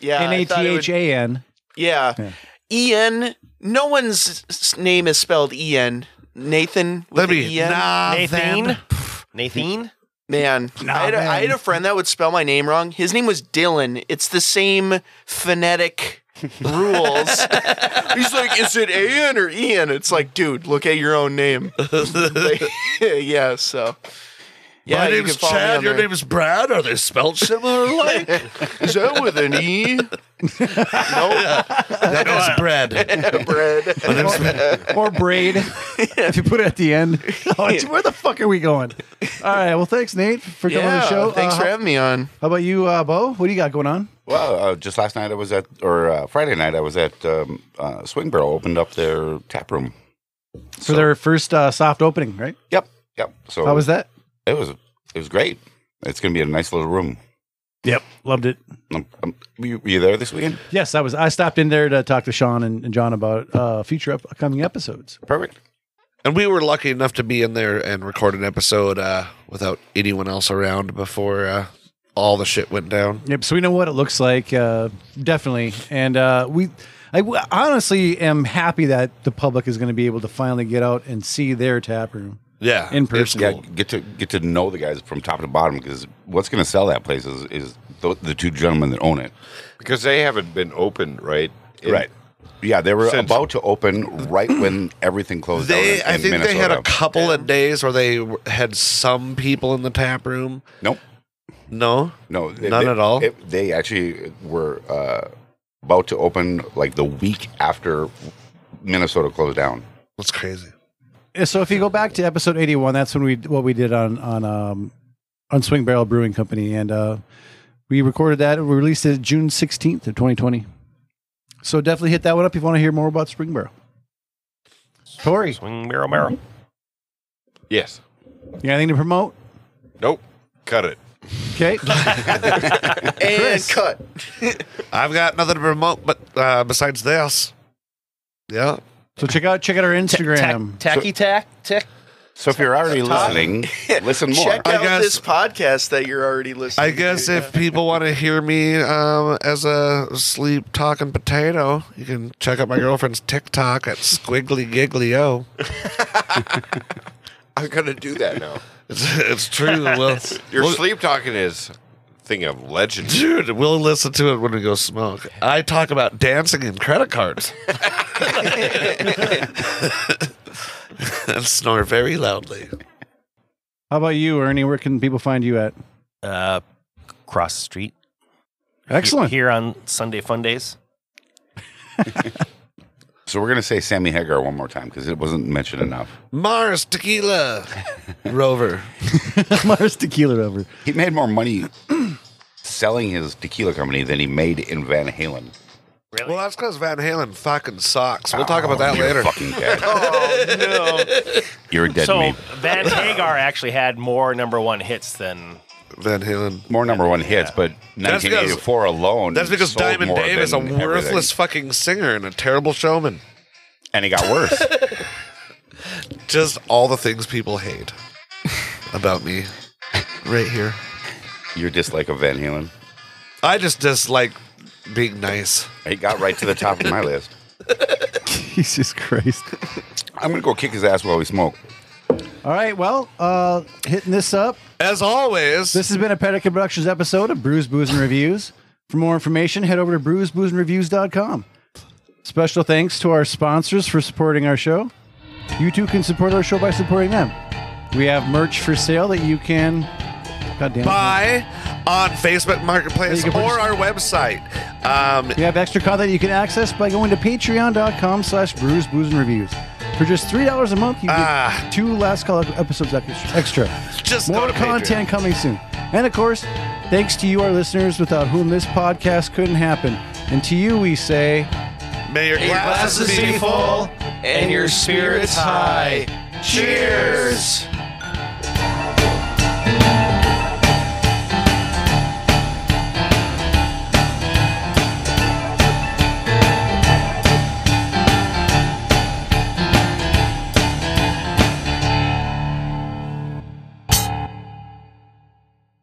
Speaker 3: yeah,
Speaker 11: N
Speaker 3: I
Speaker 11: A
Speaker 3: thought
Speaker 11: T
Speaker 3: it would-
Speaker 11: H A N. Yeah.
Speaker 3: Yeah, E N. No one's s- name is spelled E N. Nathan. with E
Speaker 5: Let
Speaker 3: the
Speaker 5: me
Speaker 3: E-N.
Speaker 7: Nathan. Nathan.
Speaker 3: Man, I, had a, I had a friend that would spell my name wrong. His name was Dylan. It's the same phonetic rules. He's like, is it Ian or Ian? It's like, dude, look at your own name. Like, yeah, so. Yeah,
Speaker 5: My
Speaker 3: you
Speaker 5: name's
Speaker 3: can follow me
Speaker 5: Chad.
Speaker 3: on
Speaker 5: Your
Speaker 3: there.
Speaker 5: name is Brad. Are they spelled similar? Like
Speaker 3: is that with an E? no,
Speaker 5: that guy's
Speaker 7: Uh,
Speaker 5: Brad.
Speaker 3: bread.
Speaker 5: My name's
Speaker 11: Or braid. if you put it at the end. Oh, it's- where the fuck are we going? All right. Well, thanks, Nate, for coming on
Speaker 3: Yeah,
Speaker 11: the show.
Speaker 3: thanks
Speaker 11: Uh,
Speaker 3: for
Speaker 5: Uh-huh.
Speaker 11: how-
Speaker 3: having me on.
Speaker 11: How about you, uh, Bo? What do you got going on?
Speaker 9: Well, uh, just last night I was at, or uh, Friday night I was at um, uh, Swing Barrel, opened up their tap room.
Speaker 11: For their first uh, soft opening, right?
Speaker 9: Yep, yep. So
Speaker 11: How was that?
Speaker 9: It was it was great. It's going to be a nice little room.
Speaker 11: Yep, loved it.
Speaker 9: Um, um, were, you, were you there this weekend?
Speaker 11: Yes, I was. I stopped in there to talk to Sean and, and John about uh, future upcoming episodes.
Speaker 9: Perfect.
Speaker 5: And we were lucky enough to be in there and record an episode uh, without anyone else around before uh, all the shit went down.
Speaker 11: Yep. So we know what it looks like, uh, definitely. And uh, we, I w- honestly am happy that the public is going to be able to finally get out and see their tap room.
Speaker 5: Yeah,
Speaker 11: In
Speaker 5: It's
Speaker 11: person.
Speaker 9: Yeah, get to get to know the guys from top to bottom because what's going to sell that place is is the, the two gentlemen that own it.
Speaker 6: Because they haven't been opened, right? In-
Speaker 9: right. Yeah, they were
Speaker 6: Since-
Speaker 9: about to open right when everything closed down.
Speaker 5: They,
Speaker 9: in-
Speaker 5: I
Speaker 9: in
Speaker 5: think they had a
Speaker 9: Minnesota.
Speaker 5: couple of days where they w- had some people in the tap room.
Speaker 9: Nope.
Speaker 5: No,
Speaker 9: No, they-
Speaker 5: None
Speaker 9: they-
Speaker 5: at all?
Speaker 9: it- they actually were uh, about to open like the week after Minnesota closed down.
Speaker 5: that's crazy.
Speaker 11: Yeah, So if you go back to episode eighty-one, that's when we what we did on on um, on Swing Barrel Brewing Company, and uh, we recorded that. and We released it June sixteenth of twenty twenty. So definitely hit that one up if you want to hear more about Spring Barrel. Tori,
Speaker 7: Swing barrel barrel.
Speaker 6: Yes.
Speaker 11: you got anything to promote?
Speaker 6: Nope. Cut it.
Speaker 11: Okay.
Speaker 3: And cut.
Speaker 5: I've got nothing to promote, but uh, besides this, yeah.
Speaker 11: So check out check out our Instagram.
Speaker 7: Tacky tack. Tick.
Speaker 9: So if you're already listening, listen more.
Speaker 3: Check
Speaker 5: I
Speaker 3: out
Speaker 5: guess-
Speaker 3: this podcast that you're already listening.
Speaker 5: I guess if people want to hear me um, as a sleep talking potato, you can check out my girlfriend's TikTok at Squiggly Giggly O.
Speaker 6: I'm gonna do that now.
Speaker 5: it's, it's true. We'll,
Speaker 6: Your
Speaker 5: we'll-
Speaker 6: sleep talking is a thing of legend.
Speaker 5: dude, we'll listen to it when we go smoke. I talk about dancing and credit cards and snore very loudly.
Speaker 11: How about you, Ernie? Where can people find you at?
Speaker 7: Uh, cross the street.
Speaker 11: Excellent.
Speaker 7: He- Here on Sunday Fun Days.
Speaker 9: So we're gonna say Sammy Hagar one more time because it wasn't mentioned enough.
Speaker 5: Mars Tequila Rover.
Speaker 11: Mars Tequila over.
Speaker 9: He made more money selling his tequila company than he made in Van Halen.
Speaker 5: Well, that's because Van Halen fucking sucks. We'll talk about that
Speaker 9: Oh, you're
Speaker 5: later.
Speaker 9: Fucking dead.
Speaker 7: Oh no!
Speaker 9: You're dead
Speaker 7: so
Speaker 9: meat.
Speaker 7: Van Hagar actually had more number one hits than
Speaker 5: Van Halen.
Speaker 9: More number one hits, but
Speaker 5: That's because-
Speaker 9: 1984 alone.
Speaker 5: That's because
Speaker 9: sold
Speaker 5: Diamond
Speaker 9: more
Speaker 5: Dave is a
Speaker 9: than everything.
Speaker 5: worthless fucking singer and a terrible showman.
Speaker 9: And he got worse.
Speaker 5: Just all the things people hate about me right here.
Speaker 9: Your dislike of Van Halen.
Speaker 5: I just dislike being nice.
Speaker 9: It got right to the top of my list.
Speaker 11: Jesus Christ.
Speaker 9: I'm gonna go kick his ass while we smoke.
Speaker 11: All right. Well, uh, hitting this up.
Speaker 5: As always,
Speaker 11: this has been a Pedican Productions episode of Brews, Booze, and Reviews. For more information, head over to brewsboozandreviews.com. Special thanks to our sponsors for supporting our show. You too can support our show by supporting them. We have merch for sale that you can. God damn it.
Speaker 5: Buy on Facebook Marketplace
Speaker 11: You can
Speaker 5: or our website. Um,
Speaker 11: We have extra content you can access by going to patreon.com slash brews, booze, and reviews. For just $3 a month, you get two last call episodes ex- extra.
Speaker 5: Ah. Just
Speaker 11: More
Speaker 5: go to
Speaker 11: content coming soon. And of course, thanks to you, our listeners, without whom this podcast couldn't happen. And to you, we say,
Speaker 5: may your
Speaker 11: glasses be full
Speaker 3: and your spirits high. Cheers.